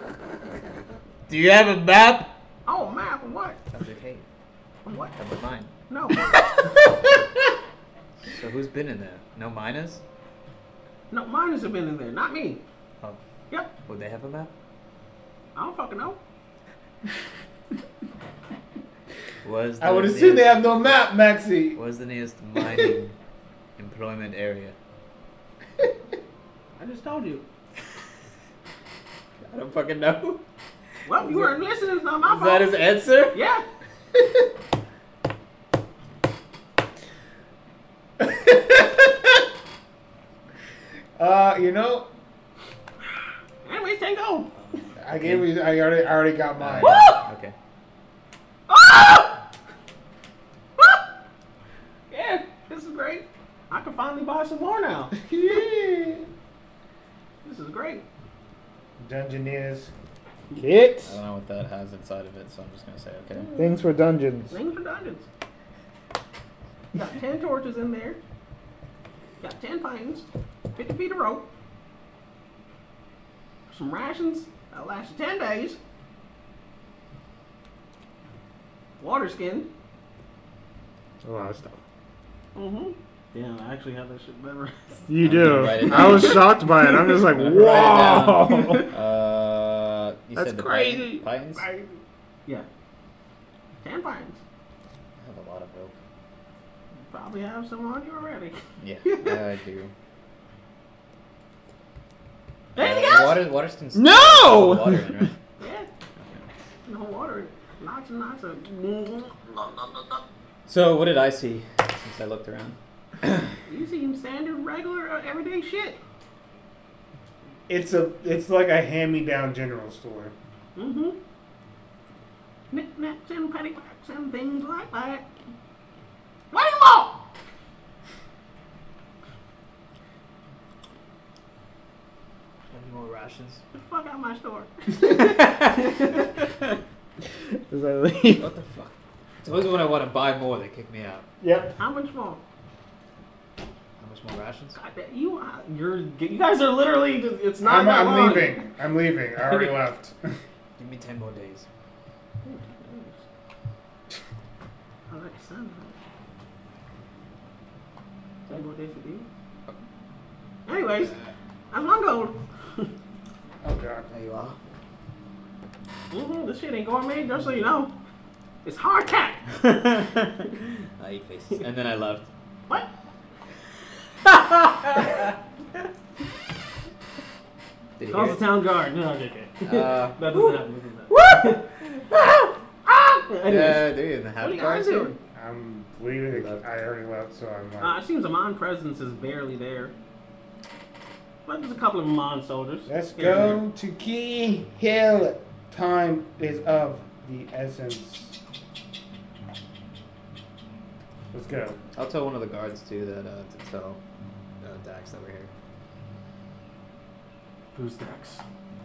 S15: Do you have a map?
S9: Oh, map. What?
S1: Sounds okay.
S9: What?
S1: That was mine.
S9: No.
S1: So who's been in there? No miners?
S9: no, miners have been in there, not me.
S1: Oh.
S9: Yep.
S1: Would they have a map?
S9: I don't fucking know.
S1: Was
S2: I would
S1: there
S2: assume they
S1: nearest-
S2: have no map, Maxi.
S1: Was the nearest mining employment area?
S9: I just told you.
S1: I don't fucking know.
S9: Well, you weren't listening. It's not my
S1: Is that
S9: fault.
S1: his answer?
S9: yeah.
S2: Uh, you know,
S9: Anyways, ten gold.
S2: I gave you. I already, I already got mine.
S1: Okay.
S9: Ah! Ah! yeah, this is great. I can finally buy some more now. This is great.
S3: Dungeoneers. Kit.
S1: I don't know what that has inside of it, so I'm just gonna say okay.
S3: Things for dungeons.
S9: Rings for Dungeons. Got 10 torches in there. Got 10 pines. 50 feet of rope. Some rations. That'll last you 10 days. Water skin.
S3: A lot of stuff.
S9: Mm-hmm. Yeah, I actually have that shit memorized.
S3: You
S11: I'm gonna
S3: do.
S11: write it
S3: I was
S11: down.
S3: shocked by it. I'm just like,
S11: I'm gonna write
S3: whoa.
S11: Uh, you
S3: That's
S11: said the
S3: crazy.
S11: Python- Pythons? I
S9: Yeah. Ten pines.
S11: have a lot of rope.
S9: Probably have some on you already.
S11: Yeah, I do.
S9: Anything
S11: Uh,
S9: else?
S11: Water, Waterston's
S3: No!
S11: water in, right?
S9: Yeah. No water. Lots and lots of.
S11: So what did I see since I looked around?
S9: You seem standard, regular, uh, everyday shit.
S3: It's a it's like a hand me down general store.
S9: Mm-hmm. Knickknacks and paddywhacks and things like that. What do you want?
S1: Any more rations?
S9: Get the fuck out of my store.
S3: As I leave.
S11: What the fuck? It's always when I want to buy more, they kick me out.
S3: Yep.
S9: How much more?
S1: How much more rations?
S9: God, that- you, uh, you're, you guys are literally. just- It's not.
S3: I'm, I'm
S9: that long.
S3: leaving. I'm leaving. I already left.
S1: Give me ten more days.
S9: Oh, that sun. Is that what they should do? Anyways, I'm long gone.
S3: Oh god.
S1: There you are.
S9: Mm-hmm, this shit ain't gourmet, just so you know. It's hardtack.
S11: I eat faces, and then I left.
S9: What?
S1: Did you
S9: Calls
S1: hear
S9: the town guard. No, I'm joking.
S1: it? Uh,
S9: That doesn't happen. This is not.
S1: yeah,
S9: Anyways,
S1: they're in the
S9: Ah! what are
S1: half
S9: you guys
S1: guard.
S9: doing?
S3: I'm leaving. I already left, so I'm like.
S5: Ah,
S9: Uh, it seems Amon presence is barely there. But there's a couple of Amon soldiers.
S3: Let's
S9: here and there.
S3: go to Key Hill. Time is of the essence. Let's go.
S1: I'll tell one of the guards too that uh, to tell uh, Dax that we're here.
S9: Who's Dex?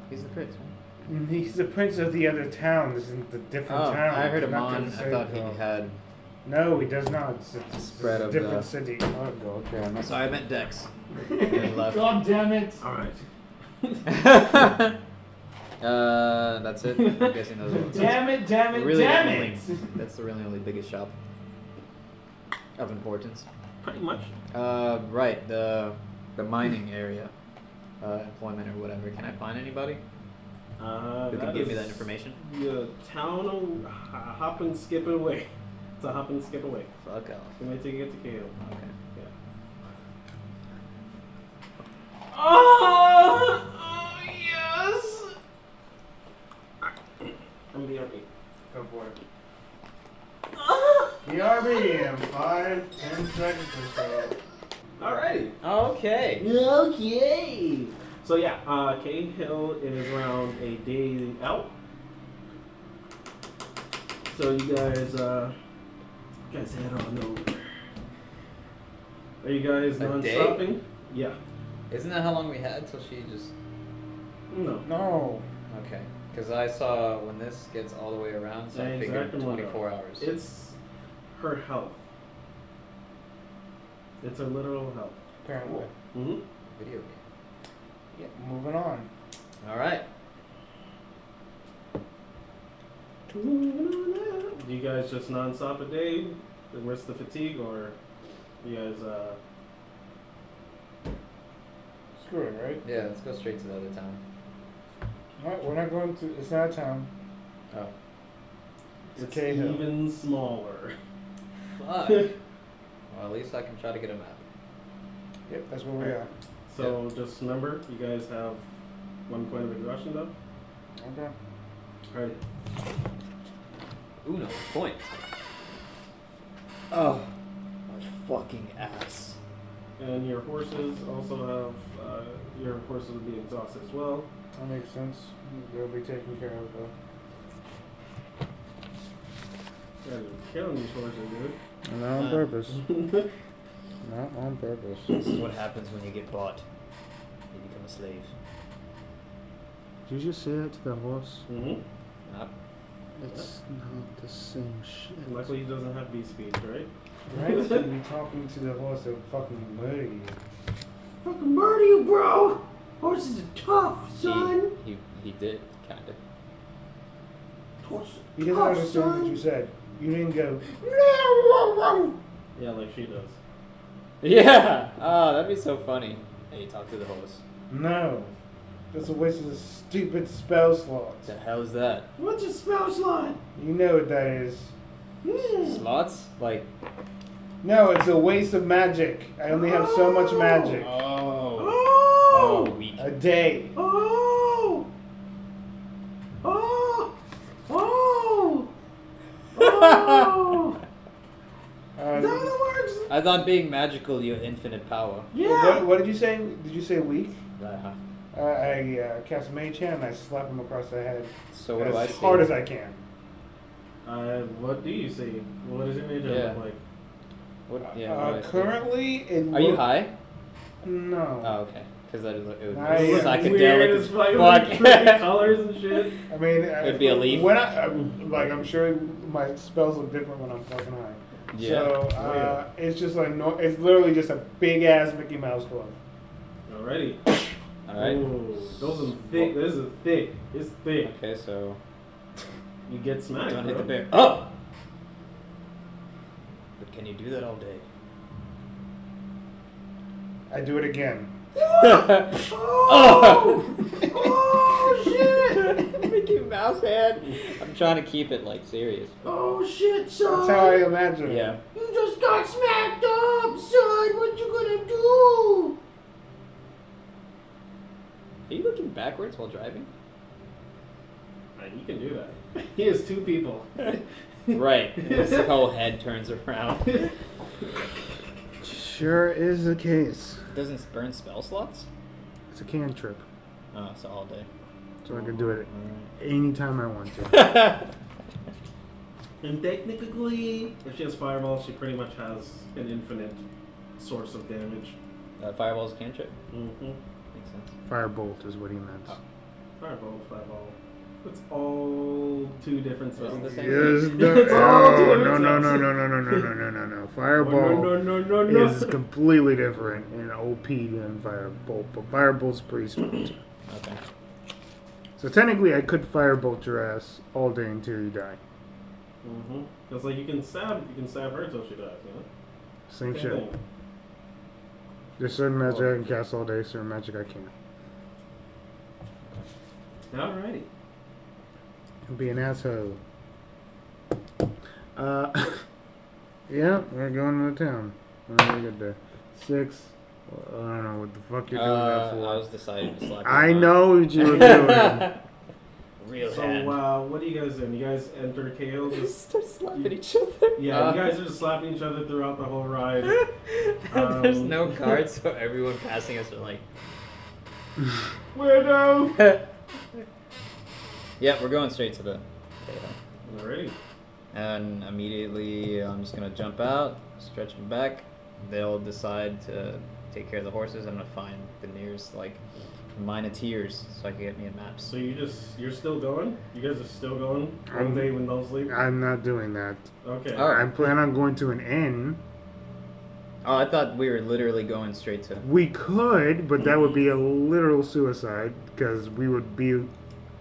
S1: He's the prince. Right?
S3: He's the prince of the other town. This is the different
S1: Oh,
S3: town.
S1: I heard
S3: We're
S1: him
S3: not
S1: on.
S3: gonna
S1: I
S3: say
S1: thought he
S3: no.
S1: had.
S3: No, he does not. It's, it's, it's
S1: Spread
S3: a
S1: of
S3: different
S1: the-
S3: city. Oh, God.
S1: Okay, I'm sorry. I meant Dex. and left.
S3: God damn it.
S9: Alright.
S1: uh, that's it. I'm guessing those are the ones.
S3: it, damn
S1: That's really the only- That's the really only biggest shop of importance.
S9: Pretty much.
S1: Uh, right, the the mining area, uh, employment or whatever. Can I find anybody
S9: Uh,
S1: who can give me that
S9: is-
S1: information?
S9: The town of uh, hop and skip away. It's a hop and skip away.
S1: Fuck off.
S9: Give me a ticket to KO.
S1: Okay.
S9: Oh, yes! I'm BRB.
S3: Go for it. BRB in five, ten seconds or so.
S9: Alrighty.
S11: Okay.
S9: Okay. So yeah, uh, K Hill is around a day out. So you guys, uh, you guys head on over. Are you guys
S1: A day?
S9: non-stopping? Yeah.
S1: Isn't that how long we had till she just?
S9: No.
S3: No.
S1: Okay. Because I saw when this gets all the way around, so I
S9: Yeah,
S1: figured
S9: exactly what I-
S1: 24 hours.
S9: It's her health. It's her literal health.
S3: Apparently.
S9: Mm-hmm.
S1: Video game.
S3: Yeah, moving on.
S1: All right.
S9: Do you guys just non-stop a day to risk the fatigue, or you guys? Uh,
S3: Screw it, right?
S1: Yeah, let's go straight to the other town.
S3: What? We're not going to. It's not a town.
S1: Oh.
S3: It's,
S9: it's
S3: Cahill.
S9: even smaller.
S1: Fuck. well, at least I can try to get a map.
S3: Yep, that's where we are.
S9: So just remember, you guys have one point of exhaustion, though.
S3: Okay.
S9: All right.
S1: Uno point. Oh, my fucking ass.
S9: And your horses also have uh, your horses will be exhausted as well.
S3: That makes sense. They'll be taken care of though.
S9: You guys are killing these horses,
S3: Not on purpose.
S9: dude.
S3: Not on purpose.
S1: This is what happens when you get bought. You become a slave.
S3: Did you just say that to the horse?
S9: hmm
S3: It's not the same shit.
S9: Luckily, he doesn't have beast speed, right?
S3: Right? you talking to the horse that fucking murder you.
S9: Fucking murder you, bro! Horses are tough,
S11: He, he, he did, kind of.
S9: Horses.
S3: He doesn't
S9: Oh,
S3: understand what
S9: son.
S3: you said.
S5: You didn't go.
S9: Yeah, like she does.
S1: Yeah. Oh, that'd be so funny. Hey, talk to the horse.
S5: No, that's a waste of the stupid spell slots.
S1: The hell is that?
S9: What's a spell slot?
S5: You know what that is.
S1: Slots? Like.
S5: No, it's a waste of magic. I only have so much magic
S16: Oh.
S9: Oh!
S1: Oh, weak.
S5: a day. Um,
S9: Oh! Oh! Oh! Oh! Is that
S5: Uh,
S9: how it works?
S1: I thought being magical, you have infinite power.
S5: what,
S9: Yeah!
S5: what did you say? Did you say weak?
S1: Uh-huh.
S5: Uh, I uh, cast a mage hand and I slap him across the head
S1: So what
S5: as
S1: do I
S5: hard
S1: see?
S5: as I can.
S9: Uh, what do you see? What does your major
S1: Yeah.
S9: look like?
S1: What, yeah, what do I
S5: uh,
S1: see?
S5: currently, it
S1: Are you
S5: look-
S1: high?
S5: No.
S1: Oh, okay. Because that would it would be
S5: I am
S1: psychedelic as fuck.
S9: colors and shit.
S5: I mean, uh,
S1: It'd be a leaf.
S5: When I, I'm, like, I'm sure my spells look different when I'm fucking high.
S1: yeah.
S3: Oh,
S5: So uh, it's just like no, it's literally just a big ass Mickey Mouse glove.
S9: Alrighty.
S1: All right.
S9: Ooh, those are thick. This is thick. It's thick.
S1: Okay, so
S9: You get smacked.
S1: don't hit the
S9: bro.
S1: bear. Oh. But can you do that all day?
S5: I do it again.
S1: oh! oh shit! Mickey Mouse hand. I'm trying to keep it like serious.
S9: Oh shit,
S5: That's
S9: son!
S5: how I imagine it.
S1: Yeah.
S9: You just got smacked up, son. What you gonna do?
S1: Are you looking backwards while driving?
S9: he can do that. He has two people.
S1: Right. His whole head turns around.
S3: Sure is the case.
S1: Doesn't burn spell slots?
S3: It's a cantrip,
S1: Oh, so all day.
S3: so I can do it
S1: Alright.
S3: anytime I want to.
S9: And technically, if she has fireball, she pretty much has an infinite source of damage.
S1: uh, fireballs can't trip.
S9: Mm-hmm.
S1: Makes sense.
S3: Firebolt is what he meant.
S9: Fireball, fireball. It's all two different
S1: Isn't
S9: spells.
S1: the same-
S3: Yes, no,
S9: It's all
S3: oh,
S9: different
S3: no, no, no,
S9: types.
S3: no, no, no, no, no, no, no, no.
S9: Oh,
S3: Fireball
S9: no, no, no, no.
S3: is completely different in OP than Firebolt, but Firebolt's pretty strong. too.
S1: Okay.
S3: So technically, I could Firebolt your ass all day until you die.
S9: Mm-hmm. It's like you can stab, you can stab her until she dies. You
S3: Same
S9: know.
S3: shit. There's certain magic I can cast all day, certain magic I can't.
S9: Alrighty.
S3: Don't be an asshole. Uh, yeah, we're going to town. When are we get there? Six. I don't know what the fuck you're doing that
S1: Uh,
S3: for.
S1: I was deciding to slap.
S3: I
S1: you on.
S3: know what you were doing.
S1: Real
S9: So,
S1: hand.
S9: uh, what are you guys doing? You guys enter Kale? Just,
S1: Start slapping each other.
S9: yeah,
S1: Uh,
S9: you guys are just slapping each other throughout the whole ride.
S1: There's
S9: Um,
S1: no cards, so everyone passing us are like,
S9: Weirdo!
S1: yeah, we're going straight to the.
S9: Alrighty.
S1: And immediately, I'm just gonna jump out, stretch my back. They'll decide to take care of the horses. I'm gonna find the nearest like mineteers so I can get me a map.
S9: So you just you're still going? You guys are still going one
S3: Um,
S9: day when they'll sleep?
S3: I'm not doing that.
S9: Okay.
S1: All right.
S3: I plan on going to an inn.
S1: Oh, I thought we were literally going straight to.
S3: We could, but that would be a literal suicide because we would be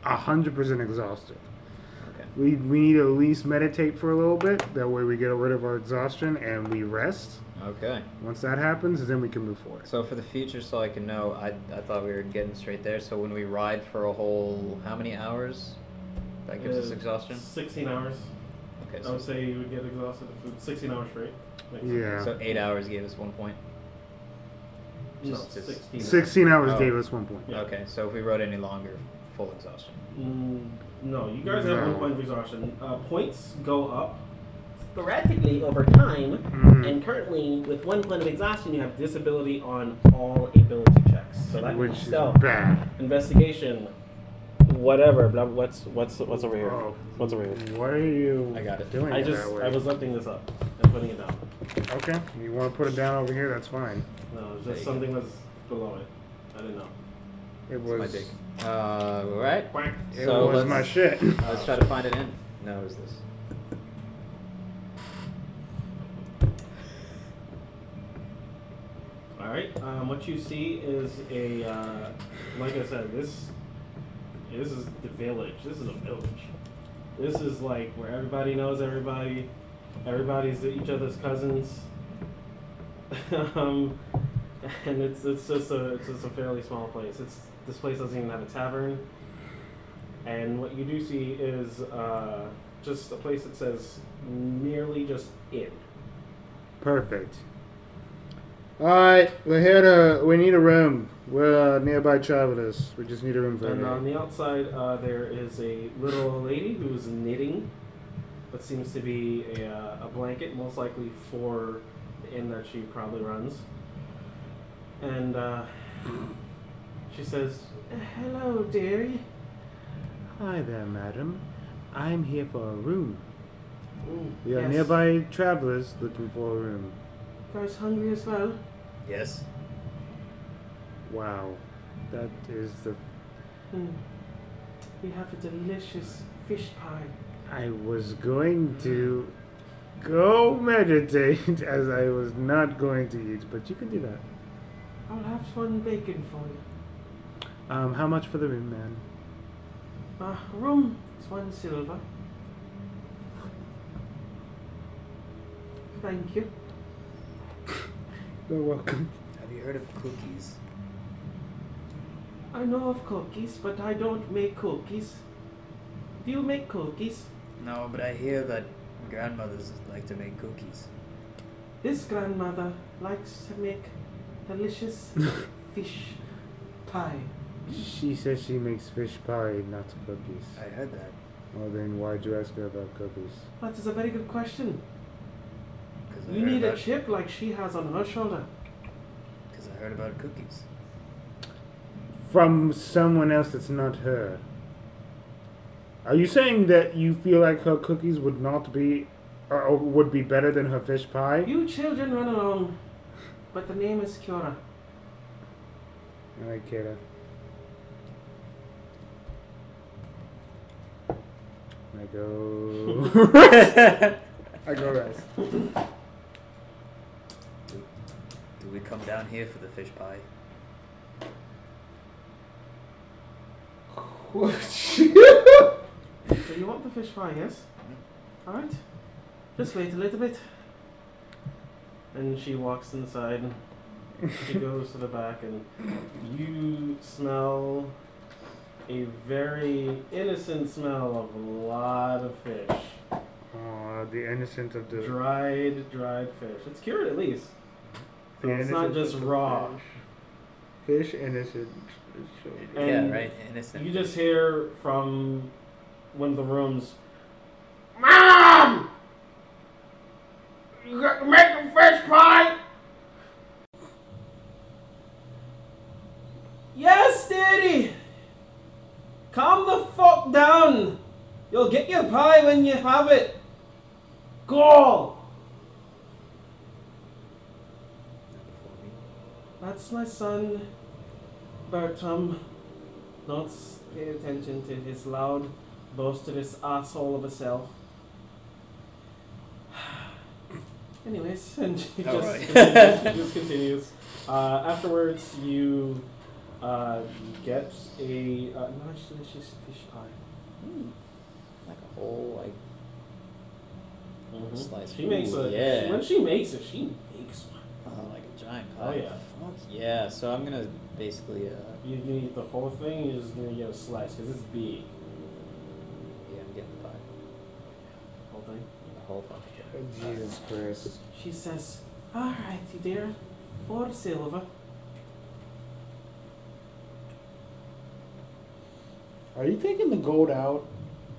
S3: hundred percent exhausted.
S1: Okay.
S3: We we need to at least meditate for a little bit. That way, we get rid of our exhaustion and we rest.
S1: Okay.
S3: Once that happens, then we can move forward.
S1: So for the future, so I can know, I, I thought we were getting straight there. So when we ride for a whole how many hours? That gives us
S9: Uh,
S1: exhaustion.
S9: Sixteen hours.
S1: Okay,
S9: I
S1: so,
S9: would say you would get exhausted if it sixteen hours straight. Makes sense.
S5: um,
S3: Yeah.
S1: so eight hours gave us one point.
S9: No,
S1: Just- just-
S9: sixteen.
S3: 16 hours
S1: Oh.
S3: gave us one point.
S9: Yeah.
S1: Okay, so if we rode any longer, full exhaustion.
S9: Mm, no, you guys have one
S3: No.
S9: point of exhaustion. Uh, points go up.
S17: Sporadically over time,
S3: Mhm.
S17: and currently with one point of exhaustion, you have
S9: Disability on all ability checks. So that
S3: Which is
S9: stealth,
S3: bad.
S9: investigation, whatever. Blah, what's what's what's over here?
S3: Oh.
S9: What's over here?
S3: What are you
S1: I got it.
S3: doing
S9: I just
S3: that way?
S9: I was lifting this up and putting it down.
S3: Okay. You want to put it down over here? That's fine.
S9: No,
S1: There you
S9: just something was below it. I didn't know.
S3: It
S1: It's
S3: was
S1: my dick. Uh, all right.
S3: It
S1: So
S3: was
S1: let's-
S3: my shit.
S1: Let's try to find it in. No, is this?
S9: All right. Um, what you see is a, uh, like I said, this, this is the village. This is a village. This is like where everybody knows everybody. Everybody's each other's cousins. um, and it's it's just a it's just a fairly small place. It's this place doesn't even have a tavern. And what you do see is uh, just a place that says merely just inn.
S18: Perfect. All right, we're here to. We need a room. We're uh, nearby travelers. We just need a room for
S9: And on
S18: everyone.
S9: the outside, uh, there is a little old lady who is knitting what seems to be a, uh, a blanket, most likely for the inn that she probably runs. And uh, she says, Hello, dearie.
S3: Hi there, madam. I'm here for a room.
S9: "Mm,
S3: We are
S9: yes,
S3: nearby travelers looking for a room.
S9: Guys, hungry as well?
S5: Yes.
S3: Wow, that is the.
S9: Mm. We have a delicious fish pie.
S3: I was going to go meditate as I was not going to eat, but you can do that.
S9: I'll have some bacon for you.
S3: Um, how much for the room, man?
S9: Uh, room is one silver. Thank you.
S3: You're welcome.
S5: Have you heard of cookies?
S9: I know of cookies, but I don't make cookies. Do you make cookies?
S5: No, but I hear that grandmothers like to make cookies.
S9: This grandmother likes to make delicious fish pie.
S3: She says she makes fish pie, not cookies.
S5: I heard that
S3: Well, then why'd you ask her about cookies?
S9: That is a very good question.
S5: because I
S9: You
S5: heard
S9: need a
S5: about
S9: chip like she has on her shoulder.
S5: because I heard about cookies.
S3: From someone else that's not her. Are you saying that you feel like her cookies would not be, or or would be better than her fish pie?
S9: You children run along, but the name is Kiora.
S3: Alright, Kira. I go. I go rest.
S5: Do we come down here for the fish pie?
S9: So you want the fish fry, yes? Alright. Just wait a little bit. And she walks inside. She goes to the back, and you smell a very innocent smell of a lot of fish.
S3: Aw, the innocent of the.
S9: Dried, dried fish. It's cured at least. So
S3: the
S9: it's not
S3: innocent
S9: just
S3: of the
S9: raw.
S3: Fish, fish innocent. is so-
S9: And
S5: yeah, right. Innocent.
S9: You just hear from one of the rooms
S19: Mom! You got to make a fish pie?
S9: Yes, Daddy! Calm the fuck down! You'll get your pie when you have it! Go! That's my son, Bertram. Not pay attention to his loud, boisterous asshole of a self. Anyways, and she
S5: All
S9: just,
S5: right.
S9: continues, she just continues. Uh, afterwards, you uh, get a uh, nice, delicious fish pie.
S1: Like a whole like slice.
S9: She Mm-hmm. makes
S1: Mm-hmm. Ooh,
S9: a
S1: yeah.
S9: when she makes it, she makes one.
S1: Oh, like a giant
S9: Oh,
S1: pie.
S9: yeah.
S1: Fuck yeah. So I'm gonna basically uh
S9: You can eat the whole thing. You're just gonna get a slice because it's big.
S1: yeah, I'm getting the pie.
S9: Whole thing.
S1: The whole fucking thing.
S3: Oh, Jesus Christ.
S9: She says, "All right, you dear, four silver."
S3: Are you taking the gold out,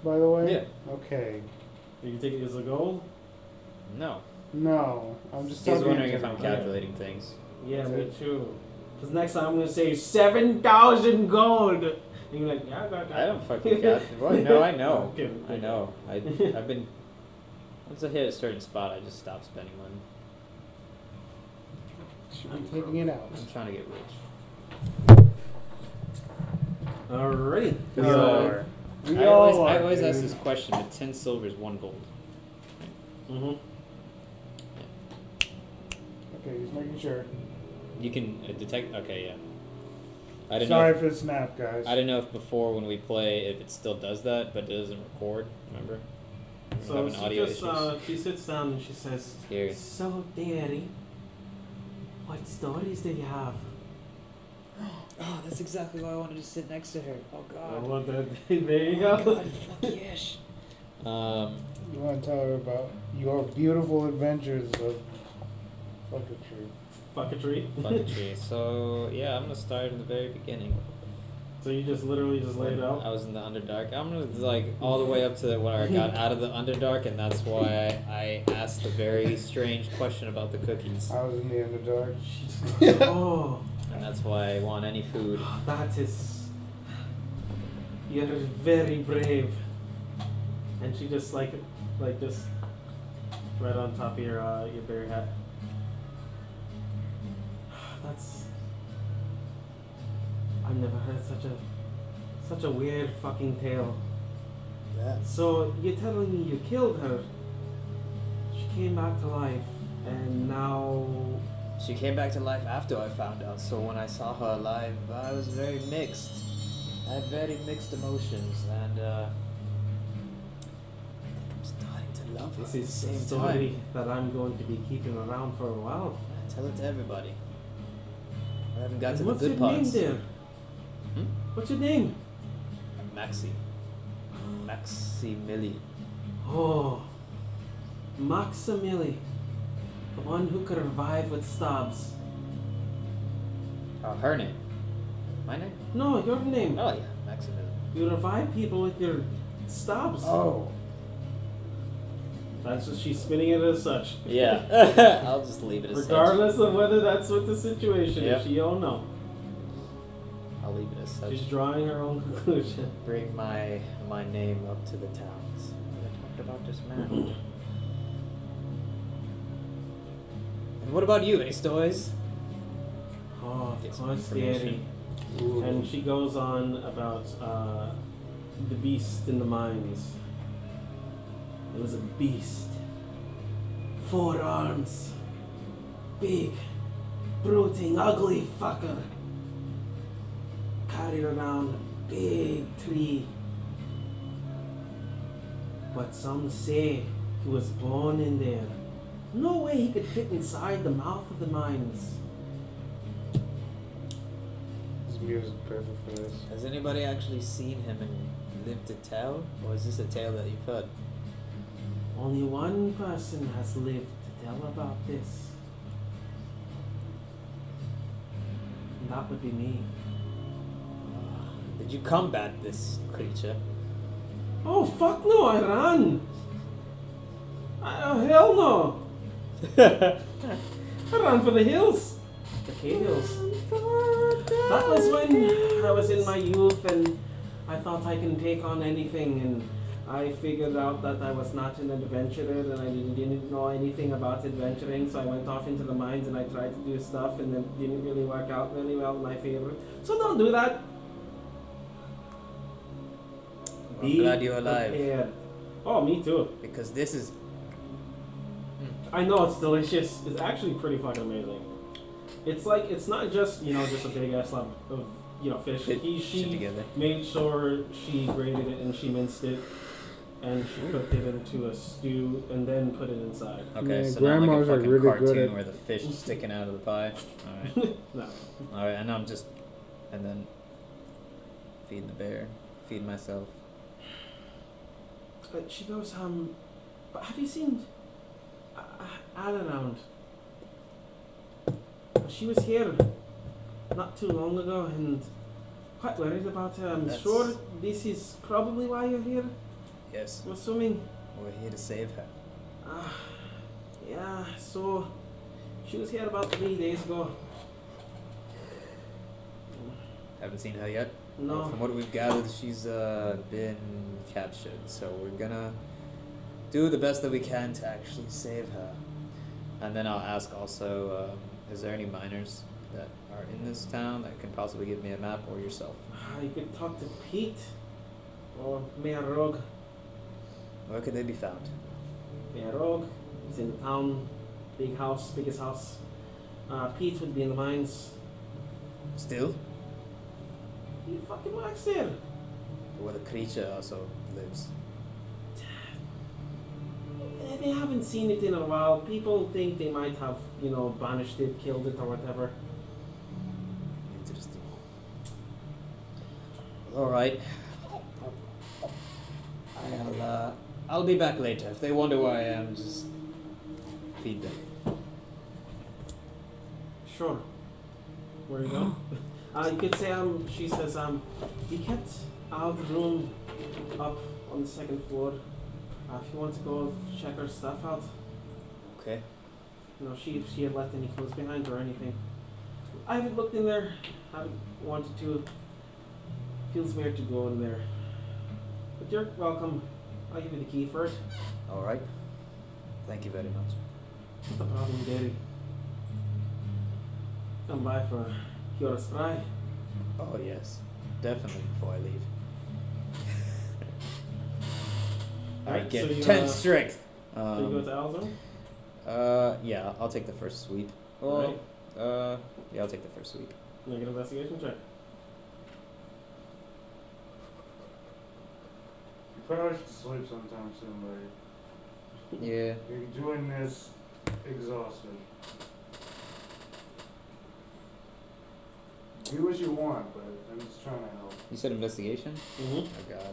S3: by the way?
S1: Yeah.
S3: Okay.
S9: You take it as a gold?
S1: No.
S3: No, I'm just.
S1: He's
S3: talking
S1: wondering
S3: in
S1: if I'm
S3: general.
S1: calculating things.
S9: Yeah,
S3: That's
S9: me
S3: it.
S9: too. Cause next time I'm gonna say seven thousand gold. And you're like, yeah, I got that.
S1: I don't fucking calculate. Well, no, I know.
S9: Okay,
S1: I
S9: okay.
S1: know. I I've been once I hit a certain spot, I just stop spending money.
S3: I'm taking it out.
S1: I'm trying to get rich.
S9: Alrighty. Uh,
S3: We
S1: So-
S3: are. We
S1: I
S3: all
S1: always,
S3: are,
S1: I always ask
S3: dude.
S1: this question, but ten silver is one gold.
S9: Mm-hmm.
S3: Okay, just making sure.
S1: You can uh, detect. Okay, yeah. I didn't
S3: Sorry
S1: know.
S3: for the snap, guys.
S1: If, I didn't know if before when we play if it still does that, but it doesn't record. Remember? We're
S5: So
S1: having
S5: she
S1: audio
S5: just
S1: issues.
S5: uh, she sits down and she says,
S1: Scary.
S5: "So, dearie, what stories do you have?"
S1: Oh, that's exactly why I wanted to sit next to her. Oh God.
S5: Well, then, there you go.
S1: fuck yes. Um,
S3: You want to tell her about your beautiful adventures of fucketry.
S5: Fucketry.
S1: bucketry. so yeah, I'm gonna start in the very beginning.
S5: So you just literally just laid it out.
S1: I was in the underdark. I'm gonna like all the way up to when I got out of the underdark, and that's why I, I asked the very strange question about the cookies,
S3: I was in the underdark.
S5: oh,
S1: and that's why I want any food.
S5: that is. You're very brave. And she just like, like just, right on top of your uh, your bear hat. That's. I've never heard such a, such a weird fucking tale. So you're telling me you killed her? She came back to life, and now
S1: She came back to life after I found out, so when I saw her alive, I was very mixed. I had very mixed emotions, and uh, I think I'm starting to love her
S5: This
S1: at the
S5: is a
S1: same
S5: story
S1: time.
S5: that I'm going to be keeping around for a while.
S1: I tell it to everybody. I haven't got
S5: And
S1: to the
S5: What's
S1: good
S5: your
S1: parts.
S5: name there?
S1: Hmm?
S5: What's your name?
S1: Maxi. Maximili.
S5: Oh, Maximili, the one who could revive with stabs.
S1: Uh, her name. My name?
S5: No, your name.
S1: Oh, yeah, Maximili.
S5: You revive people with your stabs.
S3: Oh,
S5: That's what she's spinning it as such.
S1: Yeah. I'll just leave it as such.
S5: Regardless of whether that's what the situation
S1: Yep.
S5: is, she don't know.
S1: I'll leave it as such.
S5: She's drawing her own conclusion.
S1: bring my my name up to the towns. I talked about this man.
S5: Mm-hmm.
S1: and what about you? Any stories?
S5: Oh, of
S1: Get some
S5: course, Gary.
S1: information.
S5: And she goes on about uh, the beast in the mines. It was a beast. Four arms. Big, brooding, ugly fucker. Carried around a big tree. But some say he was born in there. No way he could fit inside the mouth of the mines.
S3: this music perfect for this.
S1: Has anybody actually seen him and lived to tell, or is this a tale that you've heard?
S5: Only one person has lived to tell about this. And that would be me.
S1: Did you combat this creature?
S5: Oh, fuck no, I ran! I, oh, hell no! I ran for the hills! The K Hills. That was when I was in my youth and I thought I can take on anything and I figured out that I was not an adventurer and I didn't, didn't know anything about adventuring so I went off into the mines and I tried to do stuff and it didn't really work out really well in my favor. So don't do that!
S1: I'm glad you're alive.
S5: prepared. Oh, me too.
S1: Because this is
S5: I know it's delicious. It's actually pretty fucking amazing. It's like it's not just you know just a big ass lump of you know fish.
S1: Fit
S5: he
S1: shit
S5: she
S1: together.
S5: made sure she grated it and she minced it, and she cooked it into a stew and then put it inside.
S1: Okay,
S3: Yeah,
S1: so not like a
S3: grandmas are
S1: fucking
S3: really good
S1: cartoon
S3: at-
S1: where the fish is sticking out of the pie. Alright.
S5: no,
S1: All right, and I'm just, and then feed the bear, feed myself.
S5: but she goes um. But have you seen uh, Around? She was here not too long ago and quite worried about her. I'm
S1: That's-
S5: sure this is probably why you're here.
S1: Yes,
S5: I'm assuming.
S1: we're here to save her.
S5: Uh, yeah, so she was here about three days ago.
S1: Haven't seen her yet. From
S5: No,
S1: what we've gathered, she's uh, been captured, so we're gonna do the best that we can to actually save her. And then I'll ask also, um, is there any miners that are in this town that can possibly give me a map or yourself?
S5: I could talk to Pete or Mayor Rogue.
S1: Where could they be found?
S5: Mayor Rogue is in the town, big house, biggest house. Uh, Pete would be in the mines.
S1: Still?
S5: He fucking likes him.
S1: Where the creature also lives.
S5: Eh, They haven't seen it in a while. People think they might have, you know, banished it, killed it, or whatever.
S1: Interesting. All right. I'll uh, I'll be back later. If they wonder where I am, just feed them.
S5: Sure. Where you go? uh, you could say um. She says um. We kept our room up on the second floor. Uh, if you want to go check her stuff out,
S1: Okay.
S5: you know, she if she had left any clothes behind or anything. I haven't looked in there. haven't wanted to. Feels weird to go in there. But you're welcome. I'll give you the key first.
S1: All right. Thank you very much.
S5: What's the problem, Daddy? Come by for a cure spray.
S1: Oh yes, definitely before I leave. I
S5: Alright,
S1: get
S5: so you,
S1: ten
S5: uh,
S1: strength.
S5: Do you go
S1: Um,
S5: to Al's room?
S1: uh, yeah, I'll take the first sweep. Well,
S5: Alright.
S1: uh, yeah, I'll take the first sweep.
S5: Make an investigation check.
S20: You probably should sleep sometime soon, buddy.
S1: Yeah.
S20: You're doing this exhausted. Do what you want, but I'm just trying to help.
S1: You said investigation?
S5: Mm-hmm.
S1: Oh god.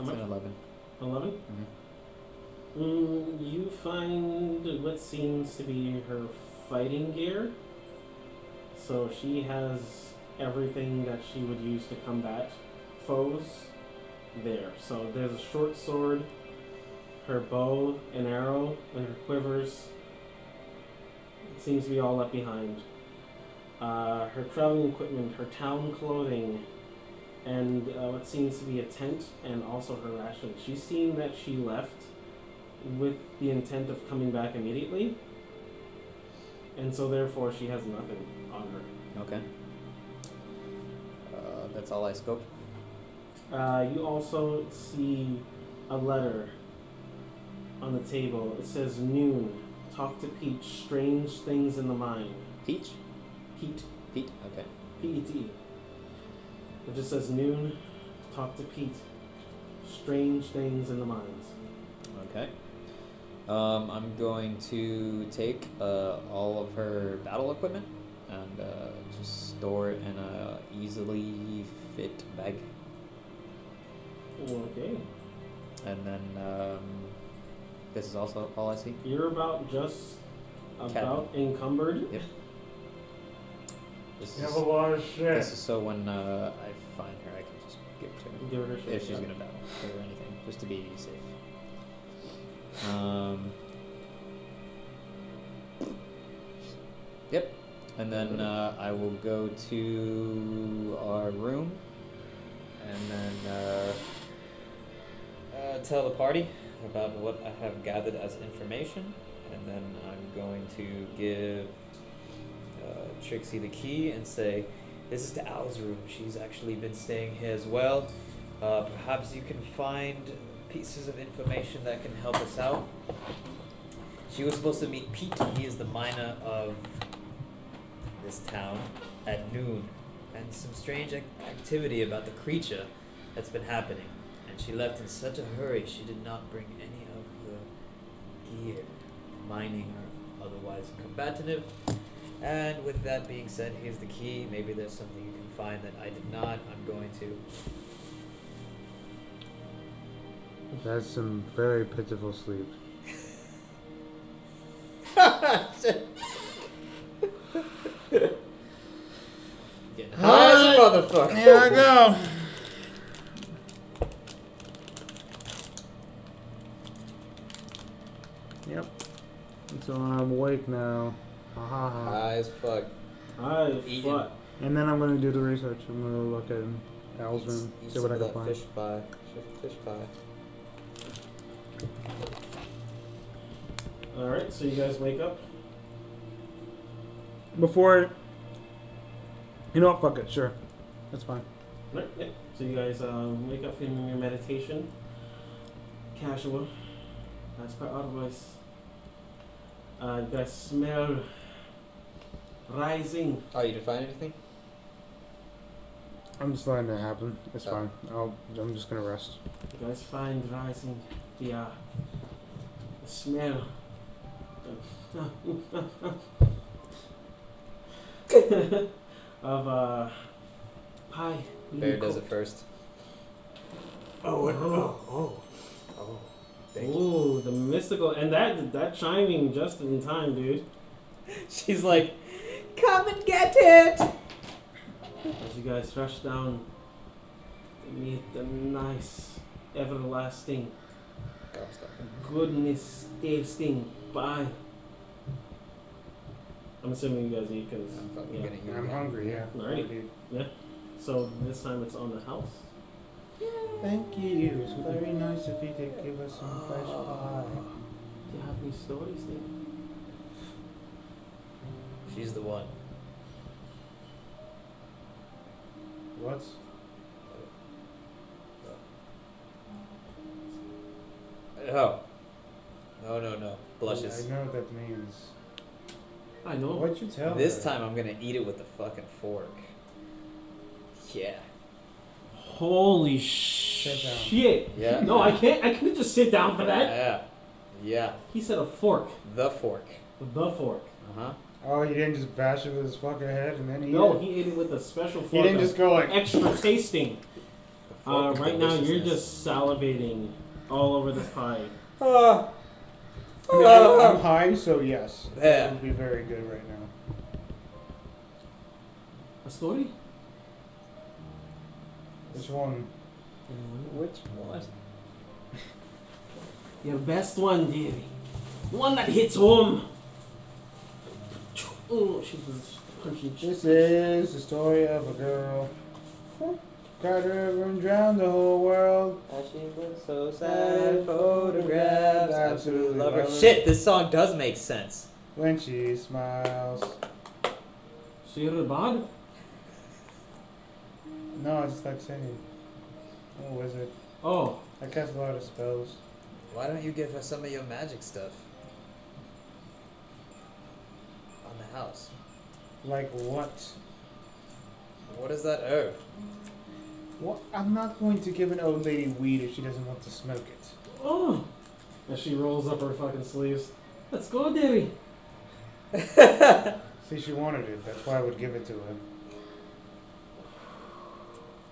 S1: It's an
S5: much?
S1: 11.
S5: 11?
S1: mm-hmm.
S5: Mm, you find what seems to be her fighting gear. So she has everything that she would use to combat foes there. So there's a short sword, her bow, an arrow, and her quivers. It seems to be all left behind. Uh, her traveling equipment, her town clothing, and uh, what seems to be a tent and also her rations. She seemed that she left with the intent of coming back immediately, and so therefore she has nothing on her.
S1: Okay. Uh, that's all I scoped.
S5: Uh, you also see a letter on the table. It says noon. Talk to Peach. Strange things in the mind.
S1: Peach?
S5: Pete.
S1: Pete? Okay.
S5: P-E-T. It just says noon. Talk to Pete. Strange things in the minds.
S1: Okay. Um, I'm going to take uh, all of her battle equipment and uh, just store it in a easily fit bag.
S5: Okay.
S1: And then um, this is also all I see.
S5: You're about just about encumbered.
S1: This
S20: You
S1: is,
S20: have a lot of
S1: this
S20: shit.
S1: is so when uh, I find her, I can just give it to her.
S5: Give her a shot.
S1: if she's gonna battle or anything, just to be safe. Um. Yep, and then uh, I will go to our room, and then uh, uh, tell the party about what I have gathered as information, and then I'm going to give uh, Trixie the key and say, "This is to Al's room. She's actually been staying here as well. Uh, perhaps you can find pieces of information that can help us out. She was supposed to meet Pete. He is the miner of this town at noon, and some strange ac- activity about the creature that's been happening. And she left in such a hurry. She did not bring any of her gear, mining or otherwise combative. And with that being said, here's the key. Maybe there's something you can find that I did not. I'm going to
S3: That's some very pitiful sleep.
S1: Getting high as a motherfucker.
S3: Here I go. Yep. So I'm awake now. Ha ha ha.
S21: Eyes fuck.
S5: Hi,
S1: Eating.
S5: what?
S3: And then I'm gonna do the research. I'm gonna look at Al's
S21: Eat-
S3: room,
S21: eat
S3: see
S21: some
S3: what I
S21: of
S3: can
S21: that
S3: find.
S21: Fish pie. Fish, fish pie.
S5: All right, so you guys wake up.
S3: Before, you know what? Fuck it. Sure, that's fine.
S5: Right, yeah. So you guys um, wake up from your meditation. Casual. That's per our voice. Uh, you guys smell rising.
S9: Mm-hmm.
S21: Oh, you didn't find anything?
S3: I'm just letting it happen. It's fine. I'll, I'm just gonna rest.
S9: You guys find rising the, uh, the smell. of, of uh, pie.
S1: Bear does it first.
S9: Oh,
S3: Uh-huh.
S9: oh,
S5: Oh, oh, thank you.
S9: Ooh, the mystical, and that that chiming just in time, dude.
S1: She's like, come and get it.
S9: As you guys rush down to meet the nice, everlasting, goodness tasting pie. I'm assuming you guys eat because
S1: I'm fucking
S9: yeah.
S1: gonna eat
S3: I'm
S1: that.
S3: hungry. Yeah.
S9: Alright. So this time it's on the house.
S3: Thank you. It was very nice of you to give us some fresh
S9: Uh.
S3: pie.
S9: Do you have any stories there?
S1: She's the one.
S3: What?
S1: Oh. No, no, no.
S3: I
S1: Blushes.
S3: know what that means.
S9: I know.
S3: What'd you tell
S1: This
S3: her?
S1: time I'm gonna eat it with a fucking fork. Yeah.
S9: Holy
S3: down.
S9: shit!
S1: Yeah.
S9: No, I can't. I couldn't just sit down for that.
S1: Yeah. Yeah.
S9: He said a fork,
S1: The fork.
S9: the fork.
S1: Uh huh.
S3: Oh, you didn't just bash it with his fucking head and then eat
S9: No,
S3: it?
S9: he ate it with a special fork.
S3: He didn't
S9: of
S3: just go like,
S9: extra tasting. Uh, right now, you're just salivating all over this pie.
S3: ah. I mean, I'm- I'm high, so yes.
S1: Yeah.
S3: It would be very good right now.
S9: A story?
S3: Which one?
S9: Anyone?
S1: Which one?
S9: Your best one, dearie. One that hits home. Oh, she was punching.
S3: This is the story of a girl. Got her over and drowned the whole world.
S1: She was so
S3: sad, photographs, absolutely love her.
S1: Shit, this song does make sense.
S3: When she smiles.
S9: So you're a bard?
S3: No, I just like singing. I'm a wizard.
S9: Oh,
S3: I cast a lot of spells.
S1: Why don't you give us some of your magic stuff? On the house.
S3: Like what?
S1: What is that herb?
S3: What? I'm not going to give an old lady weed if she doesn't want to smoke it.
S9: oh. As she rolls up her fucking sleeves. Let's go, dearie.
S3: See, she wanted it. That's why I would give it to her.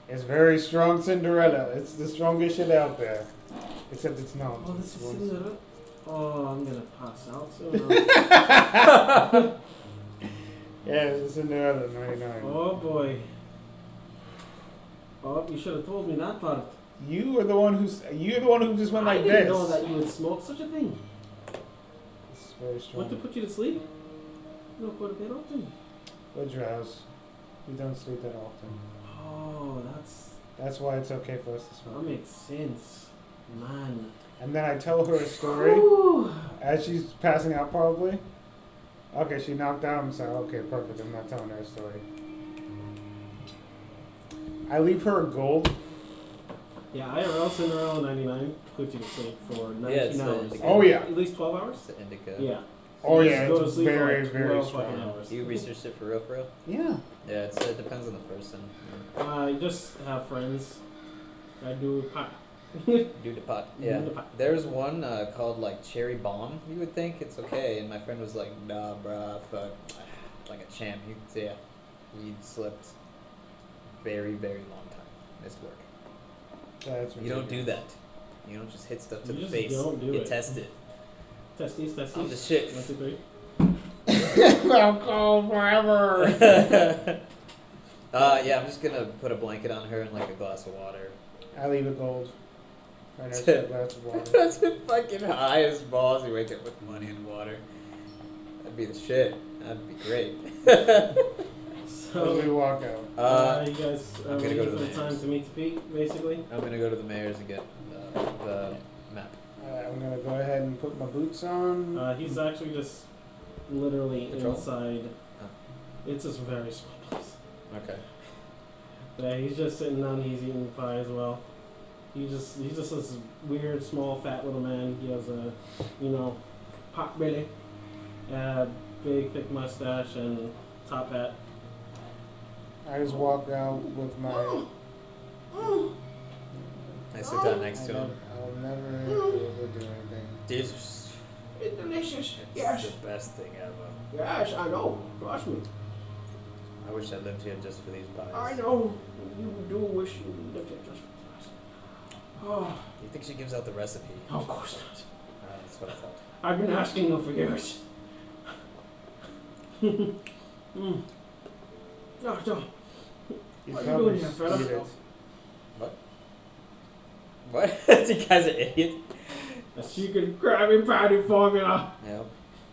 S3: It's very strong Cinderella. It's the strongest shit out there. Except it's not.
S9: Oh, this is
S3: It's-
S9: Cinderella. Oh, I'm gonna pass out soon.
S3: Yeah, it's Cinderella 99.
S9: oh boy. Oh, you should have told me that part.
S3: You are the one who's. You're the one who just went
S9: I
S3: like
S9: didn't
S3: this.
S9: know that you would smoke such a thing.
S3: This is very strong.
S9: What to put you to sleep? You don't go to bed often.
S3: What's your house? We don't sleep that often.
S9: Oh, that's Um,
S3: That's why it's okay for us to smoke.
S9: that makes sense, man.
S3: And then I tell her a story
S9: Whew.
S3: as she's passing out, probably. Okay, she knocked out. I'm sorry. Okay, perfect. I'm not telling her a story. I leave her a gold.
S9: Yeah, IRL Cinderella 99 put you to sleep for 19
S1: it's the-
S9: hours.
S1: the-
S3: Oh yeah.
S9: At least 12 hours?
S1: It's the indica.
S9: Yeah.
S3: Oh
S9: You
S3: yeah.
S9: just go to
S3: It's
S9: sleep for
S3: very
S9: like
S3: very
S9: 12 fucking
S3: strong.
S9: hours.
S1: You researched it for real, for real?
S3: Yeah.
S1: Yeah, it's, it depends on the person.
S9: Uh, you just have friends that do pot.
S1: Due to pot. Yeah.
S9: Do the pot.
S1: There's one uh, called like cherry bomb. You would think it's okay, and my friend was like, "Nah, bruh, fuck, like a champ." He, yeah, he slept very, very long time. Missed work.
S3: That's
S1: You don't do
S3: ridiculous.
S1: that. You don't just hit stuff to
S9: You
S1: the
S9: just
S1: face.
S9: don't do
S1: you
S9: it.
S1: test it.
S9: Testes, testes.
S1: I'm the shit.
S9: One, two, three.
S3: Alcohol forever.
S1: uh, yeah, I'm just gonna put a blanket on her and like a glass of water.
S3: I leave a gold. I know she glass of water.
S1: That's the fucking highest balls you wake up with money and water. That'd be the shit. That'd be great.
S9: So,
S3: As we walk out.
S1: uh,
S9: Uh, you guys
S1: I'm
S9: are
S1: gonna
S9: waiting
S1: go
S9: for
S1: to the
S9: the time
S1: mayor's.
S9: to meet to peak, basically.
S1: I'm gonna go to the mayor's and get uh, the map.
S3: Alright, I'm gonna go ahead and put my boots on.
S9: Uh, he's actually just literally
S1: Patrol?
S9: inside.
S1: Oh.
S9: It's just a very small place.
S1: Okay.
S9: Yeah, he's just sitting down. He's eating the pie as well. He just he's just this weird, small, fat little man. He has a, you know, pot belly, uh, big thick mustache and top hat.
S3: I just walk out with my.
S1: I sit
S5: Oh,
S1: down next
S3: I
S1: to him.
S3: don't- I'll never be able to do anything.
S1: This is
S5: It's delicious.
S1: this
S5: Yes.
S1: is the best thing ever.
S5: Yes, I know. Trust me.
S1: I wish I lived here just for these pies.
S5: I know. You do wish you lived it just for us. Oh,
S1: You think she gives out the recipe?
S5: of course not.
S1: Uh, that's what I thought.
S5: I've been asking you for years. mm. Doctor,
S3: You
S5: What are you
S3: probably
S5: doing here, fella?
S3: eat it.
S1: What? you guys are idiots.
S5: a secret Krabby Patty formula.
S1: Yeah.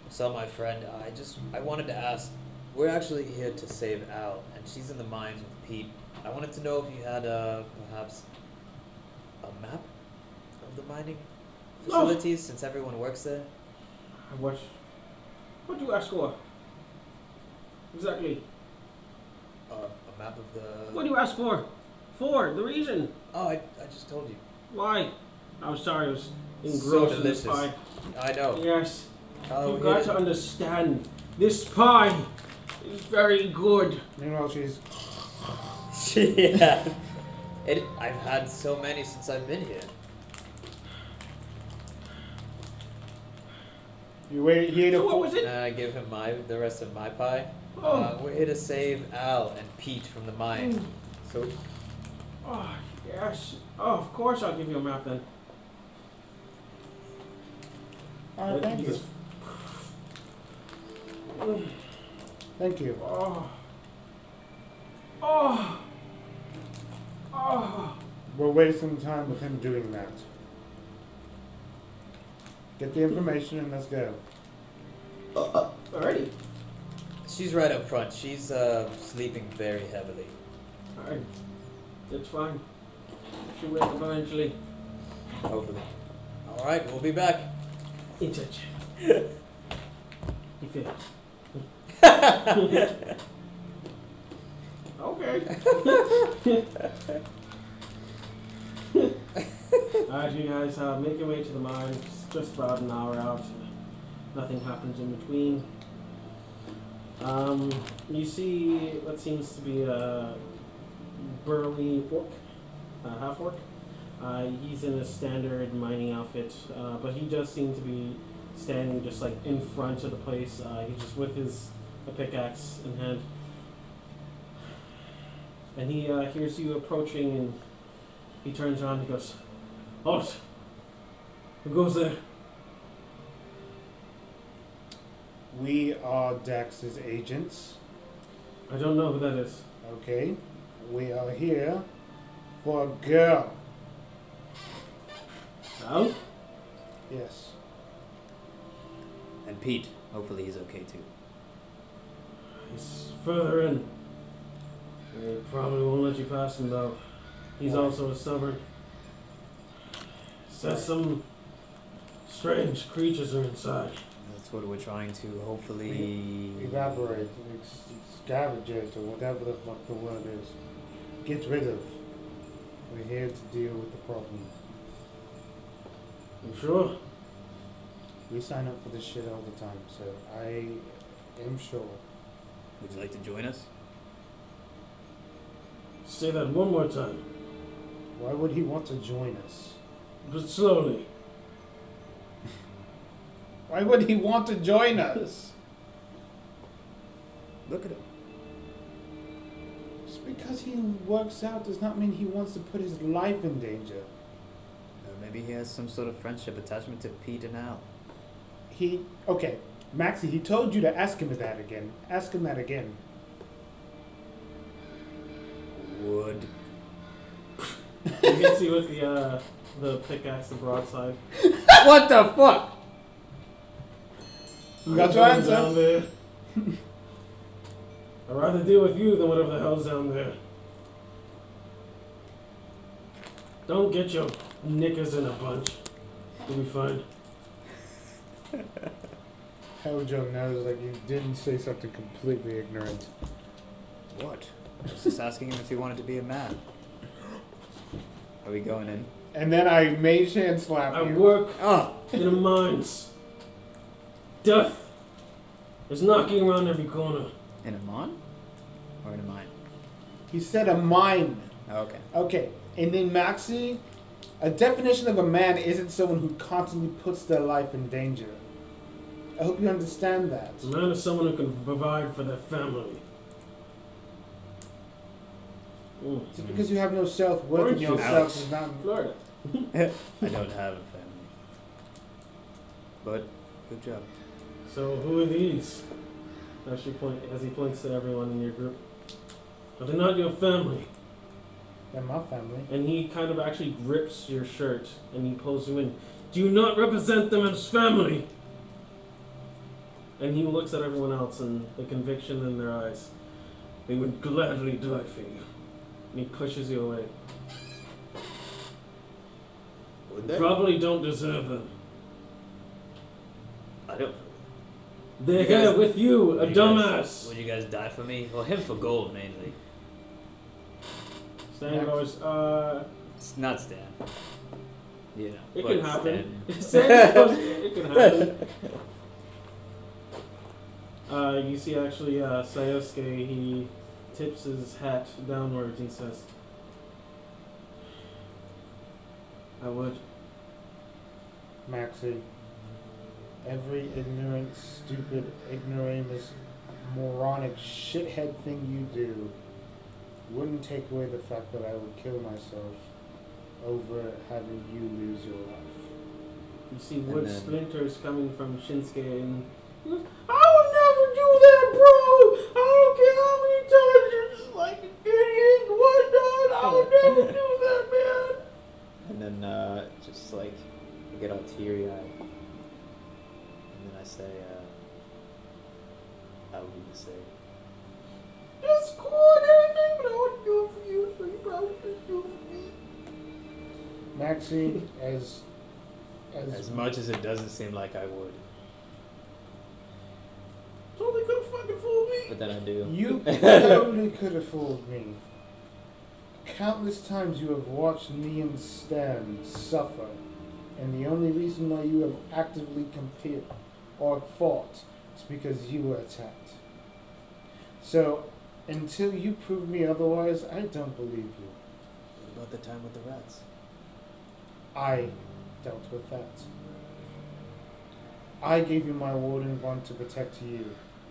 S1: So my friend, I just I wanted to ask. We're actually here to save Al, and she's in the mines with Pete. I wanted to know if you had uh, perhaps a map of the mining
S5: No.
S1: facilities, since everyone works there.
S5: What? What do you ask for? Exactly.
S1: Uh, a map of the.
S5: What do you ask for? For the reason
S1: Oh, I, I just told you.
S5: why? I'm sorry, I was
S1: So
S5: engrossed in this
S1: delicious.
S5: pie.
S1: I know.
S5: Yes.
S1: Oh,
S5: You've got
S1: here-
S5: to understand, this pie is very good.
S3: Meanwhile, she's.
S1: yeah. It, I've had so many since I've been here.
S3: You wait. He ate a
S5: So what
S3: full.
S5: was
S1: And
S5: it?
S1: I give him my the rest of my pie. Uh,
S5: Oh, Mm.
S1: we're here to save Al and Pete from the mine. So
S5: oh, yes. Oh, of course I'll give you a map then.
S3: Oh, thank you. Thank you.
S5: Oh. Oh. Oh.
S3: We're wasting time with him doing that. Get the information and let's go.
S5: Alrighty.
S1: she's right up front. She's uh, sleeping very heavily.
S5: Alright. It's fine. She will eventually.
S1: Hopefully. All right, we'll be back.
S5: It's it. He fails. okay. Alright, you guys, uh, make your way to the mine. It's just about an hour out. Nothing happens in between. Um, you see what seems to be a burly orc, uh, half orc. Uh, he's in a standard mining outfit, uh, but he does seem to be standing just like in front of the place. Uh, he's just with his a pickaxe in hand, and he uh, hears you approaching, and he turns around and he goes, "Halt! Who goes there?"
S3: We are Dax's agents.
S5: I don't know who that is.
S3: Okay. We are here for a girl.
S5: Al?
S3: Yes.
S9: And Pete, hopefully he's okay too.
S5: He's further in. They probably won't let you pass him though. He's
S3: Why?
S5: also a stubborn. Says some strange creatures are inside.
S1: That's what we're trying to hopefully.
S3: Evaporate, ex- scavenge it, or whatever the fuck the word is. Get rid of. We're here to deal with the problem.
S5: You sure?
S3: We sign up for this shit all the time, so I am sure.
S9: Would you like to join us?
S5: Say that one more time,
S3: Why would he want to join us?
S5: but slowly.
S3: Why would he want to join us?
S9: Look at him.
S3: Just because he works out does not mean he wants to put his life in danger.
S9: Uh, maybe he has some sort of friendship attachment to Pete and Al.
S3: He okay, Maxie. He told you to ask him that again. Ask him that again.
S9: Would
S5: You can see with the uh, the pickaxe, the broadside.
S9: what the fuck?
S3: You got your answer.
S5: Whatever's down there. I'd rather deal with you than whatever the hell's down there. Don't get your knickers in a bunch. You'll be fine.
S3: Hojo knows like you didn't say something completely ignorant.
S9: What? I was just asking him if he wanted to be a man. Are we going in?
S3: And then I mage hand slap
S5: I
S3: you.
S5: work
S9: Oh,
S5: in the mines. Death is knocking around every corner.
S9: in a mon? Or in a mine? Oh,
S3: He said a mime.
S1: Okay.
S3: Okay, and then Maxi, a definition of a man isn't someone who constantly puts their life in danger. I hope you understand that.
S9: A man is someone who can provide for their family.
S5: Hmm.
S9: Mm.
S3: Just because you have no self worth in
S9: Aren't you
S3: yourself
S1: Alex?
S3: does not.
S9: Florida.
S1: I don't have a family. But good job.
S9: So who are these? As she point, as he points at everyone in your group. But they're not your family.
S3: They're my family.
S9: And he kind of actually grips your shirt and he pulls you in. Do you not represent them as family? And he looks at everyone else and the conviction in their eyes. They would gladly die for you. And he pushes you away.
S22: Would
S1: Eh?
S9: You
S22: they?
S9: Probably don't deserve them.
S1: I don't.
S9: They're
S1: You guys-
S9: here with you, a
S1: Would you guys-
S9: dumbass.
S1: Would you guys die for me? Well, him for gold mainly.
S9: Stan goes, uh,
S1: It's not Stan. You know.
S9: it
S1: but
S9: can happen.
S1: Stan.
S9: Stan goes, it can happen. Uh, you see, actually, uh, Sayosuke, he tips his hat downwards and says, I would.
S3: Maxi, every ignorant, stupid, ignoramus, moronic, shithead thing you do wouldn't take away the fact that I would kill myself over having you lose your life.
S9: You see wood
S22: then-
S9: splinters coming from Shinsuke, and he goes, I would never do that, bro! I don't care how many times you're just like an idiot and whatnot! I would never do that, man!
S1: And then uh, just like I get all teary eyed. And then I say, uh, I would do the same.
S9: It's cool and everything, but I wouldn't do it for you, so you probably should do it for me.
S3: Maxi, as as,
S1: As much as it doesn't seem like I would,
S9: Totally could have fucking fooled me!
S1: but then I do.
S3: You totally could have fooled me. Countless times you have watched me and Stan suffer, and the only reason why you have actively competed or fought is because you were attacked. So, until you prove me otherwise, I don't believe you.
S22: What about the time with the rats?
S3: I dealt with that. I gave you my word and bond to protect you.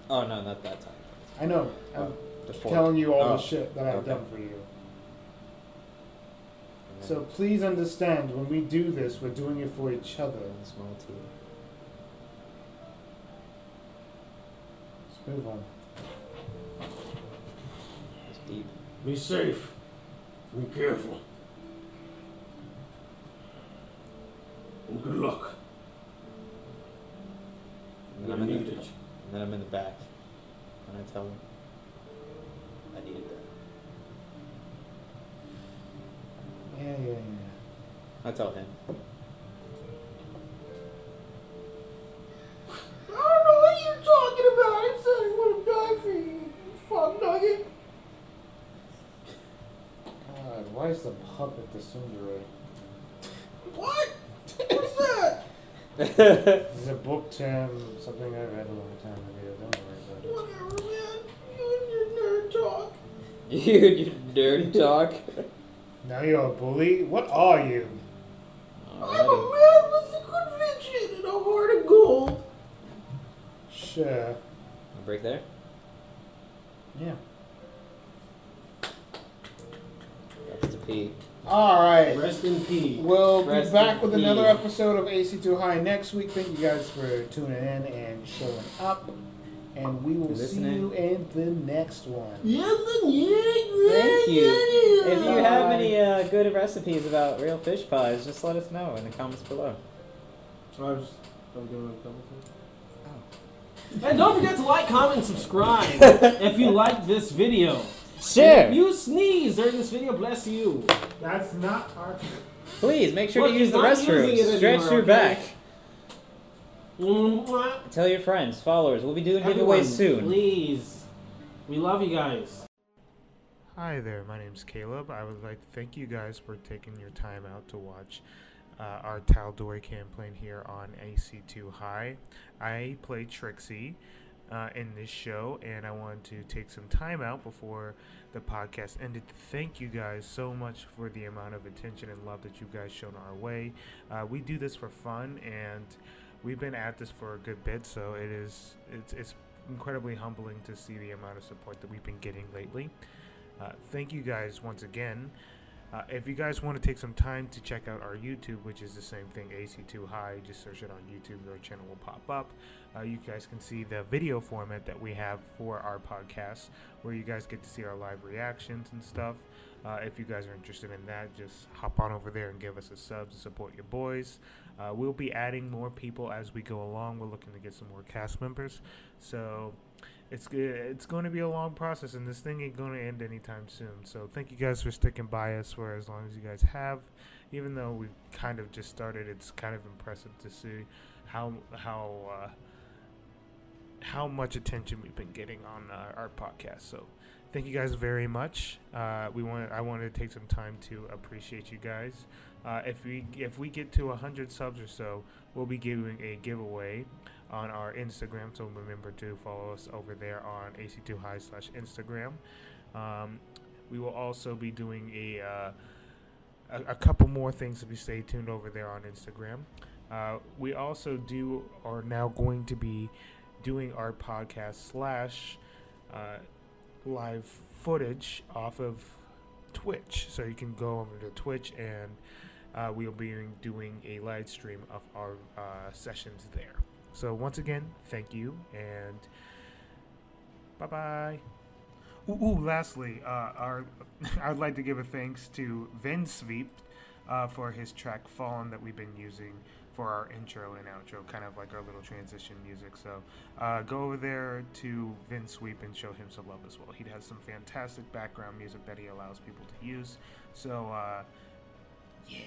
S1: Oh no, not that time.
S3: I know. I'm
S1: The fourth.
S3: telling you all
S1: Oh,
S3: the shit that I've
S1: Uh, okay.
S3: done for you.
S1: And then
S3: So please understand, when we do this, we're doing it for each other.
S1: a small team.
S3: Let's move on.
S1: It's deep.
S9: Be safe. Be careful. And good luck.
S1: And then,
S9: You
S1: I'm in
S9: need
S1: the,
S9: it.
S1: and then I'm in the back, and I tell him, I needed that.
S3: Yeah, yeah, yeah.
S1: I tell him.
S9: I don't know what you're talking about. I said I would have died for you, you fuck nugget.
S3: God, why is the puppet the tsundere?
S9: What? What's that?
S3: It's a book term, something I read a long time ago. Don't worry about it.
S9: Whatever, man. You and your nerd talk.
S1: you and your dirty talk.
S3: Now you're a bully? What are you?
S9: I'm a man with a conviction and a heart of gold.
S3: Sure.
S1: Break there.
S3: Yeah.
S1: That's a P.
S3: Alright.
S9: Rest in peace.
S3: We'll be
S1: Rest
S3: back
S1: in
S3: with another
S1: peace.
S3: episode of AC2 High next week. Thank you guys for tuning in and showing up. And we will see
S1: Listening.
S3: you in the next one.
S1: Thank you. If you have any uh, good recipes about real fish pies, just let us know in the comments below.
S9: I was, I'm doing a double thing.
S5: Oh. And don't forget to like, comment, and subscribe if you like this video. If you sneeze during this video, bless you.
S23: That's not our.
S1: Please make sure
S5: Look,
S1: to use
S5: he's
S1: the
S5: not using it
S1: restrooms.
S5: anymore,
S1: Stretch your
S5: okay?
S1: back.
S5: Mwah.
S1: Tell your friends, followers. We'll be doing
S5: Everyone,
S1: giveaways soon.
S5: Please. We love you guys.
S24: Hi there, my name's Caleb. I would like to thank you guys for taking your time out to watch uh, our Taldori campaign here on AC2 High. I play Trixie,
S3: uh, in this show, and I wanted to take some time out before the podcast ended to thank you guys so much for the amount of attention and love that you guys shown our way. Uh, we do this for fun, and we've been at this for a good bit, so it is it's it's incredibly humbling to see the amount of support that we've been getting lately. Uh, thank you guys once again. Uh, if you guys want to take some time to check out our YouTube, which is the same thing, AC2 High, just search it on YouTube, our channel will pop up. Uh, you guys can see the video format that we have for our podcast, where you guys get to see our live reactions and stuff. Uh, if you guys are interested in that, just hop on over there and give us a sub to support your boys. Uh, we'll be adding more people as we go along. We're looking to get some more cast members, so it's g- it's going to be a long process, and this thing ain't going to end anytime soon. So thank you guys for sticking by us for as long as you guys have. Even though we kind of just started, it's kind of impressive to see how how uh, how much attention we've been getting on uh, our podcast. So thank you guys very much. Uh, we want I wanted to take some time to appreciate you guys. Uh, if we if we get to hundred subs or so, we'll be giving a giveaway on our Instagram. So remember to follow us over there on AC2 High slash Instagram. Um, we will also be doing a, uh, a a couple more things. So be stay tuned over there on Instagram. Uh, we also do are now going to be doing our podcast slash. Uh, live footage off of Twitch. So you can go over to Twitch and uh, we'll be doing a live stream of our uh, sessions there. So once again, thank you and bye bye. Ooh, ooh, lastly, uh, our I'd like to give a thanks to Vin Sweep uh, for his track Fallen that we've been using for our intro and outro, kind of like our little transition music. So uh, go over there to Vin Sweep and show him some love as well. He has some fantastic background music that he allows people to use. So, uh, yeah,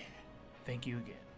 S3: thank you again.